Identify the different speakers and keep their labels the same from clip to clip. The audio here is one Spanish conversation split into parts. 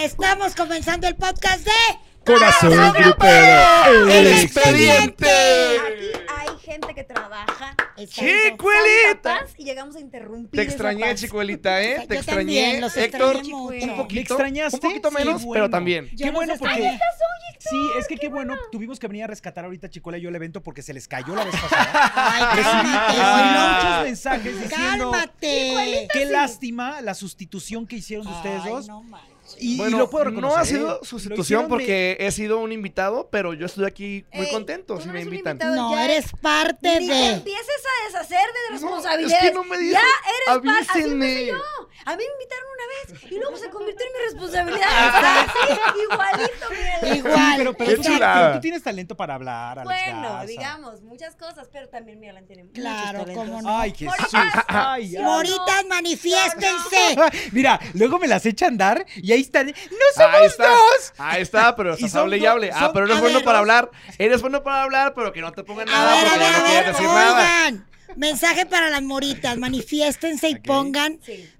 Speaker 1: Estamos comenzando el podcast de
Speaker 2: Corazón Grupero, el expediente.
Speaker 3: Aquí hay gente que trabaja.
Speaker 1: Exacto.
Speaker 3: son
Speaker 2: ¡Chicuelita!
Speaker 3: papás Y llegamos a interrumpir.
Speaker 2: Te
Speaker 3: esa
Speaker 2: extrañé,
Speaker 3: paz.
Speaker 2: chicuelita,
Speaker 1: O sea,
Speaker 2: ¿eh? Te
Speaker 1: yo
Speaker 2: extrañé,
Speaker 1: también, los
Speaker 2: Héctor.
Speaker 1: extrañé mucho.
Speaker 2: Un poquito.
Speaker 4: ¿Me extrañaste?
Speaker 2: Un poquito
Speaker 4: Qué
Speaker 2: menos,
Speaker 4: bueno.
Speaker 2: pero también.
Speaker 1: Yo
Speaker 4: qué
Speaker 1: los
Speaker 4: bueno porque.
Speaker 1: extrañé.
Speaker 4: sí, es que qué bueno. Tuvimos que venir a rescatar ahorita a Chicola y yo el evento porque se les cayó la vez pasada.
Speaker 2: Ah.
Speaker 1: Ay,
Speaker 4: Recibí
Speaker 1: cálmate.
Speaker 4: muchos mensajes diciendo.
Speaker 1: Cálmate.
Speaker 4: Qué lástima la sustitución que hicieron de ustedes
Speaker 1: Ay,
Speaker 4: dos.
Speaker 1: no manches.
Speaker 4: y, y
Speaker 2: Bueno,
Speaker 4: lo puedo
Speaker 2: No
Speaker 4: reconocer.
Speaker 2: ha
Speaker 4: ¿eh?
Speaker 2: sido
Speaker 4: Lo
Speaker 2: sustitución
Speaker 4: hicieron de-
Speaker 2: porque he sido un invitado, pero yo estoy aquí muy
Speaker 3: Ey,
Speaker 2: contento
Speaker 3: tú
Speaker 2: si
Speaker 3: no
Speaker 2: me
Speaker 3: eres un
Speaker 2: invitan.
Speaker 3: invitado,
Speaker 1: No,
Speaker 3: ya-
Speaker 1: eres parte
Speaker 3: Ni te
Speaker 1: de.
Speaker 3: empieces a deshacer de
Speaker 2: No,
Speaker 3: responsabilidades.
Speaker 2: es que no me dicen,
Speaker 3: Ya eres par- así
Speaker 2: avísenme.
Speaker 3: empecé yo. A mí me invitaron una vez y luego se convirtió en mi responsabilidad. Así, igualito, mira.
Speaker 4: Sí,
Speaker 1: Igual.
Speaker 4: pero, pero
Speaker 2: Qué
Speaker 4: tú,
Speaker 1: exacto.
Speaker 2: chulada.
Speaker 4: pero tú tienes talento para hablar, Alex
Speaker 3: Bueno,
Speaker 4: Garza.
Speaker 3: digamos, muchas cosas, pero también mira, tiene muchos
Speaker 1: Claro,
Speaker 3: talentos.
Speaker 1: cómo no.
Speaker 4: Ay, Jesús.
Speaker 3: Moritas.
Speaker 4: Ay, ay.
Speaker 1: Moritas, manifiéstense.
Speaker 4: Mira, luego me las echa a andar y ahí están. ¡No somos
Speaker 2: Ahí está,
Speaker 4: dos!
Speaker 2: ahí está, pero
Speaker 4: Y
Speaker 2: estás
Speaker 4: son
Speaker 2: hable y
Speaker 4: dos-
Speaker 2: hable. Ah,
Speaker 4: son-
Speaker 2: pero eres
Speaker 1: a
Speaker 2: bueno
Speaker 1: ver,
Speaker 2: para
Speaker 1: dos-
Speaker 2: hablar. Eres bueno para hablar, pero que no te pongan
Speaker 1: A
Speaker 2: nada
Speaker 1: ver, a
Speaker 2: porque
Speaker 1: ver,
Speaker 2: ya
Speaker 1: a
Speaker 2: no quieres
Speaker 1: ver.
Speaker 2: decir nada.
Speaker 1: Oigan, mensaje para las moritas. Manifiéstense y
Speaker 4: Ok.
Speaker 1: pongan
Speaker 3: Sí.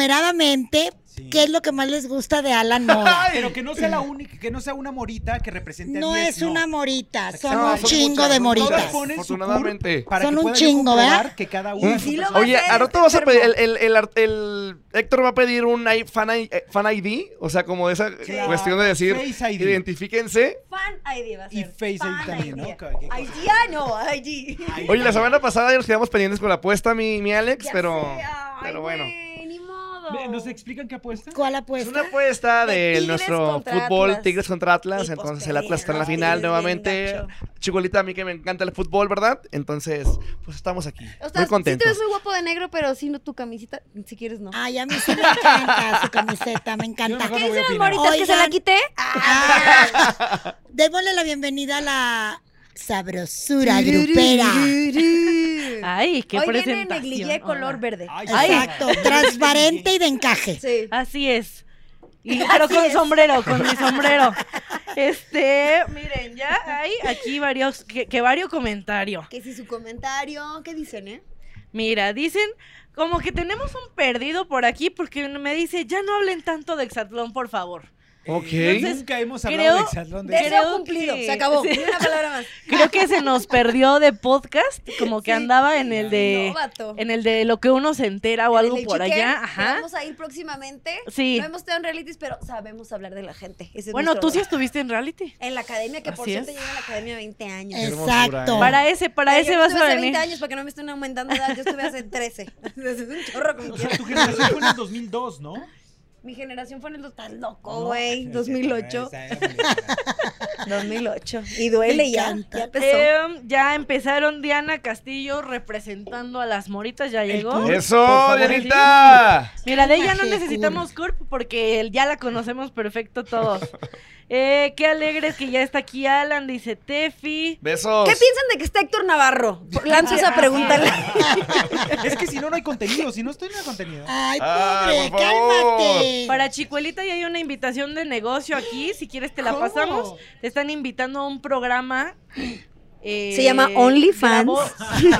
Speaker 1: numeradamente
Speaker 4: Sí.
Speaker 1: qué es lo que más les gusta de Alan Mora.
Speaker 4: Pero que no sea la única, que no sea una morita que represente a
Speaker 1: No
Speaker 4: 10,
Speaker 1: es una morita, son
Speaker 2: No,
Speaker 1: un
Speaker 2: son
Speaker 1: chingo
Speaker 2: muchas,
Speaker 1: de
Speaker 2: son
Speaker 4: Todas
Speaker 1: moritas.
Speaker 4: ponen su
Speaker 2: Afortunadamente.
Speaker 4: cur para
Speaker 1: Son
Speaker 4: que
Speaker 1: un
Speaker 4: pueda yo
Speaker 1: chingo,
Speaker 4: comprobar
Speaker 1: ¿verdad?
Speaker 4: que cada una
Speaker 2: Un-
Speaker 4: es su
Speaker 3: sí lo
Speaker 4: persona.
Speaker 3: va a
Speaker 2: Oye,
Speaker 3: hacer,
Speaker 2: al rato vas a
Speaker 3: enfermo.
Speaker 2: pedir, el, el, el ar- el- Héctor va a pedir un i- fan, i- eh, fan ID, o sea, como esa
Speaker 4: Claro.
Speaker 2: cuestión de decir,
Speaker 4: Face ID.
Speaker 2: identifíquense.
Speaker 3: Fan ID va a ser.
Speaker 4: Y Face
Speaker 3: Fan
Speaker 4: ID también, ¿no?
Speaker 3: ID.
Speaker 4: Qué- qué cosa.
Speaker 3: ID, ah, no, ID.
Speaker 2: Oye, la semana pasada ya nos quedamos pendientes con la apuesta, mi, mi Alex,
Speaker 3: Ya
Speaker 2: pero,
Speaker 3: sé, ay,
Speaker 2: pero bueno.
Speaker 3: güey, ni modo.
Speaker 4: Ve, ¿Nos explican qué apuesta?
Speaker 1: ¿Cuál
Speaker 2: Es
Speaker 1: apuesta?
Speaker 2: una apuesta
Speaker 3: De
Speaker 2: de
Speaker 3: Tigres
Speaker 2: nuestro
Speaker 3: contra
Speaker 2: fútbol,
Speaker 3: Atlas.
Speaker 2: Tigres contra Atlas.
Speaker 3: Y
Speaker 2: Entonces
Speaker 3: pues
Speaker 2: el Atlas está en la
Speaker 3: perdieron,
Speaker 2: final
Speaker 3: Tigres
Speaker 2: nuevamente.
Speaker 3: bien
Speaker 2: Chicolita, a mí que me encanta el fútbol, ¿verdad? Entonces, pues estamos aquí.
Speaker 3: O sea,
Speaker 2: muy
Speaker 3: sí te
Speaker 2: contentos.
Speaker 3: ves muy guapo de negro, pero si no tu camisita, si quieres no.
Speaker 1: Ay, a mí sí me encanta su camiseta, me
Speaker 4: Yo
Speaker 1: encanta.
Speaker 4: mejor no voy a
Speaker 3: ¿Qué dicen las
Speaker 4: opinar.
Speaker 3: moritas que se la
Speaker 1: Oigan.
Speaker 3: quité?
Speaker 1: Ah, démosle la bienvenida a la sabrosura grupera.
Speaker 5: Ay, qué
Speaker 3: Hoy viene
Speaker 5: presentación.
Speaker 3: negligé color
Speaker 5: ahora.
Speaker 3: verde.
Speaker 4: Ay,
Speaker 5: Ay.
Speaker 1: Exacto, transparente y de encaje.
Speaker 3: Sí.
Speaker 5: Así es. Y, pero con sombrero, con mi sombrero. Este, miren, ya hay aquí varios, que, que varios comentarios.
Speaker 3: Que si su comentario, ¿qué dicen, eh?
Speaker 5: Mira, dicen como que tenemos un perdido por aquí porque me dice, ya no hablen tanto de Exatlón, por favor.
Speaker 2: Ok.
Speaker 5: Entonces,
Speaker 4: Nunca hemos
Speaker 5: creo-
Speaker 4: hablado de Exatlón de
Speaker 5: Creo
Speaker 3: Deseo cumplido.
Speaker 5: que-
Speaker 3: Se acabó.
Speaker 5: sí.
Speaker 3: Ni una palabra más.
Speaker 5: Creo que se nos perdió de podcast, como que andaba en el de,
Speaker 3: Novato.
Speaker 5: en el de lo que uno se entera o algo
Speaker 3: El
Speaker 5: por
Speaker 3: Chicken,
Speaker 5: allá.
Speaker 3: que
Speaker 5: Ajá.
Speaker 3: Vamos a ir próximamente.
Speaker 5: Sí.
Speaker 3: No hemos estado en realities, pero sabemos hablar de la gente. Ese es
Speaker 5: Bueno,
Speaker 3: nuestro
Speaker 5: tú sí
Speaker 3: logro.
Speaker 5: estuviste en reality.
Speaker 3: En la academia, que por
Speaker 5: Así
Speaker 3: cierto
Speaker 5: es.
Speaker 3: llega a la academia a 20 años.
Speaker 2: Es-
Speaker 3: ¿eh?
Speaker 1: Exacto.
Speaker 5: Para ese, para
Speaker 3: Yo
Speaker 5: ese
Speaker 3: estuve
Speaker 5: vas a
Speaker 3: hace
Speaker 5: venir.
Speaker 3: 20 años para que no me estén aumentando edad. Yo estuve hace 13. es un chorro como
Speaker 4: O
Speaker 3: quiera.
Speaker 4: sea, tu generación fue en el 2002, ¿no?
Speaker 3: Mi generación fue en el dos- tan loco,
Speaker 4: No,
Speaker 1: Oh,
Speaker 3: güey.
Speaker 4: esa-
Speaker 3: 2008.
Speaker 4: esa era molesta.
Speaker 3: 2008. Y duele
Speaker 1: Me
Speaker 3: ya.
Speaker 1: encanta.
Speaker 3: Ya empezó.
Speaker 5: Eh, ya empezaron Diana Castillo representando a las moritas, ya llegó.
Speaker 4: Curp. Por
Speaker 2: ¡Eso,
Speaker 4: favor,
Speaker 2: Dianita!
Speaker 5: Mira, de ella no
Speaker 1: Qué
Speaker 5: necesitamos Curp porque el- ya la conocemos perfecto todos. Eh, qué alegres que ya está aquí Alan, dice Tefi.
Speaker 2: Besos.
Speaker 3: ¿Qué piensan de que está Héctor Navarro? Lanzo esa pregunta.
Speaker 4: es que si no, no hay contenido. Si no estoy, no hay contenido.
Speaker 1: Ay,
Speaker 2: Ay,
Speaker 3: Ah,
Speaker 1: pobre,
Speaker 2: por favor.
Speaker 1: cálmate.
Speaker 5: Para Chicuelita ya hay una invitación de negocio aquí, si quieres te la
Speaker 4: ¿Cómo?
Speaker 5: pasamos. Te están invitando a un programa. eh,
Speaker 3: Se llama OnlyFans.
Speaker 5: grabó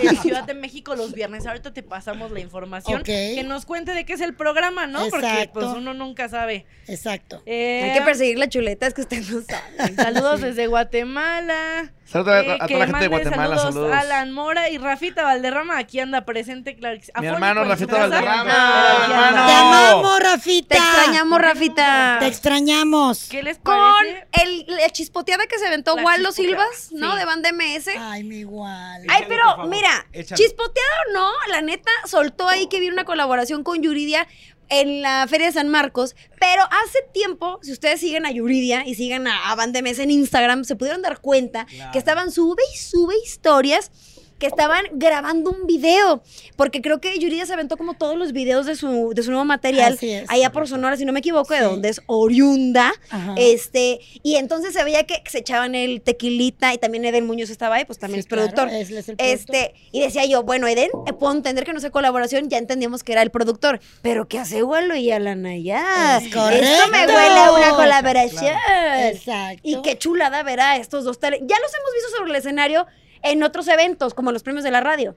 Speaker 5: En Ciudad de México los viernes. Ahorita te pasamos la información.
Speaker 1: Ok.
Speaker 5: Que nos cuente de qué es el programa, ¿no? Porque
Speaker 1: Exacto.
Speaker 5: pues uno nunca sabe.
Speaker 1: Exacto.
Speaker 5: Eh,
Speaker 3: Hay que perseguir la chuleta, es que usted no sabe.
Speaker 5: Saludos desde Guatemala.
Speaker 2: Saludos a, a
Speaker 5: Eh,
Speaker 2: toda
Speaker 5: que
Speaker 2: la gente de
Speaker 5: mande
Speaker 2: Guatemala, saludos.
Speaker 5: Alan Mora y Rafita Valderrama. Aquí anda presente, claro. que sí.
Speaker 2: Mi
Speaker 5: Afónico
Speaker 2: hermano
Speaker 5: en su
Speaker 2: Rafita
Speaker 5: casa,
Speaker 2: Valderrama,
Speaker 5: pero aquí anda.
Speaker 2: hermano.
Speaker 1: Te
Speaker 2: No.
Speaker 1: amamos, Rafita.
Speaker 3: Te extrañamos, Rafita.
Speaker 1: Te extrañamos.
Speaker 5: ¿Qué les
Speaker 3: Con
Speaker 5: parece?
Speaker 3: el, la chispoteada que se aventó
Speaker 5: La
Speaker 3: Waldo
Speaker 5: chispoteada,
Speaker 3: Silvas, ¿no?
Speaker 5: sí.
Speaker 3: De Banda MS.
Speaker 1: Ay, mi igual.
Speaker 3: Ay,
Speaker 4: Échale, por
Speaker 3: pero
Speaker 4: favor,
Speaker 3: mira,
Speaker 4: échale.
Speaker 3: chispoteada o no, la neta soltó
Speaker 1: Oh.
Speaker 3: ahí que viene una colaboración con Yuridia en la Feria de San Marcos, pero hace tiempo, si ustedes siguen a Yuridia y siguen a, a Van de Mesa en Instagram, se pudieron dar cuenta
Speaker 4: Claro.
Speaker 3: que estaban sube y sube historias que estaban grabando un video, porque creo que Yuridia se aventó como todos los videos de su, de su nuevo material,
Speaker 1: Así es.
Speaker 3: allá por Sonora, si no me equivoco, de
Speaker 1: Sí.
Speaker 3: donde es oriunda.
Speaker 1: Ajá.
Speaker 3: Este, y entonces se veía que se echaban el tequilita y también Eden Muñoz estaba ahí, pues también
Speaker 1: Sí,
Speaker 3: es
Speaker 1: claro,
Speaker 3: productor.
Speaker 1: él es el productor.
Speaker 3: Este, y decía yo, bueno, Eden, eh, puedo entender que no sea colaboración, ya entendíamos que era el productor, pero ¿qué hace Wallo y Alan allá?
Speaker 1: Es
Speaker 3: Esto me
Speaker 1: correcto.
Speaker 3: huele a una colaboración.
Speaker 1: Exacto.
Speaker 3: Y qué chulada verá a estos dos talentos. Ya los hemos visto sobre el escenario en otros eventos, como los premios de la radio.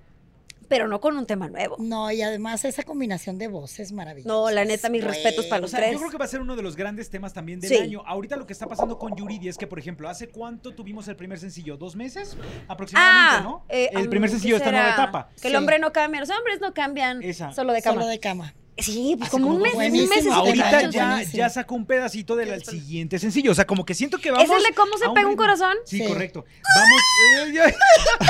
Speaker 3: pero no con un tema nuevo.
Speaker 1: No, y además esa combinación de voces maravillosa.
Speaker 3: No, la neta, mis
Speaker 1: Güey.
Speaker 3: respetos para
Speaker 4: O
Speaker 3: los
Speaker 4: sea,
Speaker 3: tres.
Speaker 4: yo creo que va a ser uno de los grandes temas también del
Speaker 3: Sí.
Speaker 4: año. Ahorita lo que está pasando con Yuridia es que, por ejemplo, ¿hace cuánto tuvimos el primer sencillo? ¿Dos meses? Aproximadamente,
Speaker 3: Ah,
Speaker 4: ¿no?
Speaker 3: eh,
Speaker 4: el primer
Speaker 3: um,
Speaker 4: sencillo de esta
Speaker 3: ¿qué
Speaker 4: nueva
Speaker 3: será?
Speaker 4: etapa.
Speaker 3: Que el
Speaker 1: Sí.
Speaker 3: hombre no cambia, los hombres no cambian.
Speaker 4: Esa.
Speaker 3: Solo de cama.
Speaker 1: Solo de cama.
Speaker 3: Sí, pues
Speaker 4: Hace
Speaker 3: como un
Speaker 4: como
Speaker 3: mes,
Speaker 4: dos
Speaker 3: un
Speaker 4: meses.
Speaker 3: mes. es un
Speaker 4: Ahorita
Speaker 3: cacho.
Speaker 1: Buenísimo.
Speaker 4: ya,
Speaker 1: buenísimo.
Speaker 4: ya sacó un pedacito del al siguiente sencillo. O sea, como que siento que vamos.
Speaker 3: ¿Esa es de cómo se
Speaker 4: a un
Speaker 3: pega un
Speaker 4: ritmo.
Speaker 3: corazón?
Speaker 4: Sí,
Speaker 1: Sí.
Speaker 4: correcto. Vamos. eh, ya-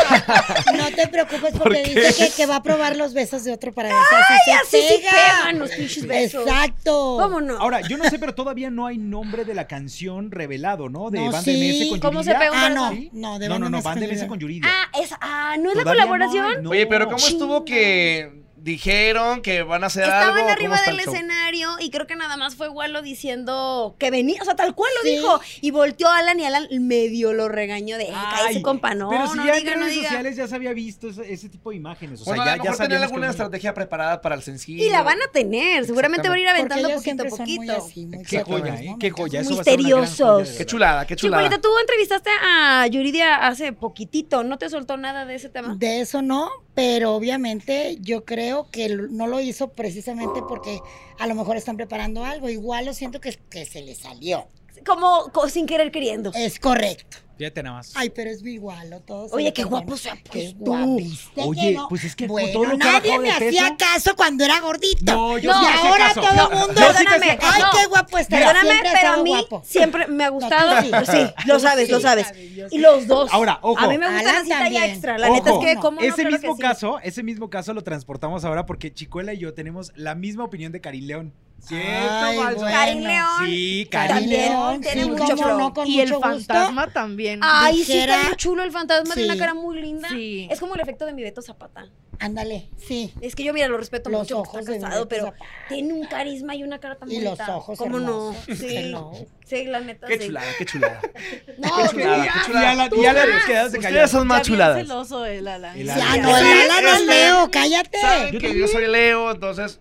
Speaker 1: No te preocupes
Speaker 2: ¿Por
Speaker 1: porque
Speaker 2: qué?
Speaker 1: dice que, que va a probar los besos de otro para ver si así se
Speaker 3: Así sí
Speaker 1: pega.
Speaker 3: pegan los pinches besos.
Speaker 1: Exacto.
Speaker 3: ¿Cómo no?
Speaker 4: Ahora, yo no sé, pero todavía no hay nombre de la canción revelado, ¿no? De
Speaker 1: No,
Speaker 4: Van
Speaker 1: sí.
Speaker 4: MS con
Speaker 3: ¿Cómo se
Speaker 4: Yuridia.
Speaker 3: pega un
Speaker 1: Ah, no.
Speaker 4: ¿Sí?
Speaker 1: No, de
Speaker 4: No, no,
Speaker 1: banda
Speaker 4: no,
Speaker 1: más
Speaker 4: Van
Speaker 1: con
Speaker 4: MS
Speaker 1: Yuridia.
Speaker 4: con Yuridia.
Speaker 3: Ah, esa, ah, ¿no es la
Speaker 4: Todavía no hay,
Speaker 3: colaboración?
Speaker 4: no.
Speaker 2: Oye, pero ¿cómo
Speaker 3: Chinga.
Speaker 2: estuvo que dijeron que van a hacer algo?
Speaker 3: Estaban
Speaker 2: ¿Cómo
Speaker 3: arriba
Speaker 2: está
Speaker 3: del
Speaker 2: el show?
Speaker 3: escenario y creo que nada más fue Wallo diciendo que venía, o sea, tal cual lo
Speaker 1: Sí.
Speaker 3: dijo. Y volteó a Alan y Alan medio lo regañó de,
Speaker 4: Ay,
Speaker 3: Eh, cállese compa, no,
Speaker 4: Pero si
Speaker 3: no
Speaker 4: ya
Speaker 3: diga,
Speaker 4: en
Speaker 3: no
Speaker 4: redes
Speaker 3: diga".
Speaker 4: sociales ya se había visto ese, ese tipo de imágenes. O sea,
Speaker 2: Bueno,
Speaker 4: ya,
Speaker 2: a
Speaker 4: ya
Speaker 2: lo mejor tenían
Speaker 4: sabíamos que
Speaker 2: alguna
Speaker 4: venía.
Speaker 2: estrategia preparada para el sencillo.
Speaker 3: Y la van a tener, seguramente van a ir
Speaker 1: Porque
Speaker 3: aventando
Speaker 1: ellos
Speaker 3: poquito a
Speaker 1: siempre son muy
Speaker 3: poquito.
Speaker 1: así, muy
Speaker 4: Qué
Speaker 1: creativos,
Speaker 4: joya, ¿eh?
Speaker 1: ¿no?
Speaker 4: Qué joya. eso va a ser una gran
Speaker 3: Misteriosos.
Speaker 4: joya, de verdad.
Speaker 2: Qué chulada, qué chulada.
Speaker 3: Chupolita, tú entrevistaste a Yuridia hace poquitito, no te soltó nada de ese tema.
Speaker 1: De eso no, pero obviamente yo creo que l- no lo hizo precisamente porque a lo mejor están preparando algo. Igual lo siento que, que se le salió.
Speaker 3: Como co- sin querer queriendo.
Speaker 1: Es correcto.
Speaker 4: Fíjate nada más.
Speaker 1: Ay, pero es mi igualo. Todo se
Speaker 3: Oye,
Speaker 1: le
Speaker 3: qué
Speaker 1: perdona.
Speaker 3: guapo se ha
Speaker 1: Qué
Speaker 3: puesto.
Speaker 1: guapo. ¿Viste que
Speaker 4: Oye,
Speaker 1: no?
Speaker 4: pues es que con
Speaker 1: Bueno,
Speaker 4: todo lo que ha
Speaker 1: nadie
Speaker 4: bajado
Speaker 1: me
Speaker 4: de peso-
Speaker 1: hacía caso cuando era gordito.
Speaker 4: No, yo
Speaker 1: y
Speaker 4: sí me hacía
Speaker 1: ahora
Speaker 4: caso.
Speaker 1: todo el
Speaker 4: No,
Speaker 1: mundo.
Speaker 4: yo sí te
Speaker 3: Perdóname,
Speaker 4: hacía caso.
Speaker 1: Ay,
Speaker 3: no.
Speaker 1: qué guapo está.
Speaker 3: Perdóname,
Speaker 1: Siempre ha
Speaker 3: pero a
Speaker 1: estado
Speaker 3: mí
Speaker 1: guapo.
Speaker 3: siempre me ha gustado.
Speaker 1: tú sí.
Speaker 3: Pero sí, lo
Speaker 1: Tú
Speaker 3: sabes,
Speaker 1: sí
Speaker 3: lo sabes.
Speaker 1: sabes, yo
Speaker 3: Y
Speaker 1: sé.
Speaker 3: los dos.
Speaker 4: Ahora, ojo.
Speaker 3: A mí me gusta la
Speaker 1: Alan
Speaker 3: cita ya
Speaker 1: también.
Speaker 3: extra. La neta es
Speaker 4: Ojo.
Speaker 3: que, ¿cómo no?
Speaker 4: ese
Speaker 3: Claro que
Speaker 4: mismo
Speaker 3: sí.
Speaker 4: caso, ese mismo caso lo transportamos ahora porque Chicuela y yo tenemos la misma opinión de Karin León.
Speaker 1: Ay,
Speaker 4: Malzo?
Speaker 1: bueno.
Speaker 3: Karin León.
Speaker 4: ¿eh? Sí,
Speaker 1: Cari
Speaker 4: Karin.
Speaker 3: También
Speaker 1: León,
Speaker 3: tiene
Speaker 1: sí,
Speaker 3: mucho
Speaker 1: cómo
Speaker 3: flow.
Speaker 1: no, con
Speaker 5: y el
Speaker 1: mucho gusto.
Speaker 5: fantasma también.
Speaker 2: Ah,
Speaker 3: Ay, sí, está
Speaker 1: Dijera-
Speaker 3: bien chulo el fantasma, tiene una
Speaker 1: Sí.
Speaker 3: cara muy linda.
Speaker 5: Sí.
Speaker 3: Es como el efecto de mi Beto Zapata.
Speaker 1: Ándale, sí.
Speaker 3: Es que yo, mira, lo respeto
Speaker 1: Los
Speaker 3: mucho, porque
Speaker 1: ojos de
Speaker 3: está casado,
Speaker 1: Beto
Speaker 3: pero
Speaker 1: Zapata.
Speaker 3: tiene un carisma y una cara tan
Speaker 1: Y
Speaker 3: bonita.
Speaker 1: los ojos
Speaker 3: ¿Cómo no?
Speaker 1: hermosos.
Speaker 3: Sí,
Speaker 1: No.
Speaker 3: sí, la neta,
Speaker 2: Qué
Speaker 3: sí.
Speaker 2: chulada, qué chulada.
Speaker 3: No,
Speaker 2: Qué
Speaker 3: sí.
Speaker 2: chulada, qué chulada.
Speaker 4: Ya la- ya la-
Speaker 2: Ustedes-
Speaker 4: quedaste callada.
Speaker 2: Ustedes son
Speaker 5: Está
Speaker 2: más
Speaker 5: bien
Speaker 2: chuladas.
Speaker 5: celoso el Alan.
Speaker 4: El
Speaker 1: Ya,
Speaker 4: Alan.
Speaker 1: no,
Speaker 2: Sí,
Speaker 1: el Alan es
Speaker 2: este-
Speaker 1: Leo, cállate.
Speaker 2: Saben que yo soy Leo, entonces.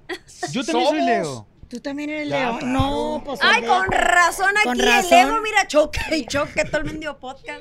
Speaker 4: Yo también soy
Speaker 2: somos-
Speaker 4: Leo.
Speaker 1: Tú también eres
Speaker 4: Ya,
Speaker 1: Leo.
Speaker 4: claro.
Speaker 1: No, pues.
Speaker 3: Ay,
Speaker 1: Andrea.
Speaker 3: con razón aquí
Speaker 1: Con
Speaker 3: el
Speaker 1: razón.
Speaker 3: ego, mira, choque y choque todo el mendigo podcast.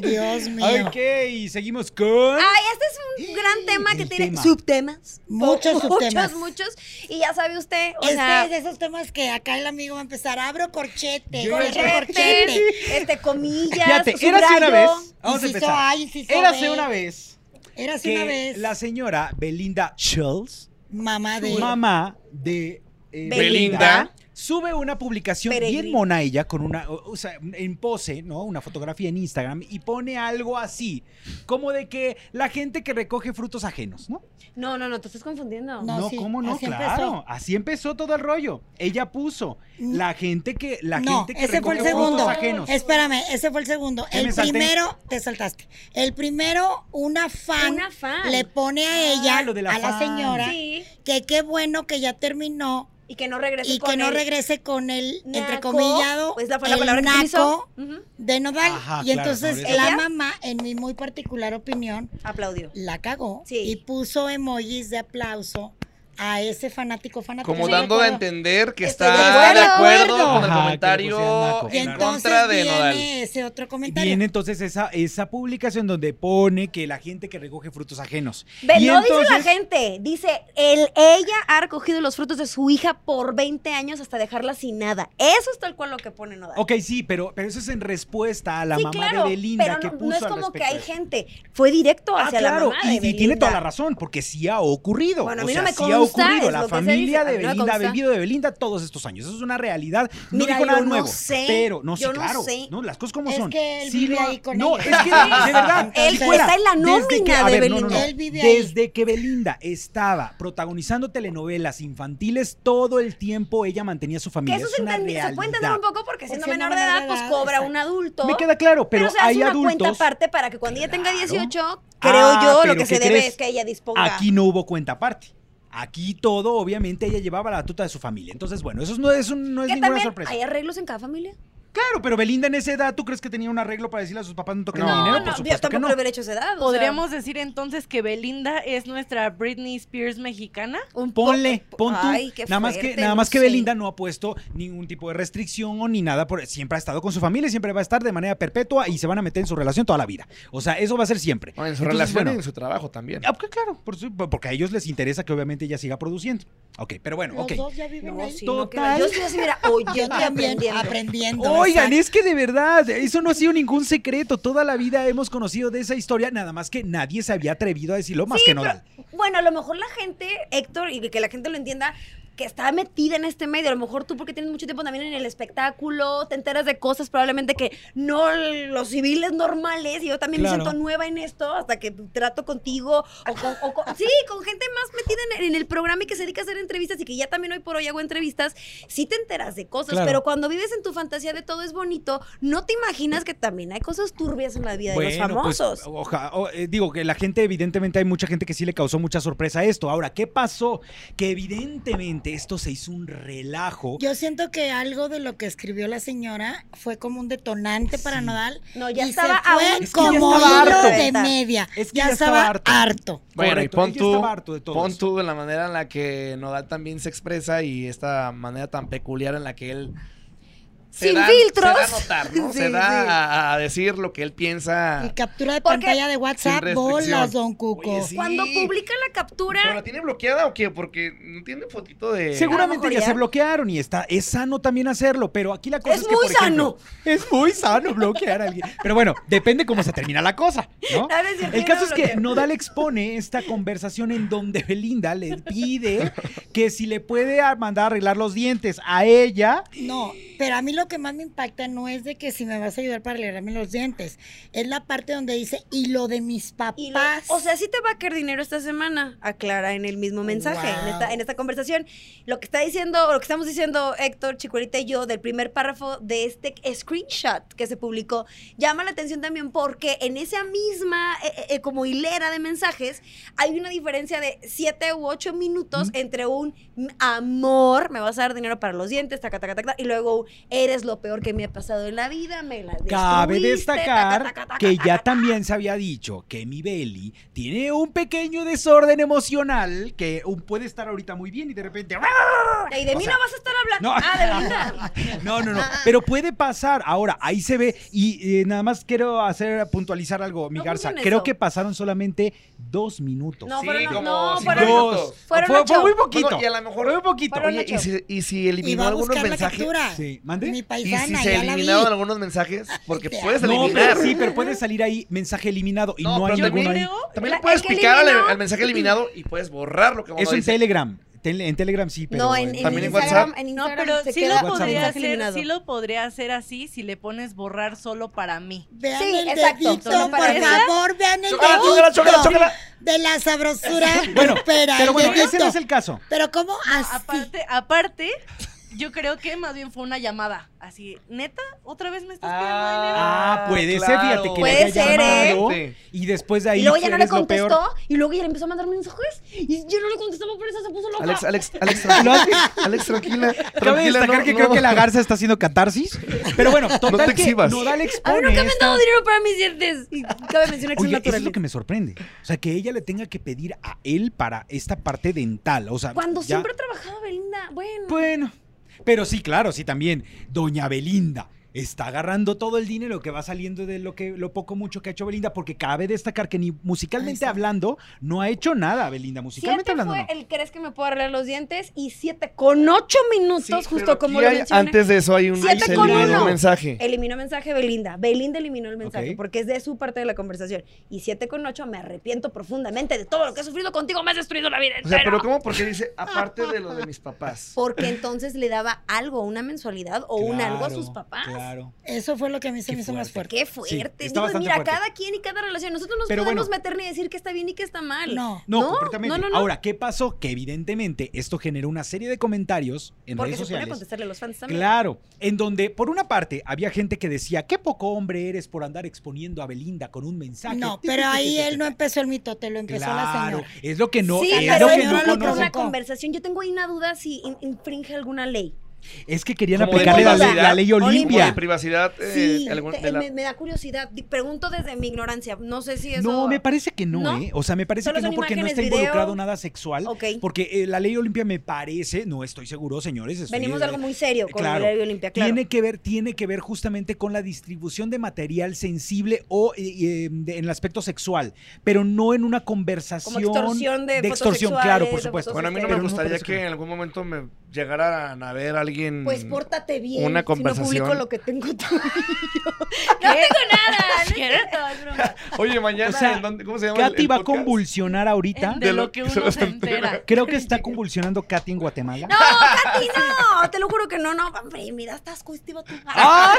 Speaker 1: Dios mío.
Speaker 4: Ok, y seguimos con.
Speaker 3: Ay, este es un gran tema que
Speaker 4: El
Speaker 3: tiene
Speaker 4: tema.
Speaker 3: subtemas.
Speaker 1: Muchos
Speaker 3: Oh,
Speaker 1: subtemas.
Speaker 3: Muchos, muchos. Y ya sabe usted, o
Speaker 1: este
Speaker 3: sea,
Speaker 1: es de esos temas que acá el amigo va a empezar. Abro corchete,
Speaker 4: Yo-
Speaker 1: cierro
Speaker 3: corchetes,
Speaker 1: corchete.
Speaker 3: este, comillas,
Speaker 4: Fíjate,
Speaker 3: subrayo.
Speaker 4: érase una vez. Vamos a
Speaker 1: Inciso
Speaker 4: empezar.
Speaker 1: A, inciso
Speaker 4: Érase
Speaker 1: B.
Speaker 4: una vez
Speaker 1: Érase una
Speaker 4: que
Speaker 1: vez.
Speaker 4: la señora Belinda Schultz,
Speaker 1: Mamá de.
Speaker 4: mamá de eh,
Speaker 3: Belinda.
Speaker 4: sube una publicación
Speaker 3: Peregrina.
Speaker 4: bien mona ella con una, o o sea, en pose, ¿no? Una fotografía en Instagram y pone algo así, como de que la gente que recoge frutos ajenos, ¿no?
Speaker 3: No, no, no, te estás confundiendo.
Speaker 1: No,
Speaker 4: No,
Speaker 1: sí,
Speaker 4: ¿cómo no?
Speaker 1: así
Speaker 4: claro,
Speaker 1: empezó.
Speaker 4: así empezó todo el rollo. Ella puso la gente que la
Speaker 1: Mm. no,
Speaker 4: gente que
Speaker 1: ese fue el
Speaker 4: recoge frutos
Speaker 1: segundo.
Speaker 4: ajenos.
Speaker 1: Espérame, ese fue el segundo.
Speaker 4: ¿Qué me
Speaker 1: El
Speaker 4: salté?
Speaker 1: primero, te saltaste. El primero, una fan,
Speaker 3: Una fan.
Speaker 1: le pone a ella,
Speaker 4: Ah, lo de la
Speaker 1: a la
Speaker 4: fan.
Speaker 1: señora,
Speaker 3: Sí,
Speaker 1: que qué bueno que ya terminó
Speaker 3: y que no regrese
Speaker 1: y
Speaker 3: con
Speaker 1: que no
Speaker 3: el
Speaker 1: regrese con el
Speaker 3: naco,
Speaker 1: entrecomillado
Speaker 3: Pues la fue la
Speaker 1: el
Speaker 3: palabra que
Speaker 1: naco
Speaker 3: utilizó. Ujú,
Speaker 1: de Nodal
Speaker 4: Ajá,
Speaker 1: y
Speaker 4: claro,
Speaker 1: entonces
Speaker 4: sobre
Speaker 1: la
Speaker 3: eso.
Speaker 1: mamá en mi muy particular opinión
Speaker 3: Aplaudió.
Speaker 1: la cagó
Speaker 3: Sí.
Speaker 1: y puso emojis de aplauso a ese fanático fanático
Speaker 2: Como
Speaker 1: no
Speaker 2: dando a
Speaker 1: recuerdo.
Speaker 2: entender que
Speaker 3: Estoy
Speaker 2: está
Speaker 3: de
Speaker 2: de
Speaker 1: acuerdo.
Speaker 2: acuerdo con el
Speaker 4: Ajá, que
Speaker 2: comentario
Speaker 4: pusieron
Speaker 1: y
Speaker 4: en
Speaker 2: en
Speaker 1: entonces
Speaker 2: contra de
Speaker 1: viene
Speaker 2: Nodal.
Speaker 1: ese otro comentario
Speaker 4: Viene entonces esa, esa publicación donde pone que la gente que recoge frutos ajenos.
Speaker 3: Ve,
Speaker 4: Y
Speaker 3: no dice la
Speaker 4: entonces-
Speaker 3: gente, dice el ella ha recogido los frutos de su hija por 20 años hasta dejarla sin nada. Eso es tal cual lo que pone Nodal.
Speaker 4: Ok, sí, pero, pero eso es en respuesta a la
Speaker 3: sí,
Speaker 4: mamá
Speaker 3: claro,
Speaker 4: de Belinda
Speaker 3: pero no,
Speaker 4: que
Speaker 3: no
Speaker 4: puso
Speaker 3: es
Speaker 4: al
Speaker 3: como que
Speaker 4: respecto
Speaker 3: hay
Speaker 4: de eso.
Speaker 3: gente, fue directo
Speaker 4: Ah,
Speaker 3: hacia
Speaker 4: claro,
Speaker 3: la mamá de
Speaker 4: y, y tiene
Speaker 3: Belinda.
Speaker 4: toda la razón, porque sí ha ocurrido.
Speaker 3: Bueno, a
Speaker 4: o
Speaker 3: mí no
Speaker 4: sea,
Speaker 3: me
Speaker 4: sí ha
Speaker 3: consta,
Speaker 4: ocurrido.
Speaker 3: es lo
Speaker 4: La
Speaker 3: que se
Speaker 4: familia
Speaker 3: dice, a
Speaker 4: de
Speaker 3: mí no me
Speaker 4: Belinda ha
Speaker 3: consta.
Speaker 4: vivido de Belinda todos estos años. Eso es una realidad. No
Speaker 3: Mira,
Speaker 4: dijo nada
Speaker 3: yo no
Speaker 4: nuevo.
Speaker 3: sé,
Speaker 4: Pero, no sé,
Speaker 3: yo no
Speaker 4: claro.
Speaker 3: sé.
Speaker 4: No, las cosas como
Speaker 1: Es
Speaker 4: son.
Speaker 1: que él
Speaker 4: Sí
Speaker 1: vive
Speaker 4: lo ha-
Speaker 1: ahí con
Speaker 4: No,
Speaker 1: ella.
Speaker 4: es que de verdad.
Speaker 1: Él
Speaker 4: si fuera,
Speaker 3: está en la
Speaker 4: desde que-
Speaker 3: nómina
Speaker 4: a
Speaker 3: de
Speaker 4: ver, no, no,
Speaker 3: Belinda.
Speaker 4: no.
Speaker 1: Él vive ahí.
Speaker 4: Desde que Belinda estaba protagonizando telenovelas infantiles, todo el tiempo ella mantenía a su
Speaker 3: Que
Speaker 4: familia.
Speaker 3: eso
Speaker 4: Es
Speaker 3: se,
Speaker 4: una
Speaker 3: entiende- se puede entender
Speaker 4: realidad.
Speaker 3: un poco porque siendo
Speaker 1: Porque
Speaker 3: menor de edad, pues cobra
Speaker 1: exacto.
Speaker 3: un adulto.
Speaker 4: Me queda claro, pero,
Speaker 3: o sea,
Speaker 4: hay
Speaker 3: es una
Speaker 4: adultos.
Speaker 3: cuenta aparte para que cuando ella tenga
Speaker 4: Claro.
Speaker 3: 18, creo
Speaker 4: Ah,
Speaker 3: yo, lo
Speaker 4: pero
Speaker 3: que se
Speaker 4: ¿qué
Speaker 3: debe
Speaker 4: crees?
Speaker 3: es que ella disponga.
Speaker 4: Aquí no hubo cuenta aparte. Aquí todo, obviamente, ella llevaba la tuta de su familia. Entonces, bueno, eso no es, un- no es
Speaker 3: que
Speaker 4: ninguna
Speaker 3: también
Speaker 4: sorpresa.
Speaker 3: hay arreglos en cada familia.
Speaker 4: Claro, pero Belinda en esa edad, ¿tú crees que tenía un arreglo para decirle a sus papás no toquen
Speaker 2: No,
Speaker 4: el dinero?
Speaker 3: no,
Speaker 4: Por
Speaker 3: yo
Speaker 4: supuesto que
Speaker 3: tampoco
Speaker 4: no.
Speaker 3: lo hubiera hecho a esa edad. o sea,
Speaker 5: ¿Podríamos decir entonces que Belinda es nuestra Britney Spears mexicana?
Speaker 3: un po-
Speaker 4: Ponle, pon tú.
Speaker 3: Ay, qué
Speaker 4: nada más que,
Speaker 3: fuerte,
Speaker 4: nada
Speaker 3: no
Speaker 4: más que
Speaker 3: sé.
Speaker 4: Belinda no ha puesto ningún tipo de restricción ni nada, por, siempre ha estado con su familia, y siempre va a estar de manera perpetua y se van a meter en su relación toda la vida. O sea, eso va a ser siempre.
Speaker 2: En su
Speaker 4: Entonces,
Speaker 2: relación
Speaker 4: bueno,
Speaker 2: y en su trabajo también.
Speaker 4: ah, pues claro, por su- porque a ellos les interesa que obviamente ella siga produciendo. Ok, pero bueno,
Speaker 1: Los
Speaker 4: ok.
Speaker 1: dos ya viven
Speaker 3: No,
Speaker 1: ahí.
Speaker 3: sí, no, que-
Speaker 4: Total.
Speaker 3: Yo sí, yo sí hubiera oyendo
Speaker 1: Yo
Speaker 3: y
Speaker 1: también
Speaker 3: aprendiendo.
Speaker 1: aprendiendo.
Speaker 4: Oigan,
Speaker 1: exacto.
Speaker 4: es que de verdad, eso no ha sido ningún secreto. Toda la vida hemos conocido de esa historia, nada más que nadie se había atrevido a decirlo más que Nodal.
Speaker 3: Bueno, a lo mejor la gente, Héctor, y que la gente lo entienda, que está metida en este medio. A lo mejor tú, porque tienes mucho tiempo también en el espectáculo, te enteras de cosas probablemente que no los civiles normales. Y ¿eh? yo también
Speaker 4: Claro.
Speaker 3: me siento nueva en esto hasta que trato contigo. O con, o con- sí, con gente más metida en, en el programa y que se dedica a hacer entrevistas y que ya también hoy por hoy hago entrevistas. Sí te enteras de cosas,
Speaker 4: Claro.
Speaker 3: pero cuando vives en tu fantasía de todo es bonito, no te imaginas que también hay cosas turbias en la vida de los
Speaker 4: Bueno, pues,
Speaker 3: famosos.
Speaker 4: oja- o- eh, digo que la gente, evidentemente, hay mucha gente que sí le causó mucha sorpresa esto. Ahora, ¿qué pasó? Que evidentemente esto se hizo un relajo.
Speaker 1: Yo siento que algo de lo que escribió la señora fue como un detonante para Nodal.
Speaker 3: No, ya
Speaker 1: y
Speaker 3: estaba
Speaker 1: se fue
Speaker 3: a un-
Speaker 4: Es que ya
Speaker 1: como
Speaker 4: estaba
Speaker 1: hilo
Speaker 4: harto.
Speaker 1: de media.
Speaker 4: Es que
Speaker 1: ya,
Speaker 4: ya
Speaker 1: estaba
Speaker 4: estaba
Speaker 1: harto.
Speaker 4: harto.
Speaker 2: Bueno,
Speaker 4: Correcto,
Speaker 2: y pon
Speaker 4: ella
Speaker 2: tú,
Speaker 4: estaba harto de todos.
Speaker 2: pon tú de la manera en la que Nodal también se expresa y esta manera tan peculiar en la que él
Speaker 3: Sin
Speaker 2: da-
Speaker 3: filtros.
Speaker 2: se da a notar, ¿no?
Speaker 3: Sí,
Speaker 2: se da
Speaker 3: sí.
Speaker 2: a, a decir lo que él
Speaker 4: Ah.
Speaker 2: piensa.
Speaker 1: Y captura de
Speaker 3: Porque-
Speaker 1: pantalla de WhatsApp,
Speaker 2: Sin
Speaker 1: bolas,
Speaker 2: restricción.
Speaker 1: don Cuco.
Speaker 2: Oye, sí.
Speaker 3: Cuando publica la captura,
Speaker 2: ¿Pero la tiene bloqueada o qué? Porque no tiene fotito de.
Speaker 3: A lo
Speaker 4: Seguramente
Speaker 3: mejor
Speaker 4: ya
Speaker 3: ya.
Speaker 4: se bloquearon y está, es sano también hacerlo, pero aquí la cosa
Speaker 3: Es
Speaker 4: es, que,
Speaker 3: muy
Speaker 4: por ejemplo, es muy sano bloquear a alguien. Pero bueno, depende cómo se termina la cosa, ¿no?
Speaker 3: No, no es cierto,
Speaker 4: El
Speaker 3: yo
Speaker 4: caso
Speaker 3: no
Speaker 4: es que
Speaker 3: bloqueo.
Speaker 4: Nodal expone esta conversación en donde Belinda le pide que si le puede a- mandar a arreglar los dientes a ella.
Speaker 1: No, pero a mí lo que más me impacta no es de que si me vas a ayudar para arreglarme los dientes, es la parte donde dice y lo de mis
Speaker 3: Y lo-
Speaker 1: papás.
Speaker 3: o sea, sí te va a caer dinero esta semana, aclara en el mismo mensaje, en, esta, en esta conversación. Lo que está diciendo, o lo que estamos diciendo Héctor, Chicuelita y yo, del primer párrafo de este screenshot que se publicó, llama la atención también porque en esa misma, eh, eh, eh, como hilera de mensajes, hay una diferencia de 7 u 8 minutos entre un "M- amor, me vas a dar dinero para los dientes, taca, taca, taca, taca", y luego eres lo peor que me ha pasado en la vida, me la
Speaker 4: Cabe
Speaker 3: destruiste,
Speaker 4: destacar
Speaker 3: taca, taca, taca,
Speaker 4: que
Speaker 3: taca,
Speaker 4: ya
Speaker 3: taca".
Speaker 4: también se había dicho que mi Beli tiene un pequeño desorden emocional que un- puede estar ahorita muy bien y de repente
Speaker 3: Y de
Speaker 4: O
Speaker 3: mí
Speaker 4: sea,
Speaker 3: no vas a estar hablando.
Speaker 4: no.
Speaker 3: Ah, de verdad.
Speaker 4: No, no, no. Pero puede pasar. Ahora, ahí se ve. Y eh, nada más quiero hacer puntualizar algo, mi
Speaker 3: No
Speaker 4: Garza.
Speaker 3: juzguen
Speaker 4: Creo
Speaker 3: eso.
Speaker 4: que pasaron solamente dos minutos.
Speaker 3: No,
Speaker 2: Sí,
Speaker 3: fueron,
Speaker 2: como
Speaker 3: no,
Speaker 2: cinco
Speaker 3: fueron
Speaker 2: minutos.
Speaker 3: dos. Fueron
Speaker 4: fue,
Speaker 3: ocho.
Speaker 4: fue muy poquito.
Speaker 2: Bueno, y a lo mejor.
Speaker 4: Fue muy poquito.
Speaker 3: Fueron
Speaker 2: Oye,
Speaker 3: ocho.
Speaker 2: ¿y si, y si
Speaker 1: y
Speaker 2: eliminó
Speaker 1: va a
Speaker 2: algunos
Speaker 1: buscar la
Speaker 2: mensajes?
Speaker 1: captura.
Speaker 4: Sí, ¿mande?
Speaker 1: Mi
Speaker 2: ¿Y si
Speaker 1: paisana,
Speaker 2: se
Speaker 1: ya la vi.
Speaker 2: eliminaron algunos mensajes? Porque
Speaker 1: te
Speaker 2: puedes
Speaker 4: No,
Speaker 2: eliminar.
Speaker 4: pero sí, pero puede salir ahí mensaje eliminado y
Speaker 2: No,
Speaker 4: no, hay
Speaker 2: pero
Speaker 4: ninguno ahí.
Speaker 5: también-
Speaker 2: También
Speaker 3: La-
Speaker 2: le puedes
Speaker 3: el que
Speaker 2: picar al,
Speaker 3: eliminó-
Speaker 2: al mensaje eliminado y puedes borrar lo que uno
Speaker 4: Eso en
Speaker 2: dice.
Speaker 4: Telegram. Tele- en Telegram sí, pero.
Speaker 3: no, en, en
Speaker 2: También en
Speaker 3: Instagram,
Speaker 2: WhatsApp.
Speaker 3: en
Speaker 5: No,
Speaker 3: Instagram
Speaker 5: pero
Speaker 3: se
Speaker 5: sí
Speaker 3: queda
Speaker 5: lo,
Speaker 4: WhatsApp.
Speaker 5: podría
Speaker 3: mensaje
Speaker 5: hacer,
Speaker 3: eliminado.
Speaker 5: sí lo podría hacer así si le pones borrar solo para mí.
Speaker 1: Vean
Speaker 3: Sí,
Speaker 1: el
Speaker 3: exacto,
Speaker 1: dedito,
Speaker 3: solo
Speaker 1: por
Speaker 3: para eso.
Speaker 1: favor, vean el
Speaker 2: Chócala, chócala,
Speaker 1: dedito
Speaker 2: chócala, chócala.
Speaker 1: de la sabrosura.
Speaker 4: Bueno,
Speaker 1: pero,
Speaker 4: pero bueno, ese no
Speaker 1: dedito.
Speaker 4: es el caso.
Speaker 1: Pero cómo Ah,
Speaker 3: Ah,
Speaker 1: así.
Speaker 5: Aparte, aparte, yo creo que más bien fue una llamada. Así, neta, otra vez me estás pidiendo dinero.
Speaker 4: Ah, puede ser, fíjate que
Speaker 3: Puede
Speaker 4: le haya
Speaker 3: ser, ¿eh?
Speaker 4: llamado
Speaker 2: Sí.
Speaker 4: y después de ahí
Speaker 3: Y luego ya no le
Speaker 4: eres lo peor.
Speaker 3: contestó. Y luego ya le empezó a mandar mensajes. Y yo no le contestaba por eso se puso loca.
Speaker 2: Alex, Alex, Alex, tranquila. Alex, tranquila.
Speaker 4: Cabe
Speaker 2: tranquila,
Speaker 4: destacar
Speaker 2: no,
Speaker 4: que
Speaker 2: no.
Speaker 4: creo que la garza está haciendo catarsis. Pero bueno, total
Speaker 2: No te
Speaker 4: que
Speaker 2: exhibas.
Speaker 4: Nodal
Speaker 3: a mí
Speaker 4: expone
Speaker 3: nunca me han
Speaker 4: esta-
Speaker 3: dado dinero para mis dientes. Y cabe mencionar que es
Speaker 4: Oye, eso es lo
Speaker 3: natural.
Speaker 4: que me sorprende. O sea, que ella le tenga que pedir a él para esta parte dental. O sea,
Speaker 3: Cuando
Speaker 4: ya-
Speaker 3: siempre ha trabajado Belinda. Bueno.
Speaker 4: Bueno, pero sí, claro, sí también. Doña Belinda está agarrando todo el dinero que va saliendo de lo que lo poco mucho que ha hecho Belinda, porque cabe destacar que ni musicalmente hablando no ha hecho nada Belinda. Musicalmente
Speaker 3: Siete
Speaker 4: hablando
Speaker 3: fue
Speaker 4: no.
Speaker 3: el crees que me puedo arreglar los dientes y siete con ocho minutos,
Speaker 2: Sí, pero
Speaker 3: justo como
Speaker 2: aquí
Speaker 3: lo
Speaker 2: hay-
Speaker 3: mencioné.
Speaker 2: Antes de eso hay un,
Speaker 3: Siete
Speaker 2: se
Speaker 3: con
Speaker 2: eliminó
Speaker 3: uno.
Speaker 2: un mensaje.
Speaker 3: Eliminó mensaje Belinda. Belinda eliminó el mensaje
Speaker 4: Ok.
Speaker 3: porque es de su parte de la conversación. Y 7 con 8, me arrepiento profundamente de todo lo que he sufrido contigo. Me has destruido la vida
Speaker 2: O sea,
Speaker 3: entera.
Speaker 2: pero ¿cómo? Porque dice, aparte de lo de mis papás.
Speaker 3: Porque entonces le daba algo, una mensualidad o un algo a
Speaker 4: Claro,
Speaker 3: sus papás.
Speaker 4: Claro.
Speaker 1: Eso fue lo que a mí se
Speaker 4: Qué
Speaker 1: me hizo más fuerte.
Speaker 4: fuerte.
Speaker 3: Qué fuerte.
Speaker 4: Sí, está
Speaker 3: Digo,
Speaker 4: bastante
Speaker 3: mira,
Speaker 4: fuerte.
Speaker 3: cada quien y cada relación. Nosotros no
Speaker 4: Pero
Speaker 3: podemos
Speaker 4: bueno.
Speaker 3: meter ni decir que está bien y que está mal.
Speaker 1: No.
Speaker 4: No,
Speaker 3: No,
Speaker 4: completamente.
Speaker 3: no, no, no.
Speaker 4: Ahora, ¿qué pasó? Que evidentemente esto generó una serie de comentarios en
Speaker 3: Porque
Speaker 4: redes
Speaker 3: se pone a
Speaker 4: sociales.
Speaker 3: contestarle a los fans también.
Speaker 4: Claro, en donde por una parte había gente que decía, qué poco hombre eres por andar exponiendo a Belinda con un mensaje. Este
Speaker 1: No, pero ahí él no empezó el mitote, lo empezó la
Speaker 4: Claro,
Speaker 1: señora.
Speaker 4: es lo que no,
Speaker 3: sí,
Speaker 4: es lo
Speaker 3: pero
Speaker 1: la
Speaker 4: que no
Speaker 3: yo
Speaker 1: señora
Speaker 3: no
Speaker 1: lo
Speaker 3: una
Speaker 4: conocen.
Speaker 1: provocó.
Speaker 3: conversación. Yo tengo ahí una duda si in- infringe alguna ley.
Speaker 4: Es que querían
Speaker 2: Como de
Speaker 4: aplicarle la, ley-
Speaker 2: privacidad,
Speaker 4: la ley
Speaker 2: Como de
Speaker 4: Olimpia.
Speaker 2: privacidad. eh,
Speaker 3: Sí,
Speaker 2: algún-
Speaker 3: te-
Speaker 2: de la-
Speaker 3: me, me da curiosidad. Di- Pregunto desde mi ignorancia. No sé si eso.
Speaker 4: No, me parece que no,
Speaker 3: ¿No?
Speaker 4: ¿eh? O sea, me parece
Speaker 3: Solo
Speaker 4: que no
Speaker 3: son
Speaker 4: porque no
Speaker 3: imágenes,
Speaker 4: está
Speaker 3: video.
Speaker 4: involucrado nada sexual.
Speaker 3: Ok.
Speaker 4: Porque eh, la ley Olimpia me parece, no estoy seguro, señores. estoy-
Speaker 3: Venimos de algo muy serio con
Speaker 4: Claro.
Speaker 3: la ley Olimpia, claro.
Speaker 4: Tiene que ver, tiene que ver justamente con la distribución de material sensible o eh, eh, de- en el aspecto sexual, pero no en una conversación.
Speaker 3: Como extorsión de fotos
Speaker 4: extorsión, claro, por
Speaker 3: sexuales, de
Speaker 4: supuesto.
Speaker 3: fotos
Speaker 2: Bueno, a mí no
Speaker 3: Pero
Speaker 4: no
Speaker 2: me gustaría
Speaker 4: parece
Speaker 2: que
Speaker 4: que-
Speaker 2: en algún momento me llegaran a ver a alguien.
Speaker 3: Pues pórtate bien.
Speaker 2: Una conversación.
Speaker 3: Si no publico lo que tengo tú y yo. No tengo nada. No es cierto, es broma.
Speaker 2: Oye, mañana,
Speaker 4: O sea,
Speaker 2: ¿en dónde- ¿cómo se llama? el-
Speaker 4: Katy
Speaker 2: el
Speaker 4: va a
Speaker 2: podcast?
Speaker 4: convulsionar ahorita.
Speaker 3: Eh,
Speaker 5: De
Speaker 2: De
Speaker 5: lo
Speaker 2: lo-
Speaker 5: que
Speaker 2: de lo
Speaker 5: uno se
Speaker 2: que-
Speaker 5: entera.
Speaker 4: Creo que está convulsionando Katy en Guatemala.
Speaker 3: No, Katy, no. Te lo juro que no, no. Hombre, me das asco, este Estiba, tú.
Speaker 4: Ah.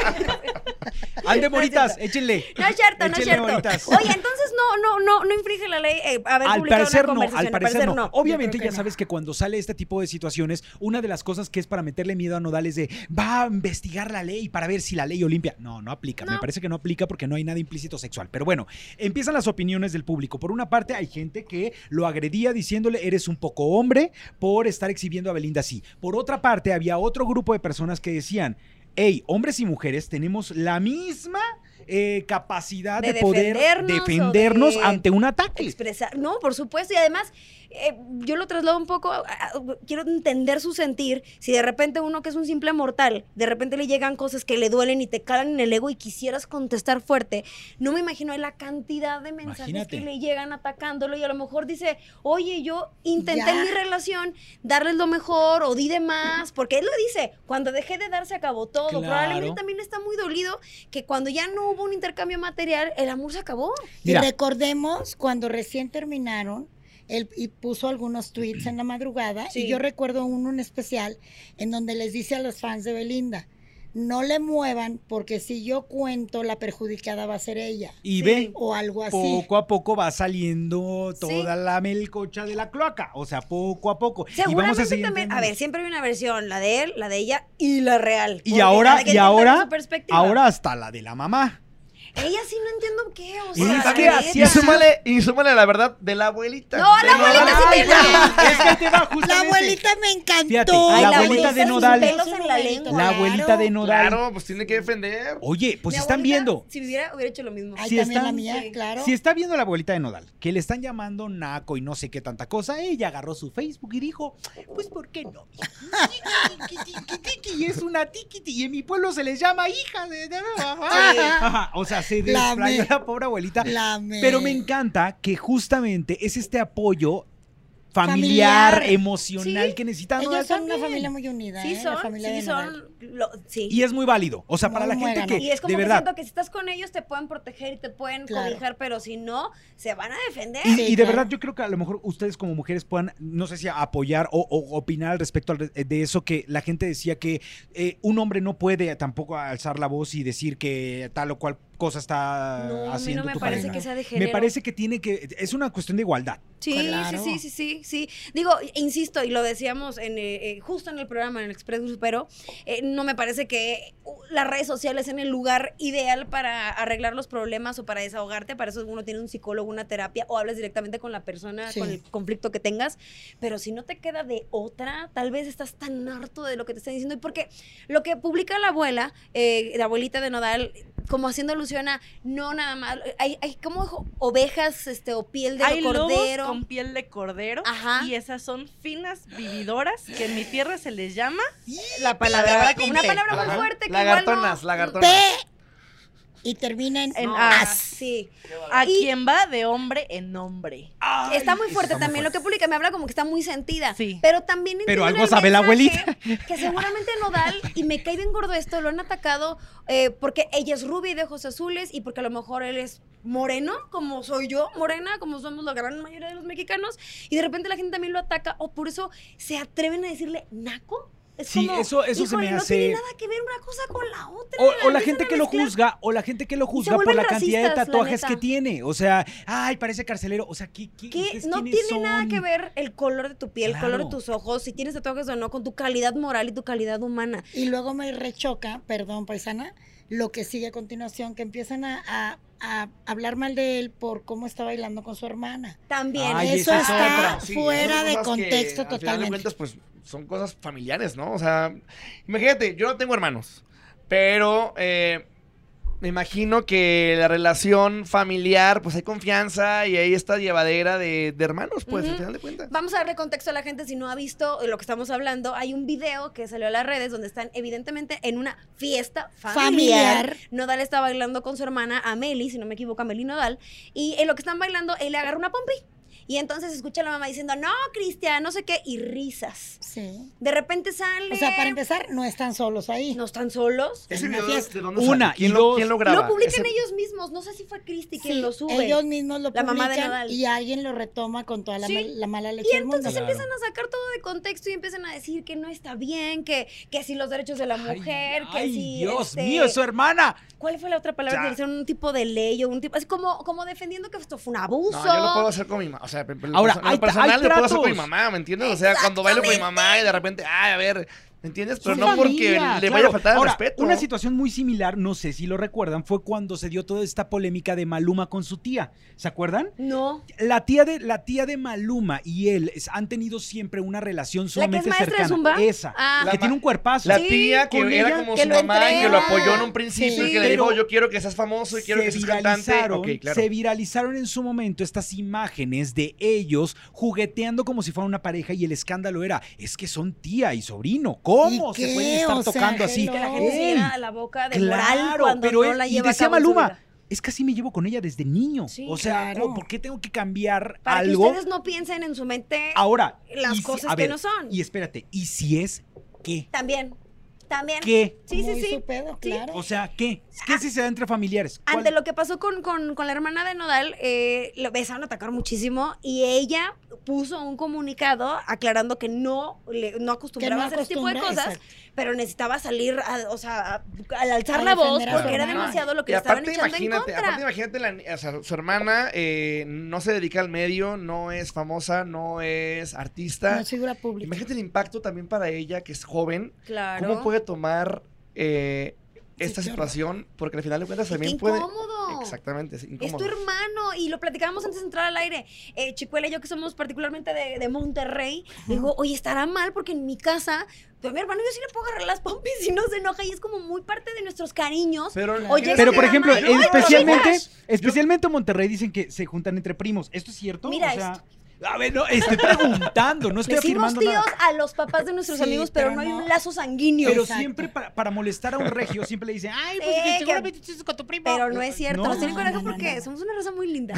Speaker 4: Ande, moritas, échenle.
Speaker 3: No es cierto, no es
Speaker 4: Échenle
Speaker 3: cierto.
Speaker 4: moritas.
Speaker 3: Oye, entonces no, no, no, no infringe la ley eh, haber
Speaker 4: Al
Speaker 3: publicado
Speaker 4: parecer,
Speaker 3: una
Speaker 4: no, al
Speaker 3: conversación.
Speaker 4: parecer no, Obviamente
Speaker 1: Yo creo
Speaker 4: ya
Speaker 1: que no.
Speaker 4: sabes que cuando sale este tipo de situaciones, una de las cosas que es para meterle miedo a Nodal es de, va a investigar la ley para ver si la ley Olimpia. No, no aplica. Me
Speaker 3: No.
Speaker 4: parece que no aplica porque no hay nada implícito sexual. Pero bueno, empiezan las opiniones del público. Por una parte, hay gente que lo agredía diciéndole, eres un poco hombre por estar exhibiendo a Belinda así. Por otra parte, había otro grupo de personas que decían, hey, hombres y mujeres tenemos la misma... eh, capacidad de,
Speaker 3: De
Speaker 4: poder
Speaker 3: defendernos o
Speaker 4: defendernos
Speaker 3: de
Speaker 4: ante un ataque.
Speaker 3: expresar. No, por supuesto. Y además, eh, yo lo traslado un poco. a- a- quiero entender su sentir. Si de repente uno que es un simple mortal, de repente le llegan cosas que le duelen y te calan en el ego y quisieras contestar fuerte, no me imagino la cantidad de mensajes
Speaker 4: Imagínate.
Speaker 3: que le llegan atacándolo y a lo mejor dice, oye, yo intenté en
Speaker 1: Ya.
Speaker 3: mi relación darles lo mejor o di de más, porque él lo dice, cuando dejé de dar se acabó todo.
Speaker 4: Claro.
Speaker 3: Probablemente también está muy dolido que cuando ya no hubo un intercambio material, el amor se acabó.
Speaker 4: Mira.
Speaker 1: Y recordemos cuando recién terminaron, él y puso algunos tweets en la madrugada
Speaker 3: Sí.
Speaker 1: y yo recuerdo uno en especial en donde les dice a los fans de Belinda, no le muevan porque si yo cuento la perjudicada va a ser ella
Speaker 4: Y
Speaker 3: Sí.
Speaker 4: ve,
Speaker 1: o algo así.
Speaker 4: poco a poco va saliendo
Speaker 3: Sí.
Speaker 4: toda la melcocha de la cloaca. O sea, poco a poco. Y vamos a
Speaker 3: Seguramente
Speaker 4: seguir
Speaker 3: también, a
Speaker 4: entendiendo.
Speaker 3: ver, siempre hay una versión, la de él, la de ella y la real.
Speaker 4: Y
Speaker 3: porque
Speaker 4: ahora-
Speaker 3: cada quien
Speaker 4: y
Speaker 3: tiene
Speaker 4: ahora-
Speaker 3: su perspectiva.
Speaker 4: Ahora hasta la de la mamá.
Speaker 3: Ella sí no entiendo qué, o
Speaker 4: Y
Speaker 3: sea.
Speaker 4: es
Speaker 3: la
Speaker 4: que
Speaker 3: neta.
Speaker 4: así
Speaker 2: Y
Speaker 4: es
Speaker 3: la
Speaker 2: súmale, y súmale a la verdad de la abuelita.
Speaker 3: No, la
Speaker 2: De Nodal.
Speaker 3: abuelita sí te-
Speaker 4: Es que ahí te va justamente.
Speaker 1: La abuelita me encantó.
Speaker 4: Fíjate, la
Speaker 3: Ay,
Speaker 4: abuelita de
Speaker 3: sin
Speaker 4: Nodal.
Speaker 3: pelos en la lengua.
Speaker 4: La abuelita de Nodal.
Speaker 2: Claro, pues tiene que defender.
Speaker 4: Oye, pues
Speaker 3: Mi
Speaker 4: están
Speaker 3: abuelita,
Speaker 4: viendo.
Speaker 3: Si viviera, hubiera hecho lo mismo.
Speaker 1: Ay,
Speaker 4: Si
Speaker 1: también la
Speaker 4: están-
Speaker 1: mía,
Speaker 3: sí.
Speaker 1: claro.
Speaker 4: Si está viendo la abuelita de Nodal, que le están llamando naco y no sé qué tanta cosa, ella agarró su Facebook y dijo, pues ¿por qué no? Y es una tiquiti y en mi pueblo se les llama hija de... Ajá, O sea, se
Speaker 1: La
Speaker 4: desplayó
Speaker 1: me-
Speaker 4: la pobre abuelita.
Speaker 1: La me-
Speaker 4: Pero me encanta que justamente es este apoyo familiar,
Speaker 1: Familiar.
Speaker 4: emocional
Speaker 3: Sí.
Speaker 4: que necesitan.
Speaker 1: Ellos son una familia muy unida.
Speaker 3: Sí
Speaker 1: ¿eh? La
Speaker 3: son,
Speaker 1: familia
Speaker 3: sí
Speaker 1: de Nodal.
Speaker 3: son. lo- sí.
Speaker 4: Y es muy válido. O sea, para la
Speaker 1: Muy
Speaker 4: gente
Speaker 1: buena,
Speaker 4: que,
Speaker 1: ¿no?
Speaker 3: Y es como
Speaker 4: de
Speaker 3: que
Speaker 4: verdad,
Speaker 3: siento que si estás con ellos te pueden proteger y te pueden
Speaker 1: Claro.
Speaker 3: cobijar, pero si no, se van a defender.
Speaker 4: Y,
Speaker 1: Sí,
Speaker 4: y de
Speaker 1: claro.
Speaker 4: verdad yo creo que a lo mejor ustedes como mujeres puedan, no sé si apoyar o, o opinar al respecto al re- eh, de eso que la gente decía que eh, un hombre no puede tampoco alzar la voz y decir que tal o cual cosa está
Speaker 3: no, a mí
Speaker 4: haciendo
Speaker 3: no me
Speaker 4: tu
Speaker 3: parece
Speaker 4: pareja.
Speaker 3: que sea de
Speaker 4: Me
Speaker 3: género.
Speaker 4: parece que tiene que, es una cuestión de igualdad.
Speaker 3: Sí,
Speaker 1: Claro.
Speaker 3: sí, sí, sí, sí, sí. Digo, insisto, y lo decíamos en, eh, eh, justo en el programa, en el Express Supero, eh, no me parece que uh, las redes sociales sean el lugar ideal para arreglar los problemas o para desahogarte. Para eso uno tiene un psicólogo, una terapia, o hablas directamente con la persona,
Speaker 1: Sí.
Speaker 3: con el conflicto que tengas. Pero si no te queda de otra, tal vez estás tan harto de lo que te están diciendo. Y porque lo que publica la abuela, eh, la abuelita de Nodal, como haciendo alusión a, no nada más, hay, hay como jo- ovejas este, o piel de
Speaker 5: Hay
Speaker 3: cordero.
Speaker 5: lobos con piel de cordero
Speaker 3: Ajá.
Speaker 5: y esas son finas vividoras que en mi tierra se les llama
Speaker 3: La
Speaker 5: palabra con
Speaker 3: una
Speaker 5: P.
Speaker 3: palabra muy
Speaker 2: Ajá.
Speaker 3: fuerte que
Speaker 2: Lagartonas,
Speaker 3: igual no-
Speaker 2: lagartonas.
Speaker 1: P y termina en,
Speaker 5: En
Speaker 1: no.
Speaker 5: A.
Speaker 3: Ah,
Speaker 1: as.
Speaker 3: sí.
Speaker 5: a
Speaker 3: Y-
Speaker 5: quien va de hombre en hombre.
Speaker 3: Está muy fuerte
Speaker 4: está muy
Speaker 3: también lo que publica, me habla como que está muy sentida.
Speaker 5: Sí.
Speaker 3: Pero también
Speaker 4: Pero
Speaker 3: entiendo
Speaker 4: algo
Speaker 3: el
Speaker 4: sabe la
Speaker 3: mensaje Que seguramente Nodal, y me cae bien gordo esto, lo han atacado eh, porque ella es rubia y de ojos azules y porque a lo mejor él es moreno, como soy yo, morena, como somos la gran mayoría de los mexicanos, y de repente la gente también lo ataca o por eso se atreven a decirle naco. Es
Speaker 4: Sí,
Speaker 3: como,
Speaker 4: eso- eso se me
Speaker 3: "Híjole,
Speaker 4: hace-
Speaker 3: No tiene nada que ver una cosa con la otra.
Speaker 4: O, o la
Speaker 3: empiezan
Speaker 4: gente
Speaker 3: a
Speaker 4: que lo
Speaker 3: mezclar
Speaker 4: juzga, o la gente que lo juzga por
Speaker 3: vuelven
Speaker 4: la cantidad de
Speaker 3: racistas, la
Speaker 4: tatuajes
Speaker 3: neta.
Speaker 4: que tiene. O sea, ay, parece carcelero. O sea, ¿qué, qué,
Speaker 3: que
Speaker 4: ustedes
Speaker 3: no
Speaker 4: quiénes
Speaker 3: tiene nada
Speaker 4: son?
Speaker 3: que ver el color de tu piel, el color
Speaker 4: Claro.
Speaker 3: de tus ojos, si tienes tatuajes o no, con tu calidad moral y tu calidad humana.
Speaker 1: Y luego me rechoca, perdón, paisana, lo que sigue a continuación, que empiezan a, a- a hablar mal de él por cómo está bailando con su hermana.
Speaker 3: También.
Speaker 4: Ay,
Speaker 1: eso
Speaker 4: esa es
Speaker 1: está
Speaker 4: otra,
Speaker 1: fuera
Speaker 2: son
Speaker 1: de
Speaker 2: cosas que,
Speaker 1: contexto
Speaker 2: al final de
Speaker 1: totalmente.
Speaker 2: cuentas, pues son cosas familiares, ¿no? O sea, imagínate, yo no tengo hermanos, pero eh, me imagino que la relación familiar, pues hay confianza y hay esta llevadera de, de hermanos, pues,
Speaker 3: Ujú.
Speaker 2: al final de cuentas.
Speaker 3: Vamos a darle contexto a la gente si no ha visto lo que estamos hablando. Hay un video que salió a las redes donde están evidentemente en una fiesta familiar.
Speaker 1: Familiar.
Speaker 3: Nodal está bailando con su hermana Ameli, si no me equivoco, Ameli Nodal. Y en lo que están bailando, él le agarra una pompi. Y entonces escucha a la mamá diciendo, no, Cristian, no sé qué, y risas.
Speaker 1: Sí.
Speaker 3: De repente sale...
Speaker 1: O sea, para empezar, no están solos ahí.
Speaker 3: No están solos.
Speaker 2: Ese
Speaker 1: una
Speaker 2: video,
Speaker 1: fiesta.
Speaker 2: ¿de dónde
Speaker 4: Una
Speaker 2: sale? ¿Quién
Speaker 4: y
Speaker 2: lo,
Speaker 4: dos.
Speaker 2: quién lo graba?
Speaker 3: Lo publican
Speaker 2: Ese-
Speaker 3: ellos mismos. No sé si fue Cristi quien
Speaker 1: Sí,
Speaker 3: lo sube.
Speaker 1: Ellos mismos lo
Speaker 3: La mamá de
Speaker 1: publican
Speaker 3: Nodal.
Speaker 1: y alguien lo retoma con toda la,
Speaker 3: Sí.
Speaker 1: mal- la mala
Speaker 3: Y
Speaker 1: leche del mundo.
Speaker 3: entonces
Speaker 4: Claro.
Speaker 3: empiezan a sacar todo de contexto y empiezan a decir que no está bien, que, que si los derechos de la
Speaker 4: Ay,
Speaker 3: mujer, que
Speaker 4: ay,
Speaker 3: si.
Speaker 4: Dios
Speaker 3: este,
Speaker 4: mío, su hermana.
Speaker 3: ¿Cuál fue la otra palabra?
Speaker 2: Ya.
Speaker 3: que decían? un tipo de ley o un tipo. Así como, como defendiendo que esto fue un
Speaker 2: No,
Speaker 3: abuso.
Speaker 2: yo lo puedo hacer con mi mamá. O sea, pe- pe- lo
Speaker 4: Ahora,
Speaker 2: perso- lo
Speaker 4: hay tra-
Speaker 2: personal
Speaker 4: hay
Speaker 2: lo puedo hacer con mi
Speaker 4: tratos.
Speaker 2: mamá, ¿me entiendes? O sea, cuando bailo con mi mamá y de repente, ay, a ver, ¿me entiendes? Pero no porque
Speaker 4: familia,
Speaker 2: le vaya
Speaker 4: claro.
Speaker 2: a faltar el
Speaker 4: Ahora,
Speaker 2: respeto.
Speaker 4: Una situación muy similar, no sé si lo recuerdan, fue cuando se dio toda esta polémica de Maluma con su tía. ¿Se acuerdan?
Speaker 3: No.
Speaker 4: La tía de, la tía de Maluma y él es- han tenido siempre una relación
Speaker 3: ¿La que es
Speaker 4: sumamente
Speaker 3: maestra de
Speaker 4: cercana.
Speaker 3: Zumba?
Speaker 4: Esa.
Speaker 3: Ah,
Speaker 2: La
Speaker 4: que
Speaker 2: ma-
Speaker 4: tiene un cuerpazo.
Speaker 2: La
Speaker 3: Sí,
Speaker 2: tía que
Speaker 4: con
Speaker 2: era
Speaker 4: ella,
Speaker 2: como
Speaker 3: que
Speaker 2: su
Speaker 3: lo
Speaker 2: mamá y que lo
Speaker 3: entrena.
Speaker 2: apoyó en un principio
Speaker 1: Sí.
Speaker 2: y que le
Speaker 4: Pero-
Speaker 2: dijo, yo quiero que seas famoso y quiero que
Speaker 4: se
Speaker 2: seas cantante.
Speaker 4: viralizaron,
Speaker 2: Ok, claro.
Speaker 4: se viralizaron en su momento estas imágenes de ellos jugueteando como si fuera una pareja y el escándalo era, es que son tía y sobrino, ¿cómo
Speaker 1: ¿Y
Speaker 4: se
Speaker 1: qué?
Speaker 4: pueden estar
Speaker 1: O sea,
Speaker 4: tocando así?
Speaker 1: Sí.
Speaker 3: Y que la gente se
Speaker 4: Ey,
Speaker 3: llena la boca de moral
Speaker 4: claro,
Speaker 3: cuando
Speaker 4: pero
Speaker 3: no
Speaker 4: él-
Speaker 3: la
Speaker 4: y
Speaker 3: lleva a
Speaker 4: decía
Speaker 3: cabo en su
Speaker 4: Maluma,
Speaker 3: vida.
Speaker 4: es que así me llevo con ella desde niño,
Speaker 3: Sí,
Speaker 4: o sea,
Speaker 1: claro.
Speaker 4: o ¿por qué tengo que cambiar
Speaker 3: Para que
Speaker 4: algo?
Speaker 3: ustedes no piensen en su mente
Speaker 4: Ahora,
Speaker 3: las
Speaker 4: y si-
Speaker 3: cosas
Speaker 4: a
Speaker 3: que
Speaker 4: ver,
Speaker 3: no son.
Speaker 4: Y espérate, ¿y si es qué?
Speaker 3: También. También.
Speaker 4: ¿Qué?
Speaker 3: Sí, sí,
Speaker 1: Muy
Speaker 3: sí.
Speaker 1: su pedo,
Speaker 3: Sí.
Speaker 1: claro.
Speaker 4: O sea, ¿qué?
Speaker 3: Ah.
Speaker 4: ¿Qué si se da entre familiares? ¿Cuál-
Speaker 3: Ante lo que pasó con, con- con la hermana de Nodal, eh, lo empezaron a atacar muchísimo y ella puso un comunicado aclarando que no, le- no acostumbraba
Speaker 1: no
Speaker 3: a hacer este tipo de
Speaker 1: acostumbra,
Speaker 3: cosas, pero necesitaba salir, a- o sea, a- al alzar
Speaker 1: A
Speaker 3: la voz
Speaker 1: defender a su
Speaker 3: porque era
Speaker 1: hermana.
Speaker 3: demasiado lo que
Speaker 2: Y
Speaker 3: le estaban
Speaker 2: aparte
Speaker 3: echando en
Speaker 2: imagínate,
Speaker 3: contra.
Speaker 2: aparte imagínate, la- o sea, su hermana eh, no se dedica al medio, no es famosa, no es
Speaker 1: no
Speaker 2: artista.
Speaker 1: es figura pública.
Speaker 2: Imagínate el impacto también para ella, que es joven.
Speaker 3: claro.
Speaker 2: ¿Cómo puede tomar eh, esta
Speaker 1: Sí, claro.
Speaker 2: situación? Porque al final de cuentas
Speaker 3: Y qué
Speaker 2: también puede...
Speaker 3: incómodo.
Speaker 2: Exactamente, es
Speaker 3: Es
Speaker 2: incómodo.
Speaker 3: tu hermano y lo platicábamos antes de entrar al aire. Eh, Chicuela y yo que somos particularmente de, de Monterrey, digo, oye, estará mal porque en mi casa, pues a mi hermano yo sí le puedo agarrar las pompis y no se enoja y es como muy parte de nuestros cariños.
Speaker 2: Pero,
Speaker 1: Claro.
Speaker 3: Oye,
Speaker 4: Pero
Speaker 3: Esa
Speaker 4: por
Speaker 3: es la
Speaker 4: ejemplo,
Speaker 3: mayor de
Speaker 4: especialmente,
Speaker 3: las
Speaker 4: especialmente en Monterrey dicen que se juntan entre primos. ¿Esto es cierto?
Speaker 3: Mira
Speaker 4: O sea, a ver, no, estoy preguntando, no estoy
Speaker 3: Le hicimos
Speaker 4: afirmando
Speaker 3: tíos
Speaker 4: nada.
Speaker 3: a los papás de nuestros
Speaker 1: Sí,
Speaker 3: amigos, pero,
Speaker 1: pero
Speaker 3: no hay
Speaker 1: no.
Speaker 3: un lazo sanguíneo.
Speaker 4: Pero
Speaker 3: Pero,
Speaker 1: Exacto.
Speaker 4: siempre para, para molestar a un regio, siempre le dicen, ay, pues
Speaker 3: Sí,
Speaker 4: que
Speaker 5: Eh,
Speaker 3: que-
Speaker 4: seguramente estás con tu primo.
Speaker 3: no es cierto.
Speaker 4: No.
Speaker 3: Nos tienen
Speaker 1: No,
Speaker 3: coraje
Speaker 1: no, no,
Speaker 3: porque
Speaker 1: no.
Speaker 3: somos una raza muy linda.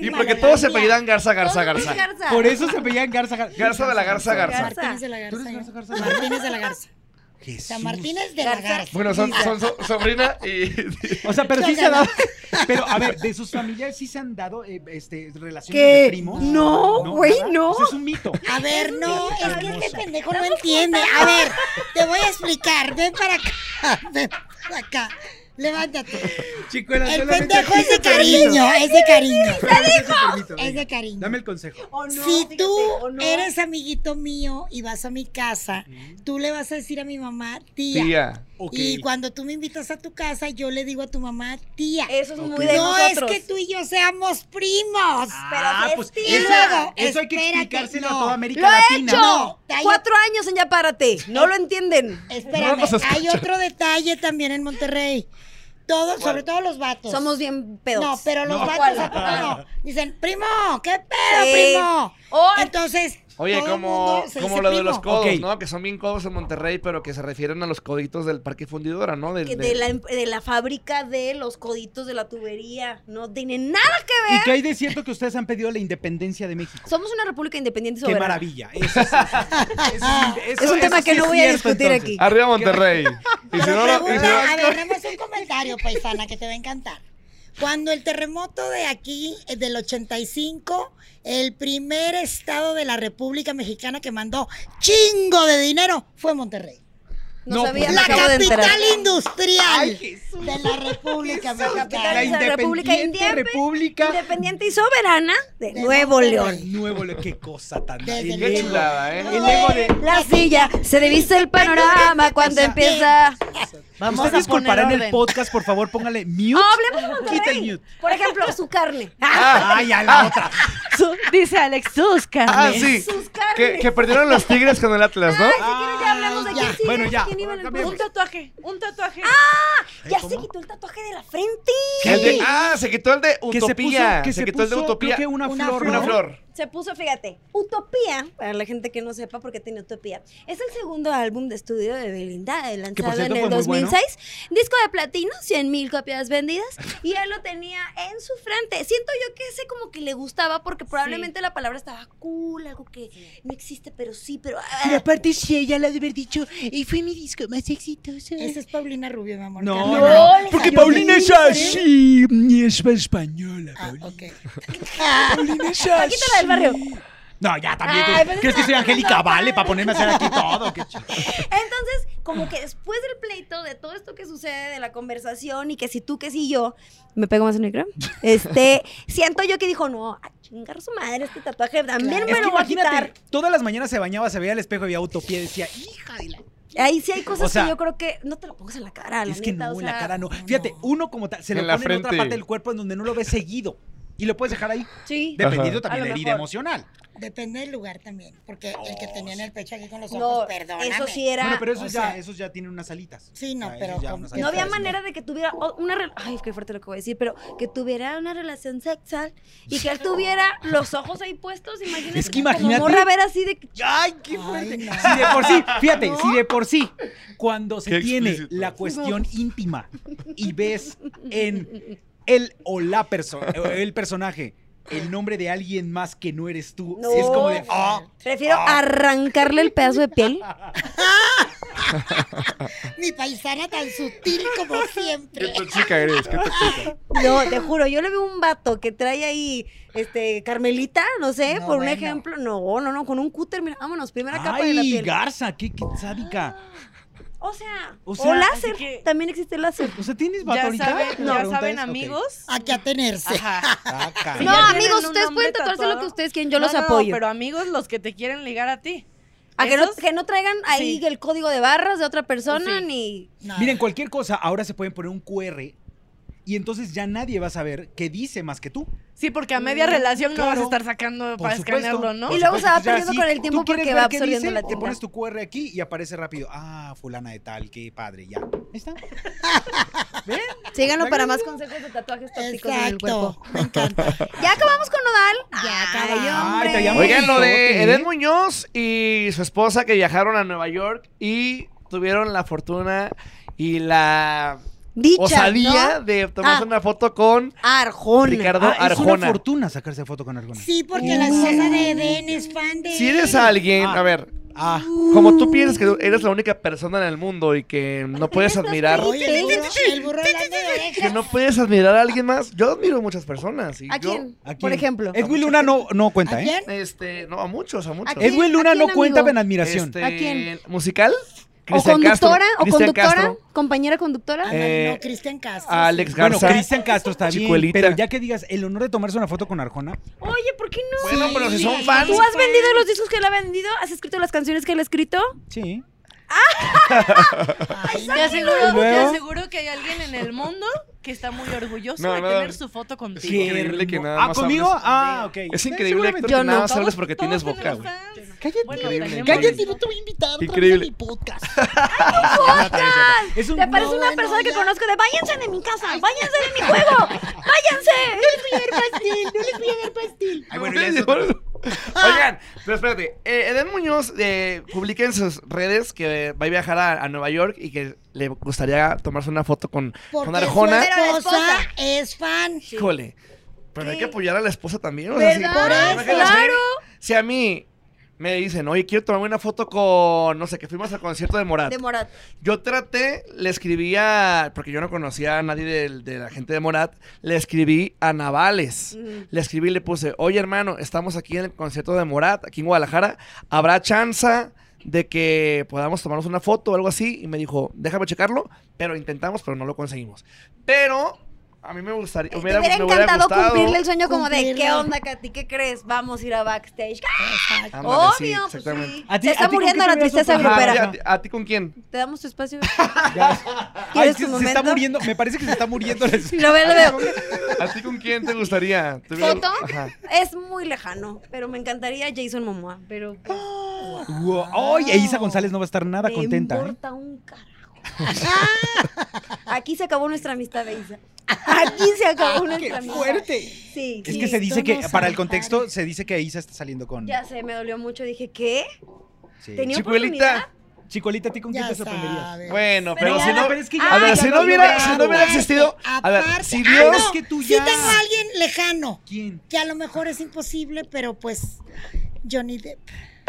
Speaker 2: Y porque todos se apellidan Garza, Garza,
Speaker 3: Todos
Speaker 2: Garza.
Speaker 3: Garza.
Speaker 4: Por eso se veían Garza Garza.
Speaker 2: Garza de la Garza, Garza.
Speaker 1: Martínez de la
Speaker 4: ¿Tú eres
Speaker 1: Garza.
Speaker 4: Garza, Garza?
Speaker 1: Martínez de la Garza. O
Speaker 4: Jesús.
Speaker 1: sea, Martínez de la
Speaker 3: Garza.
Speaker 1: Garza.
Speaker 2: Bueno, son, son so- sobrina y...
Speaker 4: O sea, pero sí se ha dado. Pero a ver, de sus familiares sí se han dado eh, este, relaciones de primos.
Speaker 3: No, güey,
Speaker 4: ¿verdad?
Speaker 3: no.
Speaker 4: O sea, es un mito.
Speaker 1: A ver, no,
Speaker 4: Dios,
Speaker 1: es que
Speaker 4: hermoso.
Speaker 1: este pendejo no entiende. A ver, te voy a explicar. Ven para acá, ven para acá. Levántate.
Speaker 4: Chico,
Speaker 1: El pendejo es de cariño, es de cariño. Es de cariño.
Speaker 4: Dame el consejo.
Speaker 3: O no,
Speaker 1: si
Speaker 3: fíjate,
Speaker 1: tú
Speaker 3: o no. Mm.
Speaker 1: eres amiguito mío y vas a mi casa, tú le vas a decir a mi mamá, tía.
Speaker 2: Tía.
Speaker 4: Ok.
Speaker 1: Y cuando tú me invitas a tu casa, yo le digo a tu mamá, tía.
Speaker 3: Eso es
Speaker 4: Ok.
Speaker 3: muy de
Speaker 1: no
Speaker 3: nosotros.
Speaker 1: es que tú y yo seamos primos.
Speaker 4: Ah,
Speaker 3: pero
Speaker 4: pues
Speaker 3: festiva.
Speaker 4: eso,
Speaker 1: Luego,
Speaker 4: eso hay que
Speaker 1: espérate,
Speaker 4: explicárselo a
Speaker 1: no.
Speaker 4: toda América
Speaker 3: ¡Lo he
Speaker 4: Latina.
Speaker 3: hecho!
Speaker 1: No, cállate.
Speaker 3: Cuatro años en Ya Párate. No lo entienden.
Speaker 1: Espérame,
Speaker 2: No los escucho.
Speaker 1: hay otro detalle también en Monterrey. Todos, sobre todo los vatos.
Speaker 3: Somos bien pedos.
Speaker 1: No, pero los
Speaker 4: Pues, No.
Speaker 1: vatos ¿a poco no? Dicen, primo, ¿qué pedo,
Speaker 3: Sí.
Speaker 1: primo?
Speaker 3: O-
Speaker 1: Entonces,
Speaker 2: Oye,
Speaker 1: todo el
Speaker 2: como,
Speaker 1: mundo se
Speaker 2: como
Speaker 1: dice
Speaker 2: lo de los
Speaker 1: primo.
Speaker 2: codos,
Speaker 4: Ok.
Speaker 2: ¿no? Que son bien codos en Monterrey, pero que se refieren a los coditos del parque fundidora, ¿no? Del-
Speaker 3: Que
Speaker 2: del-
Speaker 3: de, la, em, de la fábrica de los coditos de la tubería. No tiene nada que
Speaker 4: Y
Speaker 3: ver.
Speaker 4: que hay de cierto que ustedes han pedido la independencia de México.
Speaker 3: Somos una república independiente y
Speaker 4: Qué
Speaker 3: soberana.
Speaker 4: maravilla. Eso, sí, eso, eso, eso,
Speaker 3: Es un tema
Speaker 4: eso sí
Speaker 3: que no
Speaker 4: es
Speaker 3: voy a
Speaker 4: cierto,
Speaker 3: discutir
Speaker 4: entonces.
Speaker 3: aquí.
Speaker 2: Arriba Monterrey. Y
Speaker 1: Pero
Speaker 2: si no, lo- y si
Speaker 1: pregunta,
Speaker 2: no-
Speaker 1: a ver, nada más un comentario, paisana, que te va a encantar. Cuando el terremoto de aquí, eh, del 85, el primer estado de la República Mexicana que mandó chingo de dinero fue Monterrey.
Speaker 3: No,
Speaker 4: No,
Speaker 3: sabía,
Speaker 4: pues,
Speaker 3: me
Speaker 1: La
Speaker 3: acabo de enterar.
Speaker 1: capital industrial
Speaker 2: Ay, Jesús.
Speaker 1: de la República
Speaker 3: capital
Speaker 4: La
Speaker 1: Mexicana.
Speaker 3: de la República
Speaker 4: Independiente
Speaker 3: Independiente,
Speaker 4: República
Speaker 3: Independiente y soberana de Nuevo León.
Speaker 4: Nuevo León. Qué cosa tan
Speaker 1: Desde
Speaker 4: el
Speaker 1: el
Speaker 2: Qué
Speaker 4: ego.
Speaker 2: chulada, ¿eh?
Speaker 4: El ego de.
Speaker 3: La silla se divisa el panorama cuando empieza.
Speaker 5: Vamos
Speaker 4: Usted
Speaker 5: a poner
Speaker 4: disculpará en el
Speaker 5: orden.
Speaker 4: podcast, por favor, póngale mute.
Speaker 3: No, hablemos de
Speaker 4: Quita el
Speaker 3: Monterrey. Ah.
Speaker 4: mute.
Speaker 3: Por ejemplo, su carne.
Speaker 4: Ay, a la otra.
Speaker 5: Su- dice Alex, sus carnes.
Speaker 2: Ah, sí.
Speaker 3: Sus carnes.
Speaker 2: Que, que perdieron los Tigres con el Atlas, ¿no?
Speaker 3: Si quieres, ya hablamos de
Speaker 1: Ay,
Speaker 3: quién
Speaker 1: ya.
Speaker 3: sigue,
Speaker 4: Bueno, Ah, ya.
Speaker 3: quién iba en el
Speaker 4: Ahora
Speaker 5: Un
Speaker 3: puesto.
Speaker 5: tatuaje, un tatuaje.
Speaker 3: Ya se quitó el tatuaje de la frente.
Speaker 2: Que el de- ah, se quitó el de Utopía. se, quitó el de
Speaker 4: puso,
Speaker 2: Utopía.
Speaker 4: Creo que una,
Speaker 1: Una
Speaker 4: flor.
Speaker 1: flor.
Speaker 2: Una
Speaker 4: ¿no?
Speaker 2: flor.
Speaker 3: Se puso, fíjate, Utopía, para la gente que no sepa por qué tiene Utopía, es el segundo álbum de estudio de Belinda, eh, lanzado
Speaker 4: cierto, fue
Speaker 3: en el
Speaker 4: muy
Speaker 3: 2006, disco de platino, 100 mil copias vendidas, y él lo tenía en su frente. Siento yo que ese como que le gustaba porque probablemente la palabra estaba cool, algo que no existe, pero sí, pero... ah,
Speaker 6: Y aparte, si ella la de haber dicho, y fue mi disco más exitoso.
Speaker 1: Esa es Paulina Rubio, mi amor.
Speaker 4: No,
Speaker 1: Carmen.
Speaker 4: no, no, Porque Paulina es así. Y es española,
Speaker 1: Ah,
Speaker 4: Paulina.
Speaker 1: ok.
Speaker 4: Paulina es
Speaker 3: Paquita la del barrio.
Speaker 4: así. No, ya también.
Speaker 3: Ay, pues
Speaker 4: ¿Crees que
Speaker 3: no,
Speaker 4: soy
Speaker 3: no,
Speaker 4: Angélica
Speaker 3: no,
Speaker 4: Vale
Speaker 3: no.
Speaker 4: para ponerme a hacer aquí todo? Qué chulo.
Speaker 3: Entonces, como que después del pleito, de todo esto que sucede, de la conversación y que si tú, que si yo, me pego más en el cráneo, Este, siento yo que dijo, no, a chingar su madre, este tatuaje también
Speaker 4: Es
Speaker 3: me
Speaker 4: que
Speaker 3: lo voy a quitar.
Speaker 4: imagínate, todas las mañanas se bañaba, se veía al espejo y veía utopía y decía, hija de la.
Speaker 3: Ahí sí hay cosas
Speaker 4: O sea,
Speaker 3: que yo creo que no te lo pongas en la cara, la
Speaker 4: es que
Speaker 3: neta,
Speaker 4: no,
Speaker 3: o
Speaker 4: en la
Speaker 3: sea,
Speaker 4: cara no. Fíjate, uh, uno como tal, se lo
Speaker 2: En
Speaker 4: pone
Speaker 2: la
Speaker 4: en otra
Speaker 2: frente.
Speaker 4: parte del cuerpo en donde no lo ves seguido. Y lo puedes dejar ahí,
Speaker 3: Sí.
Speaker 4: dependiendo
Speaker 2: Ajá.
Speaker 4: también
Speaker 5: A
Speaker 4: de
Speaker 5: lo
Speaker 4: la herida
Speaker 5: mejor.
Speaker 4: emocional.
Speaker 1: Depende del lugar también. Porque el que tenía en el pecho aquí con los
Speaker 3: No,
Speaker 1: ojos, perdóname.
Speaker 3: eso sí era.
Speaker 4: Bueno, pero esos,
Speaker 1: o
Speaker 4: ya,
Speaker 1: sea-
Speaker 4: esos ya tienen unas alitas.
Speaker 1: Sí, no,
Speaker 4: O sea,
Speaker 1: pero
Speaker 4: esos ya
Speaker 1: con-
Speaker 4: unas
Speaker 1: no
Speaker 3: No
Speaker 4: alitas,
Speaker 3: había
Speaker 4: ¿no?
Speaker 3: manera de que tuviera o- una re- ay, qué fuerte lo que voy a decir, pero que tuviera una relación sexual y que él tuviera los ojos ahí puestos, imagínate.
Speaker 4: Es que
Speaker 3: Como
Speaker 4: imagínate.
Speaker 3: morra ver así de que
Speaker 4: ¡Ay, qué
Speaker 1: Ay,
Speaker 4: fuerte!
Speaker 1: no.
Speaker 4: Si de por sí, fíjate, si de por sí, cuando se
Speaker 2: Qué
Speaker 4: tiene
Speaker 2: explícito.
Speaker 4: la cuestión íntima y ves en el o la persona, el personaje, el nombre de alguien más que no eres tú,
Speaker 3: No.
Speaker 4: es como de, ah,
Speaker 3: prefiero arrancarle el pedazo de piel.
Speaker 1: Mi paisana tan sutil como
Speaker 2: Qué
Speaker 1: siempre.
Speaker 2: tóxica eres, qué tóxica.
Speaker 3: No, te juro, yo le veo un vato que trae ahí, este, Carmelita, no sé,
Speaker 1: No,
Speaker 3: por un
Speaker 1: bueno.
Speaker 3: ejemplo. No, no, no, con un cúter, mira, vámonos, primera capa de la
Speaker 4: ay,
Speaker 3: piel.
Speaker 4: Garza, qué, qué sádica.
Speaker 3: O sea,
Speaker 4: O
Speaker 3: o,
Speaker 4: sea, Pues,
Speaker 3: láser,
Speaker 5: así que-
Speaker 3: también existe el láser.
Speaker 4: O sea, ¿tienes vato
Speaker 5: Ya
Speaker 4: ahorita?
Speaker 5: saben,
Speaker 4: La
Speaker 5: ya
Speaker 4: pregunta
Speaker 5: saben,
Speaker 4: es, ok.
Speaker 5: amigos.
Speaker 1: A qué atenerse.
Speaker 5: Ajá.
Speaker 4: Ah, caray.
Speaker 3: No,
Speaker 5: Ya tienen
Speaker 3: amigos,
Speaker 5: un
Speaker 3: ustedes pueden
Speaker 5: nombre
Speaker 3: tatuarse
Speaker 5: tatuado.
Speaker 3: lo que ustedes quieren, yo
Speaker 5: No,
Speaker 3: los
Speaker 5: no, no,
Speaker 3: apoyo.
Speaker 5: pero amigos, los que te quieren ligar a ti.
Speaker 3: A que no,
Speaker 5: Esos-
Speaker 3: que no traigan ahí
Speaker 5: Sí.
Speaker 3: el código de barras de otra persona
Speaker 5: Sí.
Speaker 3: ni.
Speaker 1: No.
Speaker 4: Miren, cualquier cosa, ahora se pueden poner un QR y entonces ya nadie va a saber qué dice más que tú.
Speaker 5: Sí, porque a media relación no vas
Speaker 4: claro.
Speaker 5: a estar sacando
Speaker 4: Por
Speaker 5: para
Speaker 4: supuesto.
Speaker 5: escanearlo, ¿no?
Speaker 4: Por
Speaker 3: Y luego
Speaker 4: supuesto,
Speaker 3: se va
Speaker 4: entonces ya
Speaker 3: perdiendo con el
Speaker 4: ¿tú
Speaker 3: tiempo
Speaker 4: quieres
Speaker 3: porque
Speaker 4: ver
Speaker 3: va
Speaker 4: qué
Speaker 3: absorbiendo
Speaker 4: dice?
Speaker 3: la
Speaker 4: Te
Speaker 3: tinta.
Speaker 4: pones tu QR aquí y aparece rápido. Ah, fulana de tal, qué padre, ya. Ahí está. ¿Ven?
Speaker 3: Síganlo
Speaker 4: La
Speaker 3: para
Speaker 4: gran
Speaker 3: más consejos de tatuajes tóxicos en el
Speaker 1: Exacto.
Speaker 3: cuerpo.
Speaker 1: Me encanta.
Speaker 3: Ya acabamos con Nodal.
Speaker 1: Ya
Speaker 3: Ay,
Speaker 1: acabamos.
Speaker 3: hombre.
Speaker 4: Ay, te llamo-
Speaker 2: Oigan, lo de
Speaker 4: Mitote,
Speaker 2: Edén
Speaker 4: ¿eh?
Speaker 2: Muñoz y su esposa que viajaron a Nueva York y tuvieron la fortuna y la
Speaker 3: Dicha,
Speaker 2: osadía
Speaker 3: ¿no?
Speaker 2: de tomarse
Speaker 3: Ah.
Speaker 2: una foto con
Speaker 3: Arjona.
Speaker 2: Ricardo
Speaker 4: Ah, es una
Speaker 2: Arjona.
Speaker 4: fortuna sacarse foto con Arjona.
Speaker 1: Sí, porque la esposa de Eden es fan de.
Speaker 2: Si eres alguien, a ver,
Speaker 4: Ah,
Speaker 2: como tú piensas que eres la única persona en el mundo y que no puedes admirar,
Speaker 1: Oye, el burro, el burro hablando de orejas.
Speaker 2: que no puedes admirar a alguien más, yo admiro muchas personas. Y
Speaker 3: ¿A
Speaker 2: yo-
Speaker 3: quién?
Speaker 4: ¿a quién?
Speaker 3: Por ejemplo.
Speaker 4: Edwin Luna no, no
Speaker 1: ¿A
Speaker 4: cuenta, ¿eh?
Speaker 1: quién?
Speaker 2: Este, no, a muchos, a muchos.
Speaker 3: ¿A quién?
Speaker 4: Edwin Luna
Speaker 3: ¿A quién,
Speaker 4: no cuenta
Speaker 3: amigo?
Speaker 4: en admiración.
Speaker 2: Este,
Speaker 3: ¿A quién?
Speaker 2: ¿Musical?
Speaker 3: o
Speaker 2: Cristian Castro,
Speaker 3: conductora, o
Speaker 2: Cristian
Speaker 3: conductora,
Speaker 2: Castro,
Speaker 3: compañera conductora.
Speaker 1: Ándale,
Speaker 2: eh,
Speaker 1: Ah, no, Cristian Castro.
Speaker 2: Alex
Speaker 1: sí.
Speaker 4: Bueno,
Speaker 2: Garza.
Speaker 4: Cristian Castro está bien,
Speaker 2: Chicuelita.
Speaker 4: pero ya que digas el honor de tomarse una foto con Arjona,
Speaker 3: Oye, ¿por qué no?
Speaker 2: Bueno, pero si son
Speaker 1: Sí.
Speaker 2: fans.
Speaker 3: ¿Tú has vendido los discos que él ha vendido? ¿Has escrito las canciones que él ha escrito?
Speaker 4: sí.
Speaker 1: Ay,
Speaker 5: Te aseguro,
Speaker 4: ¿Y luego?
Speaker 5: te aseguro que hay alguien en el mundo que está muy orgulloso
Speaker 2: No,
Speaker 5: de
Speaker 2: no.
Speaker 5: tener su foto contigo.
Speaker 2: Sí. increíble que
Speaker 4: hermo-
Speaker 2: nada
Speaker 4: Ah,
Speaker 2: más
Speaker 4: ¿conmigo?
Speaker 2: hables.
Speaker 4: Ah, ok.
Speaker 2: Es increíble,
Speaker 4: Seguramente-
Speaker 2: Héctor,
Speaker 3: Yo
Speaker 2: que
Speaker 3: no.
Speaker 2: nada más
Speaker 5: Todos-
Speaker 2: hables porque
Speaker 5: todos
Speaker 2: tienes boca,
Speaker 5: tenemos
Speaker 2: güey.
Speaker 5: fans.
Speaker 4: Cállate.
Speaker 5: Bueno,
Speaker 2: Increíble.
Speaker 5: tenemos-
Speaker 6: Cállate, no te voy a invitar otra vez a
Speaker 2: Increíble.
Speaker 6: mi podcast.
Speaker 4: Es un
Speaker 3: ¿Te parece una
Speaker 1: bueno,
Speaker 3: persona que
Speaker 1: ya.
Speaker 3: conozco de váyanse de mi casa, váyanse de mi juego, váyanse?
Speaker 6: Pastel, no les voy a dar pastel.
Speaker 4: Ay, bueno, ya es otro.
Speaker 2: Oigan, pero espérate. eh, Eden Muñoz eh, publica en sus redes que eh, va a viajar a, a Nueva York y que le gustaría tomarse una foto con,
Speaker 1: Porque
Speaker 2: con
Speaker 1: su
Speaker 2: Arjona.
Speaker 3: Pero la
Speaker 1: esposa
Speaker 3: esposa.
Speaker 1: es fan.
Speaker 2: Híjole. Pero hay que apoyar a la esposa también. O sea,
Speaker 3: ¿Verdad?
Speaker 2: si,
Speaker 3: Por eso.
Speaker 2: imagínate, si a mí-
Speaker 3: Claro.
Speaker 2: Si a mí me dicen, oye, quiero tomarme una foto con, no sé, que fuimos al concierto de Morat.
Speaker 3: De Morat.
Speaker 2: Yo traté, le escribí a. Porque yo no conocía a nadie del- de, la gente de Morat. Le escribí a Navales. Le escribí y le puse: Oye, hermano, estamos aquí en el concierto de Morat, aquí en Guadalajara. ¿Habrá chance de que podamos tomarnos una foto o algo así. Y me dijo, déjame checarlo, pero intentamos, pero no lo conseguimos. Pero a mí me gustaría.
Speaker 3: Te
Speaker 2: hubiera-
Speaker 3: hubiera
Speaker 2: me hubiera
Speaker 3: encantado
Speaker 2: gustado.
Speaker 3: cumplirle el sueño como de,
Speaker 1: Cumplirle.
Speaker 3: ¿qué onda, Katy? ¿Qué crees? Vamos a ir a backstage.
Speaker 1: Exacto.
Speaker 2: Ah, Ándale, sí,
Speaker 3: Obvio, pues
Speaker 2: exactamente.
Speaker 3: sí.
Speaker 4: ¿A ti-
Speaker 3: Se
Speaker 4: a
Speaker 3: está
Speaker 4: ti con
Speaker 3: muriendo
Speaker 4: qué te
Speaker 3: la
Speaker 4: hubieras
Speaker 3: tristeza
Speaker 4: ocupado?
Speaker 2: Ajá, oye,
Speaker 3: grupera.
Speaker 2: ¿a ti- ¿A ti con quién?
Speaker 3: Te damos tu espacio.
Speaker 4: Ay,
Speaker 3: ¿Quieres
Speaker 4: es que se
Speaker 3: tu
Speaker 4: está
Speaker 3: momento?
Speaker 4: muriendo. Me parece que se está muriendo. la-
Speaker 3: Lo veo, lo veo.
Speaker 2: ¿A ti con quién te gustaría? ¿Te hubiera-
Speaker 3: ¿Foto?
Speaker 2: Ajá.
Speaker 3: Es muy lejano, pero me encantaría Jason Momoa. Pero pues,
Speaker 4: Wow. Ay, e Isa González no va a estar nada
Speaker 3: me
Speaker 4: contenta. ¿eh?
Speaker 3: importa un carajo. Aquí se acabó nuestra amistad, Beisa. Aquí se acabó nuestra amistad.
Speaker 4: Ah,
Speaker 3: Sí.
Speaker 4: Es
Speaker 1: Sí,
Speaker 4: que se dice
Speaker 1: esto
Speaker 4: que,
Speaker 1: no
Speaker 4: para
Speaker 1: se
Speaker 4: el contexto,
Speaker 1: pare.
Speaker 4: se dice que Isa está saliendo con.
Speaker 3: Ya sé, me dolió mucho. Dije, ¿qué?
Speaker 4: Sí.
Speaker 3: Tenía oportunidad.
Speaker 2: Chicuelita.
Speaker 4: Chicolita, ¿a ti con quién
Speaker 1: Ya
Speaker 4: te sorprenderías?
Speaker 1: sabes.
Speaker 2: Bueno,
Speaker 3: Pero
Speaker 2: pero,
Speaker 3: ya
Speaker 2: si
Speaker 3: la-
Speaker 2: no.
Speaker 4: pero es que
Speaker 2: a ver,
Speaker 4: ya
Speaker 2: si
Speaker 4: lo
Speaker 2: no, hubiera,
Speaker 4: lograste.
Speaker 2: si no hubiera existido. A ver,
Speaker 1: Aparte-
Speaker 2: si
Speaker 1: ah,
Speaker 2: Dios.
Speaker 1: no.
Speaker 4: Es que tú
Speaker 1: Sí
Speaker 4: ya.
Speaker 1: tengo a alguien lejano,
Speaker 4: ¿Quién?
Speaker 1: que a lo mejor es imposible, pero pues Johnny Depp.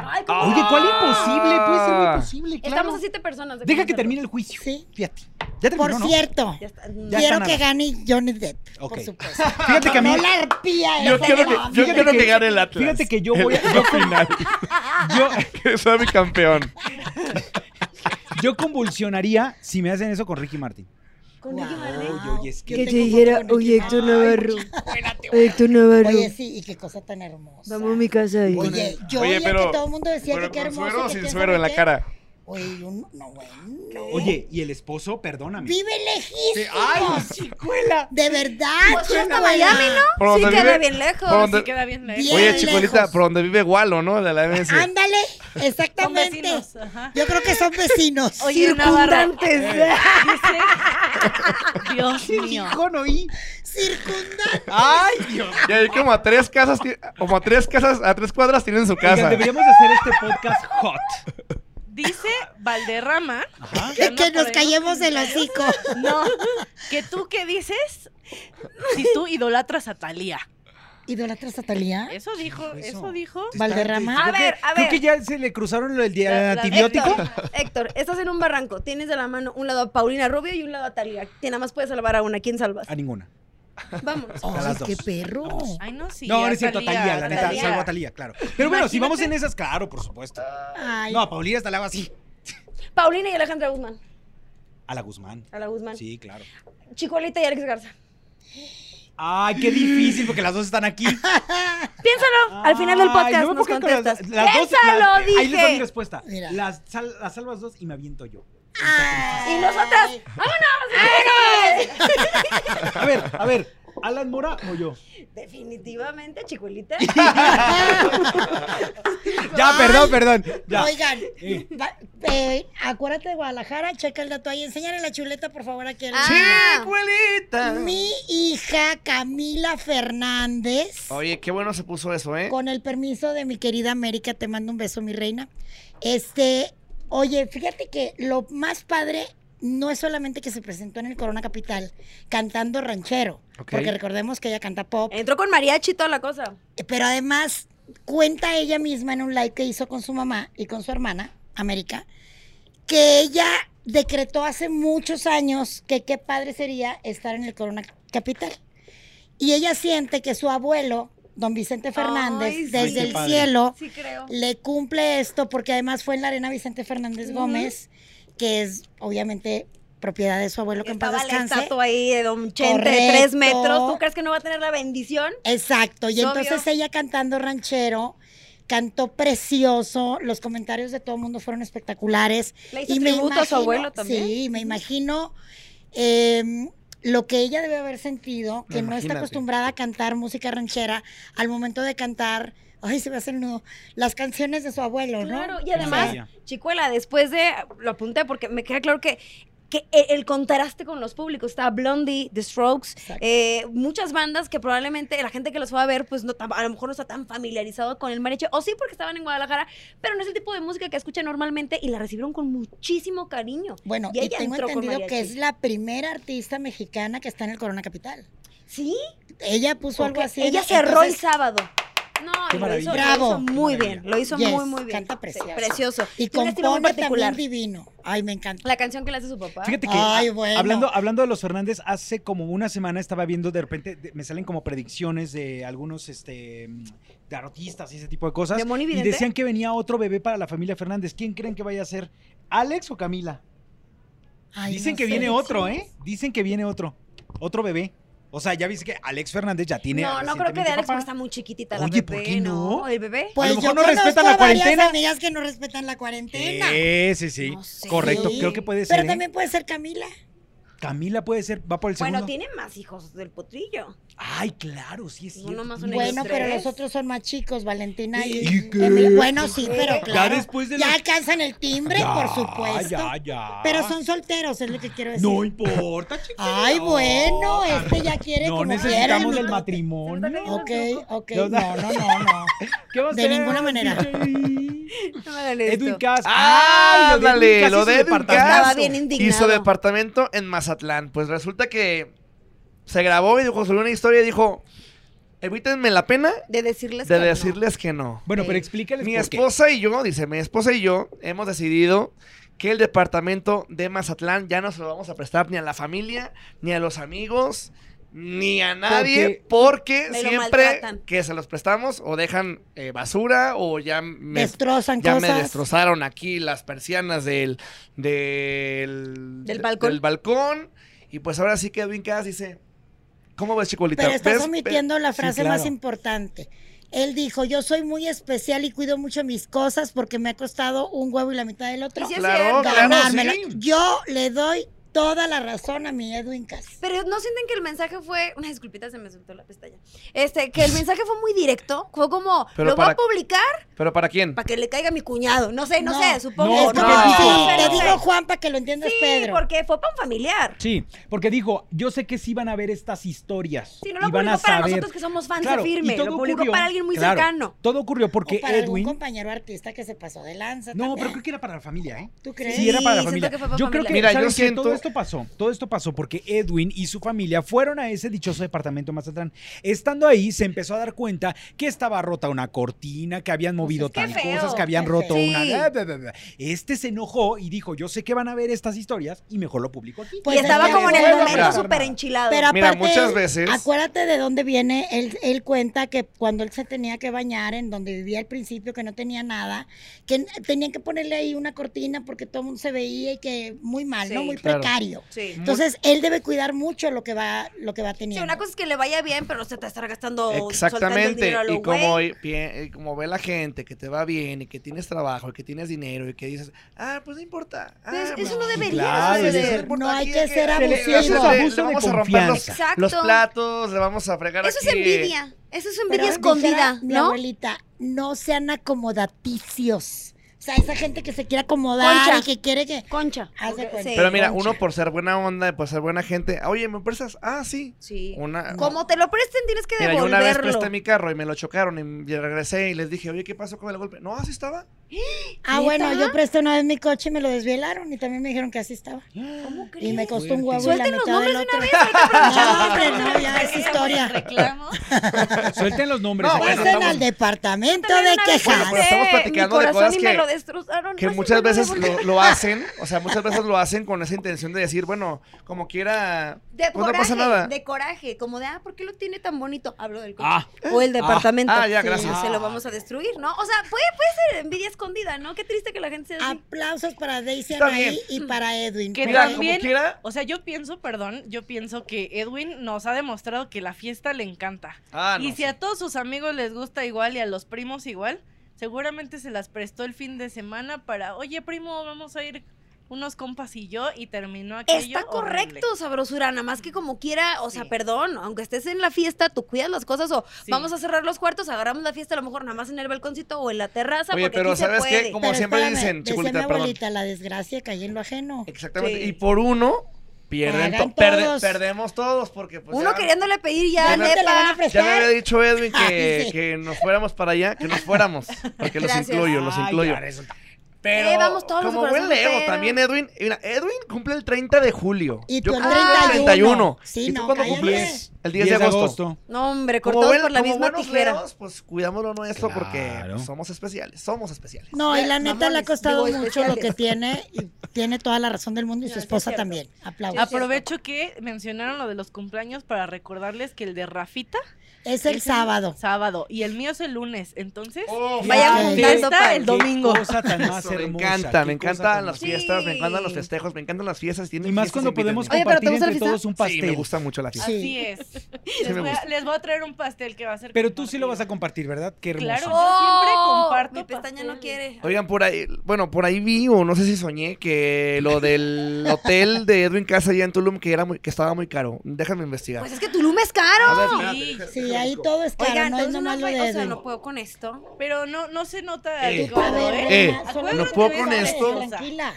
Speaker 3: Ay, ¿cómo?
Speaker 4: Oye, ¿cuál imposible? Puede ser muy
Speaker 2: Ah.
Speaker 4: posible, claro.
Speaker 3: Estamos a siete personas. de
Speaker 4: Deja que
Speaker 3: conocerlo.
Speaker 4: termine el juicio.
Speaker 1: Sí.
Speaker 4: Fíjate. Ya terminó,
Speaker 1: Por
Speaker 4: ¿no?
Speaker 1: cierto,
Speaker 3: Ya
Speaker 4: Ya
Speaker 3: está.
Speaker 4: está
Speaker 1: quiero
Speaker 4: nada.
Speaker 1: que gane Johnny Depp,
Speaker 4: Ok.
Speaker 1: por supuesto.
Speaker 4: Fíjate que a mí.
Speaker 1: No la arpía
Speaker 2: Yo
Speaker 1: esa
Speaker 2: quiero
Speaker 1: de
Speaker 2: que,
Speaker 1: la-
Speaker 2: yo
Speaker 4: Fíjate
Speaker 2: quiero
Speaker 4: que-
Speaker 2: que gane el Atlas.
Speaker 4: Fíjate que yo voy a.
Speaker 2: Al final.
Speaker 4: Yo,
Speaker 2: que sea mi campeón.
Speaker 4: yo convulsionaría si me hacen eso con Ricky Martin.
Speaker 3: Con
Speaker 1: Wow.
Speaker 3: Ricky Martin.
Speaker 4: Oye, oye, es que-
Speaker 1: Yo
Speaker 7: Que te
Speaker 1: tengo
Speaker 7: dijera,
Speaker 1: foto con
Speaker 7: oye
Speaker 1: Ricky
Speaker 7: Héctor
Speaker 1: Martin".
Speaker 7: Navarro, Héctor Navarro,
Speaker 1: Oye, sí, y qué cosa tan hermosa.
Speaker 7: vamos a mi casa ahí.
Speaker 1: Oye, yo
Speaker 2: Oye,
Speaker 1: oía
Speaker 2: pero-
Speaker 1: que todo el mundo decía
Speaker 2: Pero
Speaker 1: que qué
Speaker 2: con
Speaker 1: hermoso.
Speaker 2: suero o
Speaker 1: que
Speaker 2: sin
Speaker 1: quién
Speaker 2: suero
Speaker 1: sabe
Speaker 2: en la
Speaker 1: qué.
Speaker 2: cara.
Speaker 1: Oye, yo no, no, bueno.
Speaker 4: Oye, y el esposo, perdóname.
Speaker 1: Vive
Speaker 4: Sí,
Speaker 1: lejísimos.
Speaker 4: ¡Ay, chicuela!
Speaker 1: De verdad.
Speaker 3: Pues sí, hasta
Speaker 1: chicuela.
Speaker 3: Miami,
Speaker 2: Por
Speaker 3: ¿no? Sí,
Speaker 2: donde
Speaker 3: queda
Speaker 2: vive-
Speaker 3: bien lejos.
Speaker 2: por
Speaker 3: Sí,
Speaker 2: donde-
Speaker 3: queda bien lejos.
Speaker 1: Bien
Speaker 2: Oye, Chicuelita,
Speaker 1: lejos. Ah,
Speaker 2: por donde vive Gualo, ¿no? De la MS.
Speaker 1: Ándale,
Speaker 5: Con
Speaker 1: exactamente.
Speaker 5: vecinos. Ajá.
Speaker 1: Yo creo que son vecinos.
Speaker 5: Oye, Navarro, dice- Dios
Speaker 4: ¿Qué
Speaker 5: mío.
Speaker 4: dijo, no oí?
Speaker 1: Circundan.
Speaker 4: ¡Ay, Dios!
Speaker 2: Y hay como a tres casas, ti- como a tres casas, a tres cuadras tienen su
Speaker 4: Oigan,
Speaker 2: casa.
Speaker 4: deberíamos hacer este podcast hot.
Speaker 5: Dice Valderrama
Speaker 4: Ajá.
Speaker 5: Ya
Speaker 1: Que,
Speaker 5: no
Speaker 1: nos
Speaker 5: podemos.
Speaker 1: callemos del hocico.
Speaker 5: No, que tú qué dices si tú idolatras a Talía.
Speaker 1: ¿Idolatras a Talía?
Speaker 5: Eso dijo,
Speaker 4: Eso.
Speaker 5: eso dijo.
Speaker 1: Valderrama.
Speaker 3: A
Speaker 4: Creo que-
Speaker 3: ver, a
Speaker 4: Creo
Speaker 3: ver.
Speaker 4: que ya se le cruzaron lo del di-
Speaker 5: La- la-
Speaker 4: antibiótico.
Speaker 3: Héctor, Héctor, estás en un barranco. Tienes de la mano un lado a Paulina Rubio y un lado a Talía. Te- Nada más puedes salvar a una. ¿Quién salvas?
Speaker 4: A ninguna. Ah.
Speaker 3: Vámonos.
Speaker 1: Ay,
Speaker 4: A las dos.
Speaker 1: qué perro.
Speaker 5: Ay, no, sí.
Speaker 4: no,
Speaker 5: a
Speaker 4: no es cierto, a
Speaker 5: Thalía,
Speaker 4: Talía, la neta,
Speaker 5: Thalía.
Speaker 4: salvo a Talía, claro. Pero bueno, si
Speaker 5: Imagínate.
Speaker 4: vamos en esas, claro, por supuesto.
Speaker 1: Ay,
Speaker 4: No, a Paulina hasta la hago así.
Speaker 3: Paulina y Alejandra Guzmán.
Speaker 4: A la Guzmán.
Speaker 3: A la Guzmán.
Speaker 4: Sí, claro.
Speaker 3: Chicuelita y Alex Garza.
Speaker 4: Ay, qué difícil, porque las dos están aquí.
Speaker 3: Piénsalo. Al final del
Speaker 4: Ay,
Speaker 3: podcast
Speaker 4: no me
Speaker 3: nos
Speaker 4: puedo creer que
Speaker 3: contestas.
Speaker 4: Las, las dos,
Speaker 3: Piénsalo,
Speaker 4: las- Ahí les doy mi
Speaker 3: dije.
Speaker 4: respuesta.
Speaker 1: Mira.
Speaker 4: Las, sal- las salvas dos y me aviento yo.
Speaker 1: ay.
Speaker 3: Y nosotras. ¡Vámonos!
Speaker 4: A ver, a ver, Alan Mora o yo.
Speaker 3: Definitivamente, Chicuelita.
Speaker 4: Ya, perdón, perdón. Ya.
Speaker 1: Oigan,
Speaker 4: Eh.
Speaker 1: va- eh, acuérdate de Guadalajara, checa el dato ahí, enséñale la chuleta, por favor, aquí. a la
Speaker 5: Ah.
Speaker 1: niña.
Speaker 2: Chicuelita.
Speaker 1: Mi hija Camila Fernández,
Speaker 2: Oye, qué bueno se puso eso, ¿eh?
Speaker 1: con el permiso de mi querida América, te mando un beso, mi reina. Este, oye, fíjate que lo más padre no es solamente que se presentó en el Corona Capital cantando ranchero,
Speaker 2: Ok.
Speaker 1: porque recordemos que ella canta pop,
Speaker 3: Entró con mariachi y toda la cosa.
Speaker 1: pero además cuenta ella misma en un live que hizo con su mamá y con su hermana, América, que ella decretó hace muchos años que qué padre sería estar en el Corona Capital. Y ella siente que su abuelo, don Vicente Fernández,
Speaker 3: Ay, sí.
Speaker 1: desde
Speaker 4: Ay, qué
Speaker 1: el
Speaker 4: padre.
Speaker 1: cielo,
Speaker 3: Sí, creo.
Speaker 1: le cumple esto porque además fue en la arena Vicente Fernández
Speaker 3: Ujú.
Speaker 1: Gómez, que es obviamente propiedad de su abuelo que en paz
Speaker 3: Estaba la
Speaker 1: descanse.
Speaker 3: estatua ahí de Don Chente de
Speaker 1: Correcto.
Speaker 3: tres metros. ¿Tú crees que no va a tener la bendición?
Speaker 1: Exacto, y
Speaker 3: Obvio.
Speaker 1: entonces ella cantando ranchero, cantó precioso, los comentarios de todo el mundo fueron espectaculares.
Speaker 3: Le hizo tributo a su abuelo también.
Speaker 1: Sí, me imagino eh, lo que ella debe haber sentido, que no está
Speaker 4: Imagínate.
Speaker 1: acostumbrada a cantar música ranchera, al momento de cantar, ay, se me hace el nudo, las canciones de su abuelo, ¿no?
Speaker 3: Claro, y además,
Speaker 4: Sí.
Speaker 3: Chicuela, después de, lo apunté porque me queda claro que, que e- el contraste con los públicos, está Blondie, The Strokes,
Speaker 1: Exacto.
Speaker 3: eh, muchas bandas que probablemente la gente que los va a ver, pues no, tam- a lo mejor no está tan familiarizado con el mariachi, o sí porque estaban en Guadalajara, pero no es el tipo de música que escucha normalmente y la recibieron con muchísimo cariño.
Speaker 1: Bueno,
Speaker 3: Y
Speaker 1: y,
Speaker 3: ella
Speaker 1: tengo
Speaker 3: entró con
Speaker 1: entendido que
Speaker 3: mariachi.
Speaker 1: es la primera artista mexicana que está en el Corona Capital.
Speaker 3: Sí,
Speaker 1: Ella puso algo
Speaker 3: porque
Speaker 1: así. en-
Speaker 3: ella cerró el
Speaker 1: entonces-
Speaker 3: sábado. No,
Speaker 4: Qué
Speaker 3: y lo
Speaker 4: maravilla.
Speaker 3: hizo, lo
Speaker 1: Bravo.
Speaker 3: hizo muy
Speaker 4: Qué maravilla.
Speaker 3: bien, lo hizo
Speaker 1: Yes,
Speaker 3: muy, muy bien.
Speaker 1: canta
Speaker 3: Sí,
Speaker 1: precioso.
Speaker 3: precioso.
Speaker 1: Y
Speaker 3: Tiene un estilo muy
Speaker 1: compone también
Speaker 3: particular.
Speaker 1: divino. Ay, me encanta.
Speaker 3: La canción que le hace su papá.
Speaker 4: Fíjate que
Speaker 1: Ay,
Speaker 4: ah,
Speaker 1: bueno.
Speaker 4: hablando, hablando de los Fernández, hace como una semana estaba viendo de repente, de- me salen como predicciones de algunos este de artistas y ese tipo de cosas.
Speaker 3: ¿De Moni
Speaker 4: y
Speaker 3: Vidente?
Speaker 4: decían que venía otro bebé para la familia Fernández. ¿Quién creen que vaya a ser? ¿Alex o Camila?
Speaker 1: Ay,
Speaker 4: Dicen
Speaker 1: no
Speaker 4: que
Speaker 1: sé.
Speaker 4: viene otro, ¿eh? Dicen que viene otro. Otro bebé. O sea, ya viste que Alex Fernández ya tiene.
Speaker 3: no, no creo que de
Speaker 4: recientemente
Speaker 3: Alex
Speaker 4: papá.
Speaker 3: porque está muy chiquitita la
Speaker 4: Oye,
Speaker 3: bebé.
Speaker 4: ¿por qué no?
Speaker 3: ¿El bebé?
Speaker 1: Pues
Speaker 4: A lo mejor
Speaker 1: yo
Speaker 4: no respetan
Speaker 1: conozco
Speaker 4: la
Speaker 1: a varias
Speaker 4: cuarentena.
Speaker 1: amigas que no respetan la cuarentena.
Speaker 4: Eh, Sí, sí, sí.
Speaker 3: No sé.
Speaker 4: Correcto,
Speaker 1: Sí.
Speaker 4: creo que puede ser.
Speaker 1: Pero
Speaker 4: ¿eh?
Speaker 1: también puede ser Camila.
Speaker 4: Camila puede ser, va por el segundo.
Speaker 3: Bueno, tiene más hijos del potrillo.
Speaker 4: Ay, claro, sí es
Speaker 3: Uno
Speaker 4: cierto.
Speaker 3: más,
Speaker 4: tiene
Speaker 3: uno
Speaker 1: Bueno, pero
Speaker 3: tres.
Speaker 1: los otros son más chicos, Valentina y.
Speaker 4: ¿Y qué?
Speaker 1: Emil- Bueno, sí, pero
Speaker 4: Ya
Speaker 1: claro.
Speaker 4: después de
Speaker 1: ya
Speaker 4: los-
Speaker 1: alcanzan el timbre,
Speaker 4: Ya,
Speaker 1: por supuesto.
Speaker 4: ya, ya.
Speaker 1: Pero son solteros, es lo que quiero decir.
Speaker 4: No importa, chiquillo.
Speaker 1: Ay, bueno, este ya quiere
Speaker 4: No
Speaker 1: como
Speaker 4: necesitamos
Speaker 1: quiera,
Speaker 4: el
Speaker 1: mi-
Speaker 4: matrimonio.
Speaker 1: Ok, ok.
Speaker 4: No,
Speaker 1: No,
Speaker 4: no.
Speaker 1: no, no, no.
Speaker 4: ¿Qué va a
Speaker 1: De
Speaker 4: ser?
Speaker 1: ninguna manera.
Speaker 3: No me hagan
Speaker 4: Edwin
Speaker 3: esto.
Speaker 4: Cass.
Speaker 2: Ah, ándale, lo de Edwin
Speaker 3: Estaba
Speaker 2: Cass
Speaker 3: bien indignado.
Speaker 2: hizo departamento en Mazatlán. Pues resulta que se grabó y dijo, subió una historia y dijo, evítenme la pena
Speaker 3: De decirles
Speaker 2: de
Speaker 3: que no.
Speaker 2: decirles que no.
Speaker 4: Bueno, pero explícales
Speaker 2: Eh, Mi
Speaker 4: por qué.
Speaker 2: esposa y yo, dice, mi esposa y yo hemos decidido que el departamento de Mazatlán ya no se lo vamos a prestar ni a la familia, ni a los amigos, ni a nadie, porque,
Speaker 3: Me lo
Speaker 2: siempre
Speaker 3: maltratan.
Speaker 2: que se los prestamos o dejan eh, basura o ya me,
Speaker 1: Destrozan
Speaker 2: ya me
Speaker 1: cosas.
Speaker 2: destrozaron aquí las persianas del, del,
Speaker 3: Del balcón.
Speaker 2: balcón. Y pues ahora sí que Edwin Cass dice, ¿cómo ves, Chicolita?
Speaker 1: Pero estás
Speaker 2: ¿Ves?
Speaker 1: omitiendo la frase
Speaker 4: claro.
Speaker 1: más importante. Él dijo, yo soy muy especial y cuido mucho mis cosas porque me ha costado un huevo y la mitad del otro.
Speaker 3: Y si es
Speaker 2: Claro,
Speaker 3: cierto.
Speaker 2: claro,
Speaker 1: ganármelo".
Speaker 2: sí.
Speaker 1: Yo le doy toda la razón a mi Edwin Cass.
Speaker 3: Pero no sienten que el mensaje fue. Una disculpita, se me soltó la pestaña. Este, que el mensaje fue muy directo. Fue como,
Speaker 2: Pero
Speaker 3: lo
Speaker 2: para-
Speaker 3: voy a publicar
Speaker 2: ¿Pero para quién?
Speaker 3: para que le caiga a mi cuñado. No sé, Eh, no,
Speaker 1: No,
Speaker 3: sé, supongo.
Speaker 4: no,
Speaker 1: Es como-
Speaker 2: no.
Speaker 1: sí,
Speaker 3: pero-
Speaker 1: te digo Juan para que lo entiendas,
Speaker 3: Sí,
Speaker 1: Pedro.
Speaker 3: porque fue para un familiar.
Speaker 4: Sí, porque dijo, yo sé que sí van a ver estas historias.
Speaker 3: Si no lo
Speaker 4: y van a
Speaker 3: publicó para
Speaker 4: saber.
Speaker 3: nosotros que somos fans
Speaker 4: Claro,
Speaker 3: de
Speaker 4: y
Speaker 3: firme,
Speaker 4: todo
Speaker 3: lo publicó
Speaker 4: ocurrió-
Speaker 3: para alguien muy
Speaker 4: claro,
Speaker 3: cercano.
Speaker 4: Todo ocurrió porque
Speaker 1: o para algún
Speaker 4: Edwin.
Speaker 1: compañero artista que se pasó de lanza.
Speaker 4: No, pero
Speaker 1: también.
Speaker 4: creo que era para la familia, ¿eh?
Speaker 1: ¿Tú crees?
Speaker 4: Sí, era para la
Speaker 3: Sí, siento
Speaker 4: familia.
Speaker 3: que fue para
Speaker 4: yo creo
Speaker 3: familia.
Speaker 4: que,
Speaker 2: Mira, yo
Speaker 4: ¿saben qué?
Speaker 2: siento-
Speaker 4: todo esto pasó, todo esto pasó porque Edwin y su familia fueron a ese dichoso departamento de Mazatlán. Estando ahí, se empezó a dar cuenta que estaba rota una cortina, que habían movido
Speaker 3: Pues es que
Speaker 4: tal
Speaker 3: feo,
Speaker 4: cosas, que habían
Speaker 1: qué
Speaker 4: roto
Speaker 3: feo.
Speaker 4: una.
Speaker 3: Sí.
Speaker 4: bla, bla, bla, bla. Este se enojó y dijo, yo sé que van a ver estas historias y mejor lo publico aquí.
Speaker 1: Pues
Speaker 3: y estaba
Speaker 1: es que
Speaker 3: como en el
Speaker 1: bueno,
Speaker 3: momento
Speaker 2: mira.
Speaker 3: súper enchilado.
Speaker 1: Pero aparte,
Speaker 2: Mira, muchas veces-
Speaker 1: Acuérdate de dónde viene. Él, él cuenta que cuando él se tenía que bañar, en donde vivía al principio, que no tenía nada, que n- tenían que ponerle ahí una cortina porque todo el mundo se veía y que muy mal,
Speaker 3: Sí.
Speaker 1: ¿no? Muy
Speaker 2: Claro.
Speaker 1: precario.
Speaker 3: sí.
Speaker 1: Entonces, él debe cuidar mucho lo que va, lo que va
Speaker 3: Sí,
Speaker 1: teniendo.
Speaker 3: una cosa es que le vaya bien, pero no se te estará gastando. soltando el
Speaker 2: Exactamente.
Speaker 3: dinero a lo
Speaker 2: Y como,
Speaker 3: güey.
Speaker 2: hoy pie- y como ve la gente que te va bien y que tienes trabajo y que tienes dinero y que dices, ah, pues no importa. Ah,
Speaker 3: Entonces, eso no
Speaker 2: pues,
Speaker 3: debería
Speaker 4: claro,
Speaker 3: de
Speaker 4: eso es-
Speaker 3: suceder.
Speaker 1: No hay
Speaker 2: aquí
Speaker 1: que
Speaker 2: de
Speaker 1: ser
Speaker 2: le-
Speaker 1: abusivos.
Speaker 2: le-
Speaker 1: Eso es
Speaker 2: le-
Speaker 4: abuso
Speaker 2: le
Speaker 4: de
Speaker 2: vamos a romper los,
Speaker 3: confianza.
Speaker 2: los
Speaker 3: Exacto.
Speaker 2: platos, le vamos a fregar
Speaker 3: Eso es
Speaker 2: aquí, eh,
Speaker 3: envidia. Eso es envidia
Speaker 1: Pero dijera
Speaker 3: escondida,
Speaker 1: Mi
Speaker 3: ¿no?
Speaker 1: abuelita, no sean acomodaticios. O sea, esa gente que se quiere acomodar
Speaker 3: Concha.
Speaker 1: y que quiere que.
Speaker 3: Concha.
Speaker 1: Haz de cuenta.
Speaker 3: Sí.
Speaker 2: Pero mira,
Speaker 1: Concha.
Speaker 2: uno por ser buena onda y por ser buena gente, oye, ¿me prestas? Ah, sí.
Speaker 3: Sí.
Speaker 2: Una,
Speaker 3: Como te lo presten, tienes que
Speaker 2: Mira, yo
Speaker 3: devolverlo.
Speaker 2: una vez presté mi carro y me lo chocaron y m- y regresé y les dije, oye, ¿qué pasó con el golpe? No, así estaba.
Speaker 1: Ah, bueno, yo presté una vez mi coche y me lo desvielaron y también me dijeron que así estaba.
Speaker 3: ¿Cómo
Speaker 1: Y
Speaker 3: crees?
Speaker 1: me costó un huevo y la
Speaker 3: Suelten los
Speaker 1: mitad del
Speaker 3: nombres de
Speaker 1: otro.
Speaker 3: una vez. ahorita
Speaker 1: No,
Speaker 3: aprovechamos.
Speaker 1: hombre, no, ya es historia.
Speaker 5: Reclamo.
Speaker 4: Suelten los nombres.
Speaker 2: No,
Speaker 4: acá
Speaker 2: bueno,
Speaker 4: estamos-
Speaker 1: Pasen al departamento
Speaker 3: También
Speaker 1: de
Speaker 3: una
Speaker 1: quejas.
Speaker 3: vez
Speaker 2: Bueno, pero estamos
Speaker 3: hice
Speaker 2: platicando de
Speaker 3: mi corazón
Speaker 2: cosas
Speaker 3: y
Speaker 2: que-
Speaker 3: me lo destrozaron.
Speaker 2: Que
Speaker 3: Así
Speaker 2: muchas
Speaker 3: me lo
Speaker 2: veces
Speaker 3: devolvieron.
Speaker 2: lo, lo hacen, o sea, muchas veces lo hacen con esa intención de decir, bueno, como quiera,
Speaker 3: De
Speaker 2: pues no
Speaker 3: coraje,
Speaker 2: pasa nada.
Speaker 3: de coraje, como de, ah, ¿por qué lo tiene tan bonito? Hablo del coche.
Speaker 4: Ah,
Speaker 3: o el departamento.
Speaker 2: ah, ya,
Speaker 3: Sí,
Speaker 2: gracias.
Speaker 3: se lo vamos a destruir, ¿no? O sea, puede, puede ser envidia escondida, ¿no? Qué triste que la gente sea así.
Speaker 1: Aplausos para Daisy
Speaker 2: Está
Speaker 1: Anaí
Speaker 2: bien.
Speaker 1: y para Edwin.
Speaker 5: Que
Speaker 2: Mira, como
Speaker 5: también-
Speaker 2: quiera.
Speaker 5: O sea, yo pienso, perdón, yo pienso que Edwin nos ha demostrado que la fiesta le encanta.
Speaker 2: Ah, no.
Speaker 5: y si a todos sus amigos les gusta igual y a los primos igual, seguramente se las prestó el fin de semana para, oye, primo, vamos a ir unos compas y yo, y terminó aquello.
Speaker 3: Está
Speaker 5: horrible.
Speaker 3: correcto, sabrosura, nada más que como quiera, o sea,
Speaker 5: Sí.
Speaker 3: perdón, aunque estés en la fiesta, tú cuidas las cosas o
Speaker 5: Sí.
Speaker 3: vamos a cerrar los cuartos, agarramos la fiesta a lo mejor nada más en el balconcito o en la terraza
Speaker 2: Oye,
Speaker 3: porque
Speaker 2: pero
Speaker 3: aquí
Speaker 2: ¿sabes
Speaker 3: se
Speaker 2: qué?
Speaker 3: puede.
Speaker 2: Como siempre dicen, Chicolita,
Speaker 1: decía mi
Speaker 2: perdón.
Speaker 1: abuelita, la desgracia cae en lo ajeno.
Speaker 2: Exactamente.
Speaker 5: Sí.
Speaker 2: Y por uno, pierden
Speaker 1: Pagan
Speaker 2: to- perde-
Speaker 1: todos.
Speaker 2: perdemos todos porque pues,
Speaker 3: Uno
Speaker 2: ya,
Speaker 3: queriéndole pedir ya,
Speaker 1: Ya no te la van a
Speaker 3: lepa.
Speaker 2: ya me había
Speaker 1: prestar.
Speaker 2: dicho Edwin que,
Speaker 1: Ay, sí.
Speaker 2: que nos fuéramos para allá, que nos fuéramos, porque los
Speaker 3: Gracias.
Speaker 2: incluyo, los
Speaker 4: ay,
Speaker 2: incluyo.
Speaker 4: ya resulta-
Speaker 2: Pero
Speaker 3: Eh, vamos todos los
Speaker 2: como
Speaker 3: corazones
Speaker 2: buen Leo,
Speaker 3: rompero.
Speaker 2: también Edwin. Mira, Edwin cumple el 30 de julio.
Speaker 1: Y
Speaker 2: Yo
Speaker 1: tú el
Speaker 2: cumplo
Speaker 1: 31. Sí,
Speaker 2: ¿Y tú
Speaker 1: no,
Speaker 2: cuándo
Speaker 1: cállate.
Speaker 2: cumples? El 10,
Speaker 4: 10
Speaker 2: de agosto.
Speaker 3: No, hombre,
Speaker 2: Como,
Speaker 3: cortados
Speaker 2: buen-
Speaker 3: por la
Speaker 2: como
Speaker 3: misma
Speaker 2: buenos
Speaker 3: tijera.
Speaker 2: leos, pues cuidamos lo nuestro porque
Speaker 4: Claro.
Speaker 2: pues, somos especiales. Somos especiales.
Speaker 1: No, y la neta le ha
Speaker 3: mamones,
Speaker 1: costado
Speaker 3: digo,
Speaker 1: mucho lo que tiene
Speaker 3: especiales.
Speaker 1: y tiene toda la razón del mundo y
Speaker 3: No,
Speaker 1: su
Speaker 3: sí es
Speaker 1: esposa
Speaker 3: cierto.
Speaker 1: también.
Speaker 5: Ah,
Speaker 1: Aplausos.
Speaker 5: Aprovecho que mencionaron lo de los cumpleaños para recordarles que el de Rafita
Speaker 1: Es el
Speaker 5: es
Speaker 1: sábado.
Speaker 5: sábado y el mío es el lunes. Entonces,
Speaker 2: Oh,
Speaker 3: Vayan
Speaker 1: Ay,
Speaker 5: ya
Speaker 3: juntando
Speaker 5: está
Speaker 3: para
Speaker 5: el domingo.
Speaker 4: Qué cosa tan más
Speaker 2: Eso, me
Speaker 4: hermosa,
Speaker 2: encanta,
Speaker 4: qué
Speaker 2: me
Speaker 4: cosa
Speaker 2: encantan
Speaker 4: tan
Speaker 2: las
Speaker 4: más-
Speaker 2: fiestas, me
Speaker 3: Sí.
Speaker 2: encantan los festejos, me encantan las fiestas. si tienen
Speaker 4: Y más
Speaker 2: fiestas,
Speaker 4: cuando podemos
Speaker 2: invítenme.
Speaker 3: Oye, ¿pero te
Speaker 4: compartir
Speaker 3: gusta la
Speaker 4: entre
Speaker 3: fiesta?
Speaker 4: todos un
Speaker 2: Sí, me
Speaker 4: pastel.
Speaker 2: gusta mucho la fiesta.
Speaker 1: Sí.
Speaker 5: así es.
Speaker 2: me
Speaker 5: Les voy,
Speaker 2: gusta.
Speaker 5: a, les voy a traer un pastel que va a ser.
Speaker 4: Pero tú sí lo vas a
Speaker 5: compartido.
Speaker 4: compartir, ¿verdad? Qué hermoso.
Speaker 5: Claro.
Speaker 3: Oh,
Speaker 5: comparto
Speaker 3: Mi pestaña no
Speaker 5: pastel.
Speaker 3: quiere.
Speaker 2: Oigan, por ahí, bueno, por ahí vi o no sé si soñé que lo del hotel de Edwin Casa allá en Tulum que era muy, que estaba muy caro. Déjame investigar.
Speaker 3: Pues es que Tulum es caro.
Speaker 2: A ver,
Speaker 5: Sí,
Speaker 2: espérate,
Speaker 1: Sí,
Speaker 2: déjame
Speaker 1: ahí
Speaker 2: busco.
Speaker 1: todo es caro,
Speaker 3: Oigan,
Speaker 1: no es
Speaker 3: tenemos una
Speaker 1: nomás lo de
Speaker 3: fe- o sea,
Speaker 1: Edwin.
Speaker 3: no puedo con esto.
Speaker 5: Pero no, no se nota.
Speaker 2: Eh.
Speaker 5: el gordo,
Speaker 1: A ver,
Speaker 5: ¿eh?
Speaker 1: reina,
Speaker 2: Eh,
Speaker 1: solo
Speaker 5: no
Speaker 1: te
Speaker 2: puedo
Speaker 1: ves,
Speaker 2: con
Speaker 1: reina,
Speaker 2: esto. Eh,
Speaker 1: Tranquila.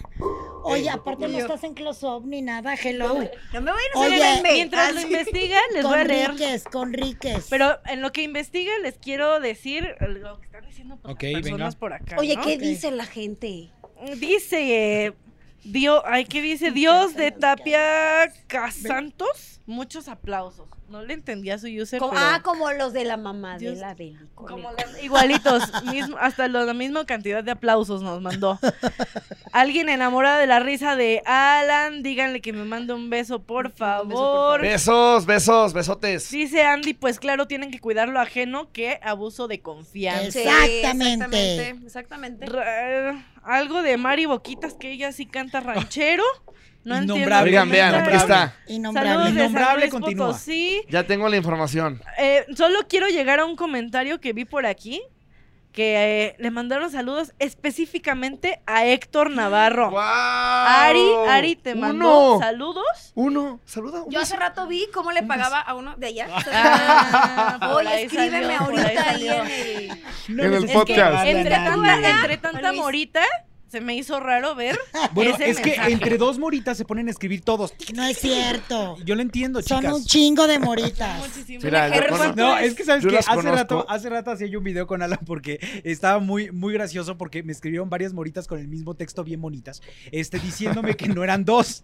Speaker 1: Oye, aparte no
Speaker 3: yo.
Speaker 1: estás en close-up ni nada, hello.
Speaker 3: No me voy a ir a
Speaker 1: Oye,
Speaker 3: hacer el meme.
Speaker 5: Mientras lo
Speaker 3: Así.
Speaker 5: investigan, les voy a
Speaker 1: Con
Speaker 5: leer.
Speaker 1: Riques, con Riques.
Speaker 5: Pero en lo que investigan, les quiero decir lo que están diciendo pues,
Speaker 4: Ok,
Speaker 5: las personas
Speaker 4: venga.
Speaker 5: por acá.
Speaker 3: Oye,
Speaker 5: ¿no?
Speaker 3: ¿qué
Speaker 1: Ok.
Speaker 3: dice la gente?
Speaker 5: Dice Dios, ay, ¿qué dice? Dios de Tapia Casantos. Muchos aplausos. No le entendía su user,
Speaker 3: Como-
Speaker 5: pero
Speaker 3: ah, como los de la mamá
Speaker 5: Dios-
Speaker 3: de la película.
Speaker 5: como los- igualitos, mismo- hasta lo- la misma cantidad de aplausos nos mandó. Alguien enamorada de la risa de Alan, díganle que me mande un beso, por favor.
Speaker 2: Besos, besos, besotes.
Speaker 5: Dice Andy, pues claro, tienen que cuidar lo ajeno que abuso de confianza.
Speaker 3: Sí,
Speaker 1: Exactamente.
Speaker 3: exactamente, exactamente.
Speaker 5: Este. Ra- algo de Mari Boquitas, que ella sí canta ranchero. No entiendo
Speaker 4: Innombrable.
Speaker 2: Oigan,
Speaker 5: cómo
Speaker 2: vean,
Speaker 5: canta.
Speaker 2: aquí está.
Speaker 1: Innombrable.
Speaker 5: Saludos de San
Speaker 4: Innombrable
Speaker 5: Luis
Speaker 4: continúa.
Speaker 5: Potosí.
Speaker 2: Ya tengo la información.
Speaker 5: Eh, solo quiero llegar a un comentario que vi por aquí, que eh, le mandaron saludos específicamente a Héctor Navarro.
Speaker 2: ¡Wow!
Speaker 5: Ari, Ari te mandó
Speaker 2: Uno,
Speaker 5: saludos.
Speaker 2: uno, saluda. un
Speaker 3: Yo hace
Speaker 2: beso.
Speaker 3: rato vi cómo le pagaba a uno de allá.
Speaker 5: Ah, por
Speaker 3: pues. Oye,
Speaker 5: ahí
Speaker 3: escríbeme
Speaker 5: salió, por ahí
Speaker 3: ahorita ahí,
Speaker 5: salió.
Speaker 3: en el.
Speaker 4: No
Speaker 2: En el
Speaker 4: necesito
Speaker 2: podcast.
Speaker 4: pagarle a
Speaker 5: Entre
Speaker 4: nadie.
Speaker 5: tanta, entre tanta
Speaker 3: Luis.
Speaker 5: morita, se me hizo raro ver.
Speaker 4: Bueno,
Speaker 5: ese
Speaker 4: es que
Speaker 5: mensaje.
Speaker 4: entre dos moritas se ponen a escribir todos.
Speaker 1: No es cierto.
Speaker 4: Yo lo entiendo,
Speaker 1: Son
Speaker 4: chicas.
Speaker 1: un chingo de moritas.
Speaker 5: Muchísimo.
Speaker 2: Mira, yo
Speaker 3: Hermoso.
Speaker 2: conozco-
Speaker 4: No, es que sabes
Speaker 2: Yo
Speaker 4: que
Speaker 2: las
Speaker 4: hace rato,
Speaker 2: conozco.
Speaker 4: hace rato hacía yo un video con Alan porque estaba muy, muy gracioso porque me escribieron varias moritas con el mismo texto, bien bonitas, este, diciéndome que no eran dos.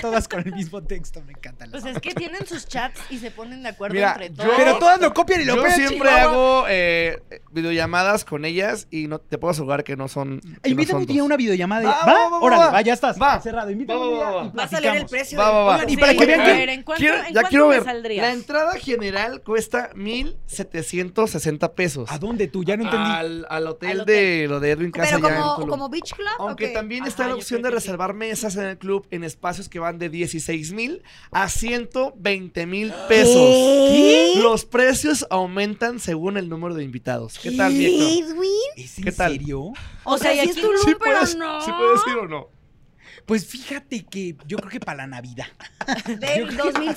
Speaker 4: Todas con el mismo texto, me encanta. las
Speaker 5: Pues
Speaker 4: amo.
Speaker 5: es que tienen sus chats y se ponen de acuerdo
Speaker 2: Mira,
Speaker 5: entre
Speaker 2: yo-
Speaker 5: todos.
Speaker 4: Pero todas lo copian y lo
Speaker 2: Yo
Speaker 4: pegan,
Speaker 2: siempre
Speaker 4: Chihuahua.
Speaker 2: hago eh, videollamadas con ellas y no te puedo asegurar que no son. que no
Speaker 4: Invítame
Speaker 2: son
Speaker 4: un día a
Speaker 2: dos.
Speaker 4: una videollamada. de-
Speaker 2: Va,
Speaker 4: Va,
Speaker 2: va, va, va,
Speaker 4: órale,
Speaker 2: va.
Speaker 4: va, ya estás.
Speaker 2: Va.
Speaker 4: Cerrado, invítame
Speaker 2: Va,
Speaker 4: un
Speaker 2: va, va,
Speaker 4: día
Speaker 2: va.
Speaker 4: y
Speaker 3: Va a salir el
Speaker 4: platicamos.
Speaker 3: precio.
Speaker 2: Va,
Speaker 3: de-
Speaker 2: va, va.
Speaker 4: Y para que vean
Speaker 5: a
Speaker 4: que-
Speaker 5: ver, ¿en cuánto,
Speaker 2: Quiero-
Speaker 5: en
Speaker 2: ya
Speaker 5: cuánto
Speaker 2: quiero
Speaker 5: me
Speaker 2: ver.
Speaker 5: saldría?
Speaker 2: La entrada general cuesta 1.760 pesos.
Speaker 4: ¿A dónde tú? Ya no entendí.
Speaker 2: Al, al hotel
Speaker 5: Al hotel.
Speaker 2: de lo de Edwin Casa
Speaker 3: Pero
Speaker 2: allá en
Speaker 3: como,
Speaker 2: Tulum.
Speaker 3: como ah, Beach Club. ¿o
Speaker 2: Aunque
Speaker 3: qué?
Speaker 2: también está
Speaker 5: Ajá,
Speaker 2: la
Speaker 5: yo
Speaker 2: opción de
Speaker 5: creo que sí.
Speaker 2: reservar mesas en el club en espacios que van de 16 mil a 120 mil pesos.
Speaker 1: ¿Qué?
Speaker 2: Los precios aumentan según el número de invitados. ¿Qué tal,
Speaker 1: ¿Qué,
Speaker 2: Víctor?
Speaker 1: Edwin?
Speaker 4: ¿Es en
Speaker 2: ¿Qué tal?
Speaker 4: serio?
Speaker 3: O sea,
Speaker 5: y
Speaker 3: sí es
Speaker 5: aquí-
Speaker 3: Tulum, pero
Speaker 2: puedes,
Speaker 3: no.
Speaker 2: sí puedes ir o no.
Speaker 4: Pues fíjate que yo creo que para la Navidad.
Speaker 3: Del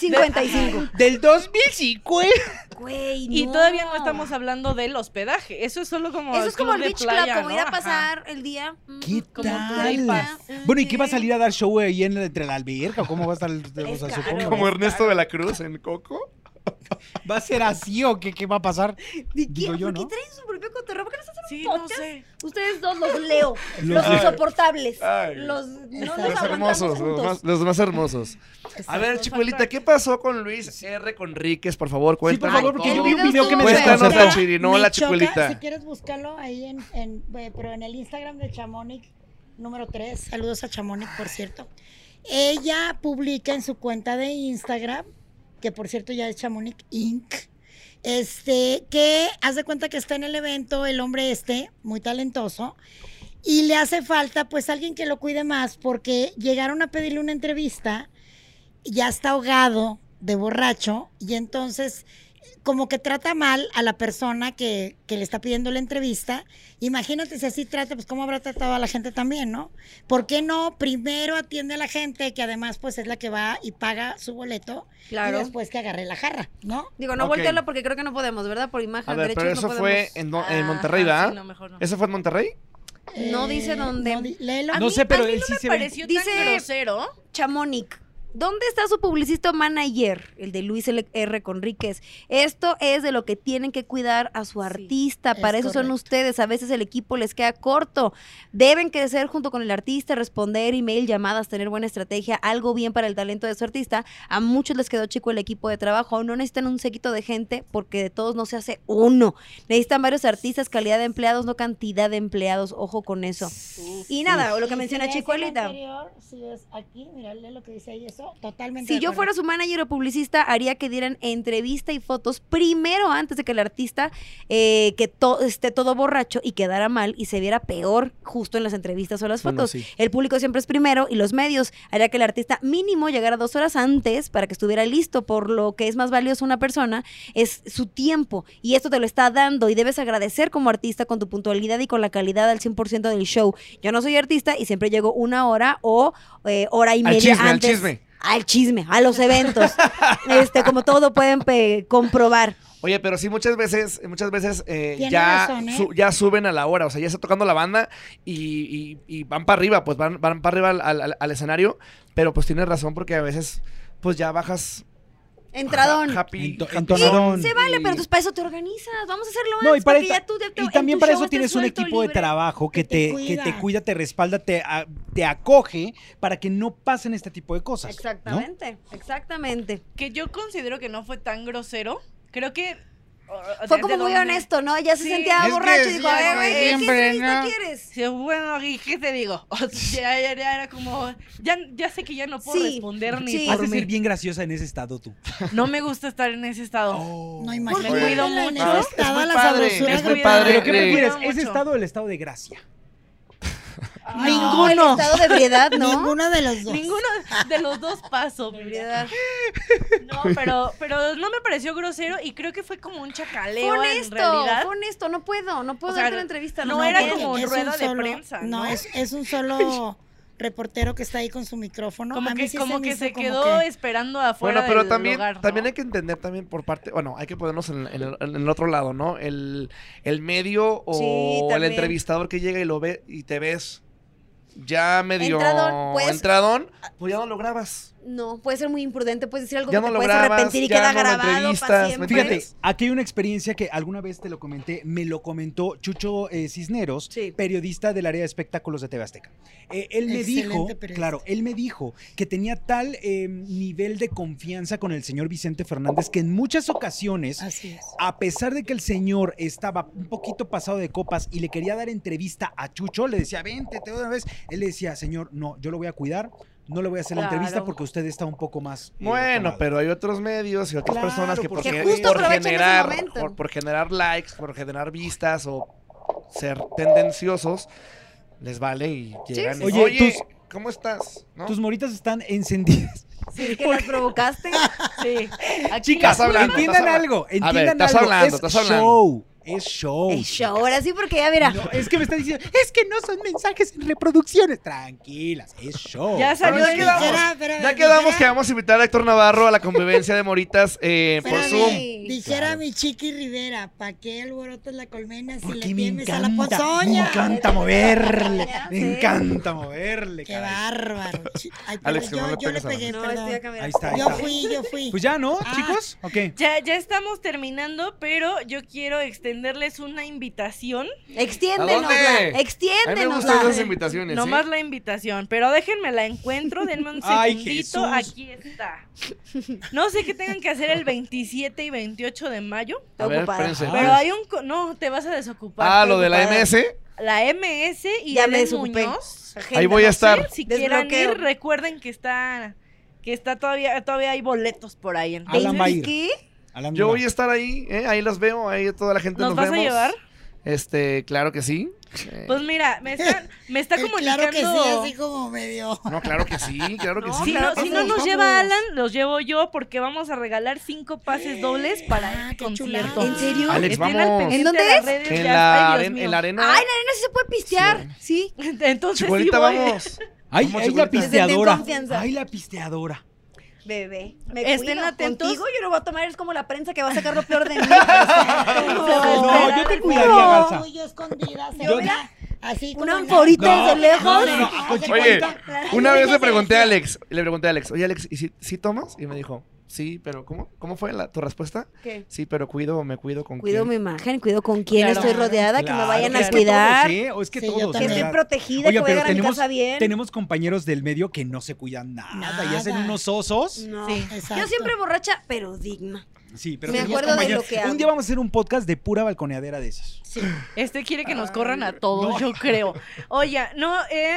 Speaker 3: 2055.
Speaker 4: Del 2005.
Speaker 3: Güey, no.
Speaker 5: Y todavía no estamos hablando del hospedaje. Eso es solo como.
Speaker 3: Eso es como el
Speaker 5: de
Speaker 3: Beach
Speaker 5: playa,
Speaker 3: Club, como
Speaker 5: ¿no?
Speaker 3: ir a
Speaker 5: Ajá.
Speaker 3: pasar el día. mm,
Speaker 4: ¿Qué
Speaker 3: como
Speaker 4: tal?
Speaker 3: tulipán.
Speaker 4: Bueno, ¿y qué va a salir a dar show ahí en, entre la alberca? ¿O cómo va a estar? el- o
Speaker 3: Es
Speaker 4: sea,
Speaker 3: caro.
Speaker 4: supongo,
Speaker 2: Como
Speaker 4: ¿no?
Speaker 2: Ernesto de la Cruz en Coco.
Speaker 4: ¿Va a ser así o qué, qué va a pasar?
Speaker 3: ¿De qué?
Speaker 4: Digo yo,
Speaker 3: ¿Por qué
Speaker 4: ¿no?
Speaker 3: traen su propio cotorreo? ¿Por qué no hacen un
Speaker 5: Sí, no
Speaker 3: podcast?
Speaker 5: sé.
Speaker 3: Ustedes dos los leo.
Speaker 4: Los-
Speaker 3: los insoportables.
Speaker 2: Ay.
Speaker 3: los no
Speaker 1: Los
Speaker 3: los aguantamos
Speaker 2: hermosos, los
Speaker 3: juntos.
Speaker 2: más, los más hermosos. A ver, Chicuelita, ¿qué pasó con Luis R. Conríquez? Por favor,
Speaker 4: Sí,
Speaker 2: cuéntanos.
Speaker 4: por favor, porque
Speaker 2: todo.
Speaker 4: yo vi un
Speaker 1: Cuéntanos
Speaker 4: video que me
Speaker 1: cómo se
Speaker 2: Cuéntanos la
Speaker 1: llama.
Speaker 4: desconcertó.
Speaker 2: chirinola,
Speaker 1: Me choca, Si
Speaker 2: Chicuelita.
Speaker 1: quieres búscalo ahí en, en- eh, pero en el Instagram de Chamonic número 3. Saludos a Chamonic, por cierto. Ella publica en su cuenta de Instagram, que por cierto ya es Chamonic Inc. Este, que haz de cuenta que está en el evento el hombre este, muy talentoso, y le hace falta pues alguien que lo cuide más, porque llegaron a pedirle una entrevista, ya está ahogado de borracho, y entonces como que trata mal a la persona que, que le está pidiendo la entrevista. Imagínate si así trata, pues cómo habrá tratado a la gente también, ¿no? ¿Por qué no primero atiende a la gente que además pues es la que va y paga su boleto
Speaker 3: Claro.
Speaker 1: y después que agarre la jarra, ¿no?
Speaker 3: Digo, no
Speaker 2: Ok.
Speaker 3: voltearla porque creo que no podemos, ¿verdad? Por imagen,
Speaker 2: A ver,
Speaker 3: derechos
Speaker 2: pero eso
Speaker 3: no
Speaker 2: fue
Speaker 3: podemos.
Speaker 2: en, do- en
Speaker 3: Ah,
Speaker 2: Monterrey,
Speaker 5: Ah,
Speaker 2: ¿verdad?
Speaker 5: sí, no, mejor no.
Speaker 2: ¿Eso fue en Monterrey?
Speaker 3: No dice dónde.
Speaker 1: Eh,
Speaker 3: Ah,
Speaker 1: di- léelo.
Speaker 4: No sé, pero él sí
Speaker 5: Me
Speaker 4: se ve.
Speaker 5: pareció
Speaker 3: Dice-
Speaker 5: tan grosero.
Speaker 3: Chamonic. ¿Dónde está su publicista o manager? El de Luis L. R. Conríquez. Esto es de lo que tienen que cuidar a su artista.
Speaker 1: es
Speaker 3: Para eso son
Speaker 1: correcto.
Speaker 3: ustedes. A veces el equipo les queda corto. Deben crecer junto con el artista, responder email, llamadas, tener buena estrategia, algo bien para el talento de su artista. A muchos les quedó chico el equipo de trabajo. No necesitan un séquito de gente porque de todos no se hace uno. Necesitan varios artistas, calidad de empleados, no cantidad de empleados. Ojo con eso. Y nada, lo que
Speaker 1: Y
Speaker 3: menciona
Speaker 1: si lees el
Speaker 3: Chicuelita.
Speaker 1: anterior, Si ves aquí, mirale lo que dice ahí, eso, totalmente.
Speaker 3: Si
Speaker 1: de
Speaker 3: yo
Speaker 1: acuerdo.
Speaker 3: fuera su manager o publicista, haría que dieran entrevista y fotos primero antes de que el artista eh, que to- esté todo borracho y quedara mal y se viera peor justo en las entrevistas o las
Speaker 2: Bueno,
Speaker 3: fotos.
Speaker 2: sí.
Speaker 3: El público siempre es primero y los medios. Haría que el artista mínimo llegara dos horas antes para que estuviera listo. Por lo que es más valioso una persona es su tiempo y esto te lo está dando y debes agradecer como artista con tu puntualidad y con la calidad al 100% del show. Yo no soy artista y siempre llego una hora o eh, hora y
Speaker 2: Al
Speaker 3: media
Speaker 2: chisme, al
Speaker 3: antes
Speaker 2: chisme.
Speaker 3: al chisme, a los eventos. este, como todo pueden pe- comprobar.
Speaker 2: Oye, pero sí, muchas veces, muchas veces eh,
Speaker 1: Tiene
Speaker 2: ya,
Speaker 1: razón, ¿eh?
Speaker 2: su- ya suben a la hora, o sea, ya está tocando la banda y, y- y van para arriba, pues van, van para arriba al, al- al escenario, pero pues tienes razón porque a veces pues ya bajas
Speaker 3: Entradón.
Speaker 2: ja- happy,
Speaker 4: Ento-
Speaker 2: happy.
Speaker 4: entonadón.
Speaker 3: Se vale, pero pues para eso te organizas. Vamos a hacerlo
Speaker 4: No, y,
Speaker 3: antes
Speaker 4: para
Speaker 3: que
Speaker 4: esta-
Speaker 3: ya tú ya te-
Speaker 4: y
Speaker 3: en
Speaker 4: también
Speaker 3: tu
Speaker 4: para
Speaker 3: show
Speaker 4: eso
Speaker 3: estés
Speaker 4: tienes un
Speaker 3: suelto,
Speaker 4: equipo de
Speaker 3: libre.
Speaker 4: trabajo que
Speaker 1: Que te
Speaker 4: te, que
Speaker 1: cuida.
Speaker 4: te cuida, te respalda, te, a- te acoge para que no pasen este tipo de cosas. ¿no?
Speaker 3: Exactamente, exactamente.
Speaker 5: Que yo considero que no fue tan grosero. Creo que. o- o-
Speaker 3: Fue
Speaker 5: de
Speaker 3: como muy
Speaker 5: dónde-
Speaker 3: honesto, ¿no? Ya se
Speaker 5: Sí.
Speaker 3: sentía
Speaker 6: Es que
Speaker 3: borracho y
Speaker 6: sí,
Speaker 3: dijo, a
Speaker 6: güey,
Speaker 3: ver, güey, ¿qué- ¿qué
Speaker 6: siempre,
Speaker 3: entrevista
Speaker 6: ¿no?
Speaker 3: quieres?
Speaker 5: Sí, bueno, ¿y qué te digo? O sea, ya, ya era como. Ya, ya sé que ya no puedo
Speaker 3: Sí,
Speaker 5: responder ni
Speaker 3: sí.
Speaker 4: Has
Speaker 5: por
Speaker 4: de
Speaker 5: mí.
Speaker 4: ser bien graciosa en ese estado tú.
Speaker 5: No me gusta estar en ese estado.
Speaker 4: Oh.
Speaker 1: No
Speaker 5: Porque
Speaker 1: imagínate.
Speaker 5: cuido
Speaker 1: la
Speaker 5: mucho.
Speaker 1: neta
Speaker 2: Es- es
Speaker 1: estaba
Speaker 2: muy
Speaker 1: la
Speaker 2: padre,
Speaker 1: sabrosura
Speaker 2: es muy
Speaker 1: grupal.
Speaker 2: padre.
Speaker 4: ¿Pero qué
Speaker 2: Eh,
Speaker 4: prefieres?
Speaker 5: cuido
Speaker 4: ¿Ese
Speaker 5: mucho.
Speaker 4: estado o el estado de gracia?
Speaker 1: Ninguno.
Speaker 3: El estado de ebriedad, ¿no?
Speaker 1: Ninguno de los dos.
Speaker 5: Ninguno de los dos paso. mi
Speaker 3: Ebriedad.
Speaker 5: vida. No, pero, pero no me pareció grosero y creo que fue como un
Speaker 3: Fue
Speaker 5: chacaleo en
Speaker 3: honesto,
Speaker 5: realidad.
Speaker 3: fue honesto, no puedo, no puedo
Speaker 5: O sea,
Speaker 3: darte la entrevista.
Speaker 5: no
Speaker 3: lo
Speaker 5: era
Speaker 3: siento.
Speaker 1: porque
Speaker 5: como-
Speaker 1: es un
Speaker 5: rueda de prensa, ¿no?
Speaker 1: es, es un solo reportero que está ahí con su micrófono.
Speaker 5: Como
Speaker 1: A mí
Speaker 5: que,
Speaker 1: sí
Speaker 5: como
Speaker 1: me
Speaker 5: que
Speaker 1: hizo
Speaker 5: se
Speaker 1: como
Speaker 5: quedó
Speaker 1: que-
Speaker 5: esperando afuera
Speaker 2: Bueno, pero
Speaker 5: del
Speaker 2: también,
Speaker 5: lugar, ¿no?
Speaker 2: también hay que entender también por parte, bueno, hay que ponernos en, en el- en el otro lado, ¿no? El, el medio
Speaker 3: Sí,
Speaker 2: o el
Speaker 3: también.
Speaker 2: entrevistador que llega y lo ve y te ves ya medio
Speaker 3: Entradón, pues-
Speaker 2: entradón, pues ya no lo grabas.
Speaker 3: No, puede ser muy imprudente, puedes decir algo
Speaker 2: Ya
Speaker 3: que
Speaker 2: no
Speaker 3: te
Speaker 2: lo
Speaker 3: puedes
Speaker 2: grabas,
Speaker 3: arrepentir y
Speaker 2: ya
Speaker 3: queda
Speaker 2: no lo
Speaker 3: grabado
Speaker 2: entrevistas,
Speaker 3: para
Speaker 2: ¿me
Speaker 3: siempre.
Speaker 2: entiendes?
Speaker 4: Fíjate, aquí hay una experiencia que alguna vez te lo comenté, me lo comentó Chucho eh, Cisneros,
Speaker 3: Sí.
Speaker 4: periodista del área de espectáculos de TV Azteca. Eh, él me
Speaker 1: Excelente
Speaker 4: dijo,
Speaker 1: periodista.
Speaker 4: claro, él me dijo que tenía tal eh, nivel de confianza con el señor Vicente Fernández que en muchas ocasiones
Speaker 1: Así es.
Speaker 4: a pesar de que el señor estaba un poquito pasado de copas y le quería dar entrevista a Chucho, le decía, vente, te doy una vez. Él le decía, señor, no, yo lo voy a cuidar, no le voy a hacer la
Speaker 3: Claro.
Speaker 4: entrevista porque usted está un poco más. eh,
Speaker 2: Bueno,
Speaker 4: tomado".
Speaker 2: pero hay otros medios y otras
Speaker 4: Claro,
Speaker 2: personas que por,
Speaker 4: porque
Speaker 2: gen-
Speaker 3: justo
Speaker 2: por
Speaker 3: aprovechan ese
Speaker 2: generar,
Speaker 3: momento.
Speaker 2: por, por generar likes, por generar vistas o ser tendenciosos, les vale y llegan y
Speaker 4: Oye,
Speaker 2: oye,
Speaker 4: tus-
Speaker 2: ¿cómo estás? ¿No?
Speaker 4: Tus moritas están encendidas.
Speaker 3: Sí, que las provocaste.
Speaker 5: Sí. Aquí
Speaker 4: Chicas,
Speaker 2: Estás hablando,
Speaker 4: entiendan
Speaker 2: estás
Speaker 4: algo,
Speaker 2: A
Speaker 4: entiendan
Speaker 2: ver, estás
Speaker 4: algo.
Speaker 2: hablando,
Speaker 4: es
Speaker 2: estás hablando.
Speaker 4: show, es show.
Speaker 3: Es show, ahora sí, porque ya mira.
Speaker 4: Oh, No, es que me está diciendo, es que no son mensajes en reproducciones. Tranquilas, es show.
Speaker 5: Ya salió
Speaker 2: Ahora
Speaker 5: el
Speaker 2: sí, ya
Speaker 5: video.
Speaker 1: Dijera, pero-
Speaker 2: Ya quedamos que
Speaker 1: dijera-
Speaker 2: vamos a invitar a Héctor Navarro a la convivencia de moritas eh, por
Speaker 1: espérame,
Speaker 2: Zoom.
Speaker 1: Dijera
Speaker 4: Claro.
Speaker 1: mi chiqui Rivera, ¿pa' qué alborotas la colmena si le
Speaker 4: Porque me
Speaker 1: tienes a la
Speaker 4: encanta, me
Speaker 1: ponzoña?
Speaker 4: encanta moverle,
Speaker 3: Sí.
Speaker 4: me encanta moverle.
Speaker 1: Qué
Speaker 4: caray.
Speaker 1: bárbaro. chi- Ay,
Speaker 2: Alex,
Speaker 1: perdón,
Speaker 2: que no
Speaker 1: yo,
Speaker 2: le
Speaker 1: yo le
Speaker 2: pegues a la
Speaker 1: pegué,
Speaker 3: No,
Speaker 1: perdón.
Speaker 3: estoy acá, mira.
Speaker 4: Ahí está, ahí
Speaker 1: Yo
Speaker 4: está.
Speaker 1: fui, yo fui.
Speaker 4: Pues ya, ¿no,
Speaker 1: Ah.
Speaker 4: chicos? ¿O qué?
Speaker 5: Ya, ya estamos terminando, pero yo quiero extienderles una invitación.
Speaker 2: ¿A
Speaker 3: Extiéndenosla,
Speaker 2: dónde? A mí me
Speaker 3: extiéndenosla.
Speaker 2: gustan esas invitaciones. ¿eh?
Speaker 5: Nomás la invitación, pero déjenme la encuentro, denme un
Speaker 4: Ay,
Speaker 5: segundito,
Speaker 4: Jesús.
Speaker 5: aquí está. No sé qué tengan que hacer el 27 y 28 de mayo,
Speaker 2: A ver,
Speaker 3: ocupada.
Speaker 2: espérense.
Speaker 5: pero hay un... co- No, te vas a desocupar.
Speaker 2: ah,
Speaker 5: estoy
Speaker 2: lo de la
Speaker 5: ocupada.
Speaker 2: MS.
Speaker 5: La MS y
Speaker 3: Ya me
Speaker 5: Eden
Speaker 3: desocupé.
Speaker 5: Muñoz.
Speaker 2: Ahí voy a estar.
Speaker 5: Si quieren
Speaker 3: Desbloqueo.
Speaker 5: ir, recuerden que está... Que está todavía, todavía hay boletos por ahí. Entonces,
Speaker 4: Alan va a ir.
Speaker 3: ¿Qué?
Speaker 4: Alan
Speaker 2: Yo
Speaker 4: Dura.
Speaker 2: voy a estar ahí, ¿eh? ahí los veo, ahí toda la gente
Speaker 5: ¿Nos
Speaker 2: nos,
Speaker 5: vas a
Speaker 2: vemos.
Speaker 5: llevar?
Speaker 2: Este, claro que sí. Eh,
Speaker 5: Pues mira, me está, me está
Speaker 1: El
Speaker 5: comunicando.
Speaker 1: Eh, claro que sí, así como medio.
Speaker 2: no, claro que sí, claro que
Speaker 5: Si
Speaker 2: sí.
Speaker 5: no,
Speaker 3: claro que
Speaker 5: si
Speaker 3: sí.
Speaker 5: no nos
Speaker 3: Vamos.
Speaker 5: lleva Alan, los llevo yo porque vamos a regalar cinco pases dobles para
Speaker 1: Ah,
Speaker 5: el
Speaker 1: qué
Speaker 5: concierto.
Speaker 1: chulada. ¿En
Speaker 3: serio?
Speaker 2: Alex,
Speaker 5: Estén al
Speaker 2: vamos.
Speaker 5: pendiente
Speaker 3: ¿En dónde
Speaker 5: de las
Speaker 3: es?
Speaker 5: redes,
Speaker 2: En
Speaker 5: ya.
Speaker 2: la,
Speaker 5: Ay, Dios
Speaker 2: aren-
Speaker 5: mío.
Speaker 2: en la arena.
Speaker 3: Ay, la arena sí se puede pistear. Sí.
Speaker 5: Entonces sí
Speaker 2: Chicuelita,
Speaker 5: voy.
Speaker 2: vamos.
Speaker 4: Ay,
Speaker 2: Vamos,
Speaker 4: ay,
Speaker 2: Chicuelita.
Speaker 4: la pisteadora.
Speaker 3: Desde confianza.
Speaker 4: Ay, la pisteadora.
Speaker 3: Bebé, me
Speaker 5: Estén
Speaker 3: cuido.
Speaker 5: atentos.
Speaker 3: Contigo yo no voy a tomar, es como la prensa que va a sacar lo peor de mí.
Speaker 5: No,
Speaker 4: No, yo te
Speaker 5: no.
Speaker 4: cuidaría, Garza.
Speaker 1: Uy, yo escondidas.
Speaker 4: Yo-
Speaker 1: mira, Así como
Speaker 3: Una
Speaker 1: en la-
Speaker 3: anforita
Speaker 4: No,
Speaker 3: desde lejos.
Speaker 4: no, no, no, ah,
Speaker 1: Haz de
Speaker 2: Oye,
Speaker 1: cuenta.
Speaker 2: una vez le pregunté a Alex, le pregunté a Alex, oye Alex, ¿y si, si tomas? Y me dijo, sí, pero ¿cómo, cómo fue la, tu respuesta?
Speaker 5: ¿Qué?
Speaker 2: Sí, pero cuido, me cuido con
Speaker 3: Cuido mi
Speaker 2: quién.
Speaker 3: imagen, cuido con quién
Speaker 5: Claro.
Speaker 3: estoy rodeada, que me
Speaker 4: Claro,
Speaker 3: vayan a
Speaker 4: es que
Speaker 3: cuidar,
Speaker 4: todos, ¿eh? O es que
Speaker 1: Sí, yo
Speaker 4: todos,
Speaker 3: que
Speaker 1: también.
Speaker 4: ¿verdad?
Speaker 3: estoy protegida,
Speaker 4: Oye,
Speaker 3: que voy a
Speaker 4: pero
Speaker 3: llegar a mi
Speaker 4: tenemos,
Speaker 3: casa bien.
Speaker 4: tenemos compañeros del medio que no se cuidan nada, y hacen
Speaker 1: Nada.
Speaker 4: unos osos.
Speaker 3: No.
Speaker 5: Sí.
Speaker 1: Ah, Exacto.
Speaker 3: Yo siempre borracha, pero digna.
Speaker 4: Sí, pero
Speaker 3: Mm. Me
Speaker 4: tenemos
Speaker 3: acuerdo de
Speaker 4: compañeros.
Speaker 3: lo que hago.
Speaker 4: Un día vamos a hacer un podcast de pura balconeadera de esas.
Speaker 1: Sí.
Speaker 5: Este quiere que nos corran a todos,
Speaker 4: no.
Speaker 5: yo creo. Oye, no, eh,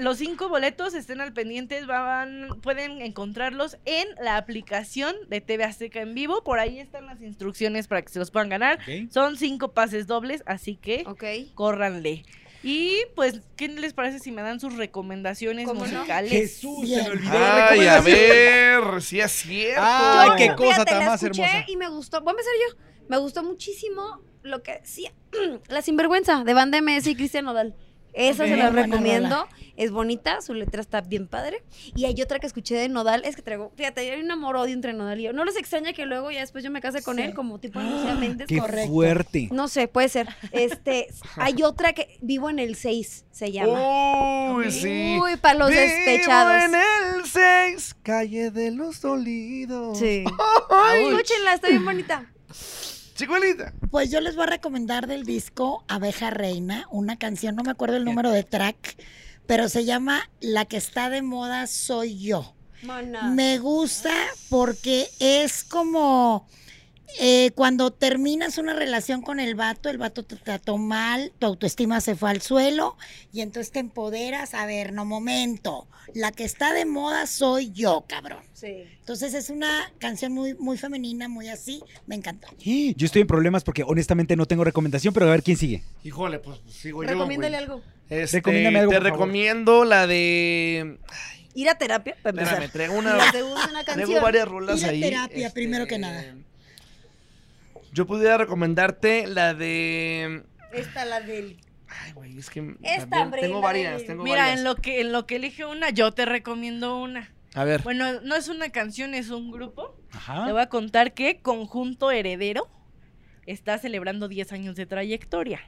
Speaker 5: los cinco boletos estén al pendiente, van, pueden encontrarlos en la aplicación de TV Azteca en vivo. Por ahí están las instrucciones para que se los puedan ganar.
Speaker 4: ¿ok?
Speaker 5: Son cinco pases dobles, así que
Speaker 3: Ok.
Speaker 5: córranle. Y pues, ¿qué les parece si me dan sus recomendaciones
Speaker 3: ¿Cómo no?
Speaker 5: musicales?
Speaker 4: Jesús, se
Speaker 1: Bien.
Speaker 4: me olvidó. la
Speaker 2: Ay, a
Speaker 4: recomendación.
Speaker 2: ver, sí es cierto.
Speaker 4: Ay, qué
Speaker 3: Yo,
Speaker 4: cosa
Speaker 3: fíjate,
Speaker 4: tan
Speaker 3: la
Speaker 4: más
Speaker 3: escuché
Speaker 4: hermosa.
Speaker 3: Y me gustó, voy a empezar yo. Me gustó muchísimo lo que decía La Sinvergüenza de Banda MS y Cristian Nodal. Esa
Speaker 5: Ok.
Speaker 3: se la
Speaker 1: Buena
Speaker 3: recomiendo. Es bonita, su letra está bien padre. Y hay otra que escuché de Nodal, es que traigo, fíjate, hay un amor odio entre Nodal y yo. No les extraña que luego ya después yo me case con
Speaker 1: Sí.
Speaker 3: él como tipo Lucía Méndez.
Speaker 4: Qué
Speaker 1: correcto.
Speaker 4: fuerte.
Speaker 3: No sé, puede ser. Este, hay otra que vivo en el 6, se
Speaker 4: Oh,
Speaker 3: llama.
Speaker 2: Uy, sí.
Speaker 3: Uy, para los
Speaker 2: Vivo en
Speaker 3: despechados.
Speaker 2: el 6, calle de los dolidos.
Speaker 3: Sí.
Speaker 2: Ay,
Speaker 3: Escúchenla, está bien bonita.
Speaker 2: Chicuelita.
Speaker 1: Pues yo les voy a recomendar del disco Abeja Reina, una canción, no me acuerdo el número de track, pero se llama La que está de moda soy yo.
Speaker 3: Mona.
Speaker 1: Me gusta porque es como eh, cuando terminas una relación con el vato, el vato te trató mal, tu autoestima se fue al suelo y entonces te empoderas. A ver, no, momento. La que está de moda soy yo, cabrón.
Speaker 3: Sí.
Speaker 1: Entonces es una canción muy, muy femenina, muy así. Me encantó.
Speaker 4: Yo estoy en problemas porque honestamente no tengo recomendación, pero a ver quién sigue.
Speaker 2: Híjole, pues sigo yo.
Speaker 3: Recomiéndale
Speaker 2: güey.
Speaker 3: algo.
Speaker 2: Este,
Speaker 4: Recomiéndame algo,
Speaker 2: Te
Speaker 4: por favor.
Speaker 2: recomiendo la de.
Speaker 3: Ir a terapia para empezar.
Speaker 2: Espérame, traigo
Speaker 3: La
Speaker 2: una.
Speaker 3: segunda es una
Speaker 2: Traigo
Speaker 3: canción.
Speaker 2: varias rolas
Speaker 1: Ir a
Speaker 2: ahí. este,
Speaker 1: terapia, primero que nada.
Speaker 2: Yo pudiera recomendarte la de.
Speaker 3: Esta, la del.
Speaker 2: Ay, güey, es que.
Speaker 3: Esta,
Speaker 2: también
Speaker 3: hombre,
Speaker 2: tengo
Speaker 3: la
Speaker 2: varias,
Speaker 3: del-
Speaker 2: tengo
Speaker 5: Mira,
Speaker 2: varias.
Speaker 5: en lo, que, en lo que elige una, yo te recomiendo una.
Speaker 2: A ver.
Speaker 5: Bueno, no es una canción, es un grupo. Te
Speaker 4: Ajá.
Speaker 5: voy a contar que Conjunto Heredero está celebrando 10 años de trayectoria.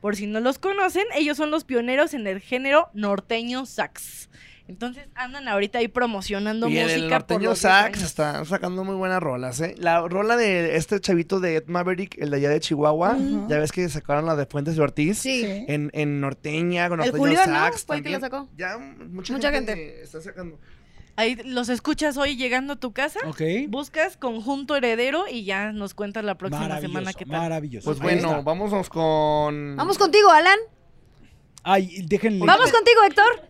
Speaker 5: Por si no los conocen, ellos son los pioneros en el género norteño sax. Entonces andan ahorita ahí promocionando
Speaker 2: Y en
Speaker 5: música
Speaker 2: el
Speaker 5: por
Speaker 2: norteño
Speaker 5: los 10
Speaker 2: sax
Speaker 5: años.
Speaker 2: están sacando muy buenas rolas, ¿eh? La rola de este chavito de Ed Maverick, el de allá de Chihuahua,
Speaker 1: Ujú.
Speaker 2: ya ves que sacaron la de Fuentes de Ortiz.
Speaker 1: Sí.
Speaker 2: En, en norteña, con
Speaker 3: El
Speaker 2: norteño
Speaker 3: Julián, ¿no?
Speaker 2: sax
Speaker 3: Fue el que la
Speaker 2: también.
Speaker 3: sacó.
Speaker 2: Ya mucha,
Speaker 3: Mucha
Speaker 2: gente, está sacando.
Speaker 5: Ahí los escuchas hoy llegando a tu casa.
Speaker 4: Ok.
Speaker 5: Buscas Conjunto Heredero y ya nos cuentas la próxima
Speaker 4: Maravilloso,
Speaker 5: semana qué tal.
Speaker 4: maravilloso.
Speaker 2: Pues
Speaker 4: Ahí
Speaker 2: bueno,
Speaker 4: está.
Speaker 2: vámonos con.
Speaker 3: Vamos contigo, Alan.
Speaker 4: Ay, déjenle.
Speaker 3: Vamos contigo, Héctor.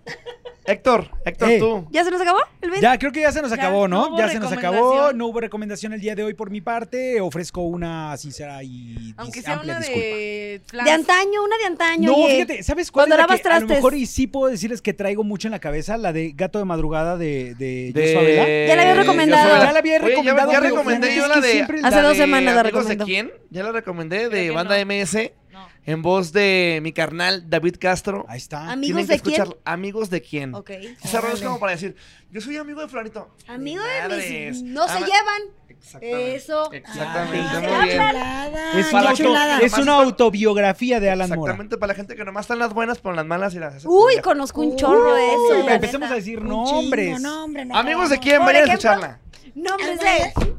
Speaker 2: Héctor, Héctor,
Speaker 4: Eh.
Speaker 2: tú.
Speaker 3: ¿Ya se nos acabó el video?
Speaker 4: Ya, creo que ya se nos
Speaker 5: Ya,
Speaker 4: acabó,
Speaker 5: no
Speaker 4: ¿no?
Speaker 5: hubo
Speaker 4: ya se nos acabó.
Speaker 5: recomendación.
Speaker 4: No hubo recomendación el día de hoy por mi parte. Ofrezco una sincera y dis-
Speaker 5: Aunque sea
Speaker 4: amplia
Speaker 5: una
Speaker 4: disculpa.
Speaker 5: de...
Speaker 3: De
Speaker 5: Flans.
Speaker 3: antaño, una de antaño.
Speaker 4: No,
Speaker 3: oye.
Speaker 4: fíjate, ¿sabes cuál?
Speaker 3: Cuando
Speaker 4: es la
Speaker 3: lavas
Speaker 4: que a lo
Speaker 3: trastes.
Speaker 4: mejor y sí puedo decirles que traigo mucho en la cabeza la de Gato de Madrugada de, de, Joshua Vela.
Speaker 3: Ya la había
Speaker 2: Joshua
Speaker 3: recomendado.
Speaker 2: Vela.
Speaker 4: Ya la había
Speaker 2: Oye, ya-
Speaker 4: recomendado,
Speaker 2: Ya,
Speaker 4: pero
Speaker 2: recomendé yo
Speaker 4: es
Speaker 2: la
Speaker 4: que
Speaker 2: de.
Speaker 4: siempre-
Speaker 2: la
Speaker 3: Hace dos
Speaker 2: de
Speaker 3: semanas la
Speaker 2: Amigos de
Speaker 3: recomendó.
Speaker 2: quién? Ya la recomendé
Speaker 5: Creo
Speaker 2: de
Speaker 5: que
Speaker 2: Banda
Speaker 5: no.
Speaker 2: MS
Speaker 5: No.
Speaker 2: en voz de mi carnal David Castro.
Speaker 4: Ahí está.
Speaker 3: Ami-
Speaker 2: Tienen
Speaker 3: ¿Amigos
Speaker 2: que
Speaker 3: de quién?
Speaker 2: escuchar Amigos de quién.
Speaker 3: Ok.
Speaker 2: Esa rola es como para decir, yo soy amigo de Florito.
Speaker 3: Amigo de
Speaker 2: Madres.
Speaker 3: mis. No se
Speaker 2: Ama-
Speaker 3: llevan.
Speaker 2: Exactamente. Eh,
Speaker 3: Eso.
Speaker 2: Exactamente.
Speaker 1: Ah, qué
Speaker 2: muy bien.
Speaker 1: chulada,
Speaker 4: es,
Speaker 1: qué
Speaker 4: una
Speaker 2: para-
Speaker 4: auto-
Speaker 1: chulada.
Speaker 4: es una autobiografía de Alan Mora.
Speaker 2: Exactamente, para la gente que nomás están las buenas, pero las malas y las hace
Speaker 3: Uy,
Speaker 2: pendeja.
Speaker 3: conozco un chorro de eso.
Speaker 4: Uy,
Speaker 3: la
Speaker 4: empecemos a
Speaker 3: neta.
Speaker 4: decir
Speaker 1: Un
Speaker 4: nombres.
Speaker 1: chingo, no, hombre, no
Speaker 2: Amigos de
Speaker 1: acabamos.
Speaker 2: quién,
Speaker 3: Por
Speaker 2: vayan a
Speaker 3: ejemplo,
Speaker 2: escucharla.
Speaker 3: Nombres de.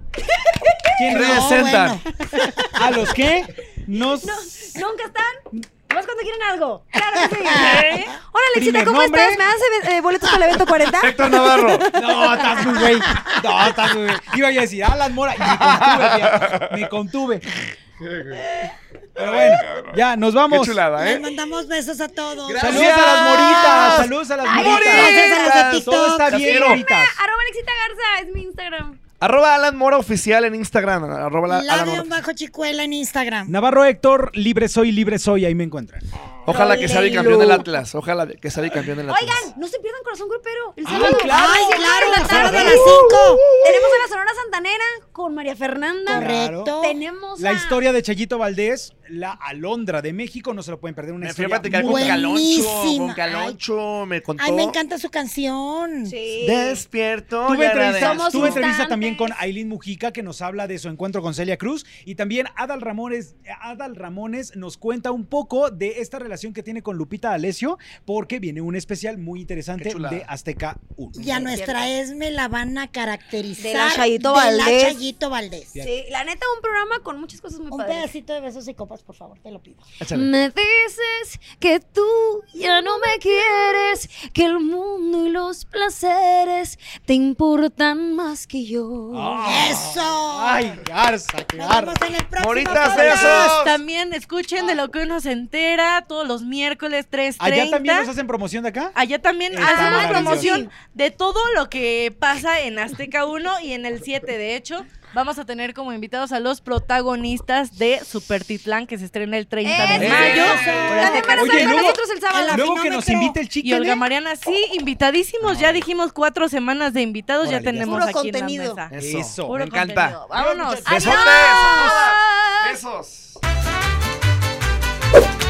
Speaker 4: ¿Quién
Speaker 1: No,
Speaker 4: es?
Speaker 2: Presenta.
Speaker 1: bueno.
Speaker 4: ¿A los qué? Nos...
Speaker 3: No, nunca están. Más cuando quieren algo. Claro que sí.
Speaker 2: ¿Eh?
Speaker 3: Hola, Alexita,
Speaker 4: Primer
Speaker 3: ¿cómo
Speaker 4: nombre.
Speaker 3: estás? ¿Me das eh, boletos para el evento 40?
Speaker 2: Héctor Navarro.
Speaker 4: No, estás muy güey. No, estás muy güey. Iba yo a decir Alan Mora y me contuve, tía. Me contuve. Pero bueno, ya, nos
Speaker 2: Qué
Speaker 4: vamos.
Speaker 2: chulada,
Speaker 1: Les
Speaker 2: ¿eh?
Speaker 1: mandamos besos a todos.
Speaker 2: Gracias.
Speaker 4: Saludos a las moritas. Saludos a las moritas.
Speaker 1: Gracias a los de
Speaker 4: Todo
Speaker 1: TikTok.
Speaker 4: está bien,
Speaker 2: Las quiero.
Speaker 4: moritas.
Speaker 3: Arroba Alexita Garza, es mi Instagram.
Speaker 2: Arroba Alan Mora oficial en Instagram. Arroba la- Alan
Speaker 1: Labion
Speaker 2: Mora.
Speaker 1: bajo chicuela en Instagram.
Speaker 4: Navarro Héctor, libre soy, libre soy. Ahí me encuentran.
Speaker 2: Ojalá que sea
Speaker 3: Rolelo.
Speaker 2: bicampeón del Atlas. Ojalá que sea bicampeón del Atlas.
Speaker 3: Oigan, no se pierdan Corazón Grupero. El
Speaker 4: Ay,
Speaker 3: sábado.
Speaker 4: claro.
Speaker 1: Ay,
Speaker 3: siete
Speaker 1: claro,
Speaker 3: de la tarde.
Speaker 1: a las 5.
Speaker 3: Tenemos a la Sonora Santanera con María Fernanda.
Speaker 1: Correcto.
Speaker 3: Tenemos
Speaker 4: La
Speaker 3: a-
Speaker 4: historia de Chayito Valdés, la alondra de México, no se lo pueden perder. Una
Speaker 2: Me fui a
Speaker 4: historia
Speaker 2: platicar con
Speaker 1: buenísima.
Speaker 2: Caloncho. Con Caloncho me contó.
Speaker 1: Ay, me encanta su canción.
Speaker 3: Sí.
Speaker 4: este
Speaker 2: Despierto.
Speaker 4: Tuve,
Speaker 2: y
Speaker 4: entrevista,
Speaker 2: agradezco.
Speaker 4: tuve entrevista
Speaker 3: instantes.
Speaker 4: también con Aileen Mujica que nos habla de su encuentro con Celia Cruz y también Adal Ramones, Adal Ramones nos cuenta un poco de esta relación relación que tiene con Lupita D'Alessio, porque viene un especial muy interesante
Speaker 2: Qué chulada.
Speaker 4: de Azteca 1.
Speaker 1: Y a nuestra Esme la van a caracterizar
Speaker 3: De la Chayito
Speaker 1: de la
Speaker 3: Valdés.
Speaker 1: Chayito Valdés.
Speaker 3: Sí, la neta, un programa con muchas cosas muy
Speaker 1: Un
Speaker 3: padres.
Speaker 1: pedacito de besos y copas, por favor, te lo pido.
Speaker 2: Échale.
Speaker 3: Me dices que tú ya no me quieres, que el mundo y los placeres te importan más que yo.
Speaker 1: ¡Eso!
Speaker 4: Ah. ¡Ay, Garza, qué
Speaker 1: Nos
Speaker 4: Garza!
Speaker 1: vemos en el próximo
Speaker 2: Moritas, ¿eh?
Speaker 1: podcast.
Speaker 2: besos.
Speaker 5: También escuchen de lo que uno se entera todos los miércoles 3.30.
Speaker 4: ¿Allá también nos hacen promoción de acá?
Speaker 5: Allá también
Speaker 4: Está
Speaker 5: hacemos
Speaker 4: maravilloso.
Speaker 5: promoción de todo lo que pasa en Azteca 1 y en el 7. De hecho, vamos a tener como invitados a los protagonistas de Super Titlán que se estrena el 30 de
Speaker 3: ¡Eso!
Speaker 5: mayo. por
Speaker 3: También van
Speaker 5: Azteca
Speaker 3: a
Speaker 4: Oye,
Speaker 3: estar con
Speaker 4: luego-
Speaker 3: nosotros el sábado.
Speaker 1: la
Speaker 4: Luego que nos
Speaker 1: Finómetro.
Speaker 4: invite el ¿eh?
Speaker 5: Y
Speaker 4: chico.
Speaker 5: Olga Mariana, sí, invitadísimos. Ya dijimos cuatro semanas de invitados,
Speaker 4: Órale,
Speaker 5: ya
Speaker 4: ya
Speaker 5: tenemos
Speaker 3: está.
Speaker 5: aquí
Speaker 3: Puro
Speaker 5: en
Speaker 3: contenido.
Speaker 5: la mesa.
Speaker 2: Eso.
Speaker 4: Eso.
Speaker 5: Puro
Speaker 2: Me encanta.
Speaker 5: contenido. Vámonos.
Speaker 2: Besotes.
Speaker 3: Adiós.
Speaker 2: Besos.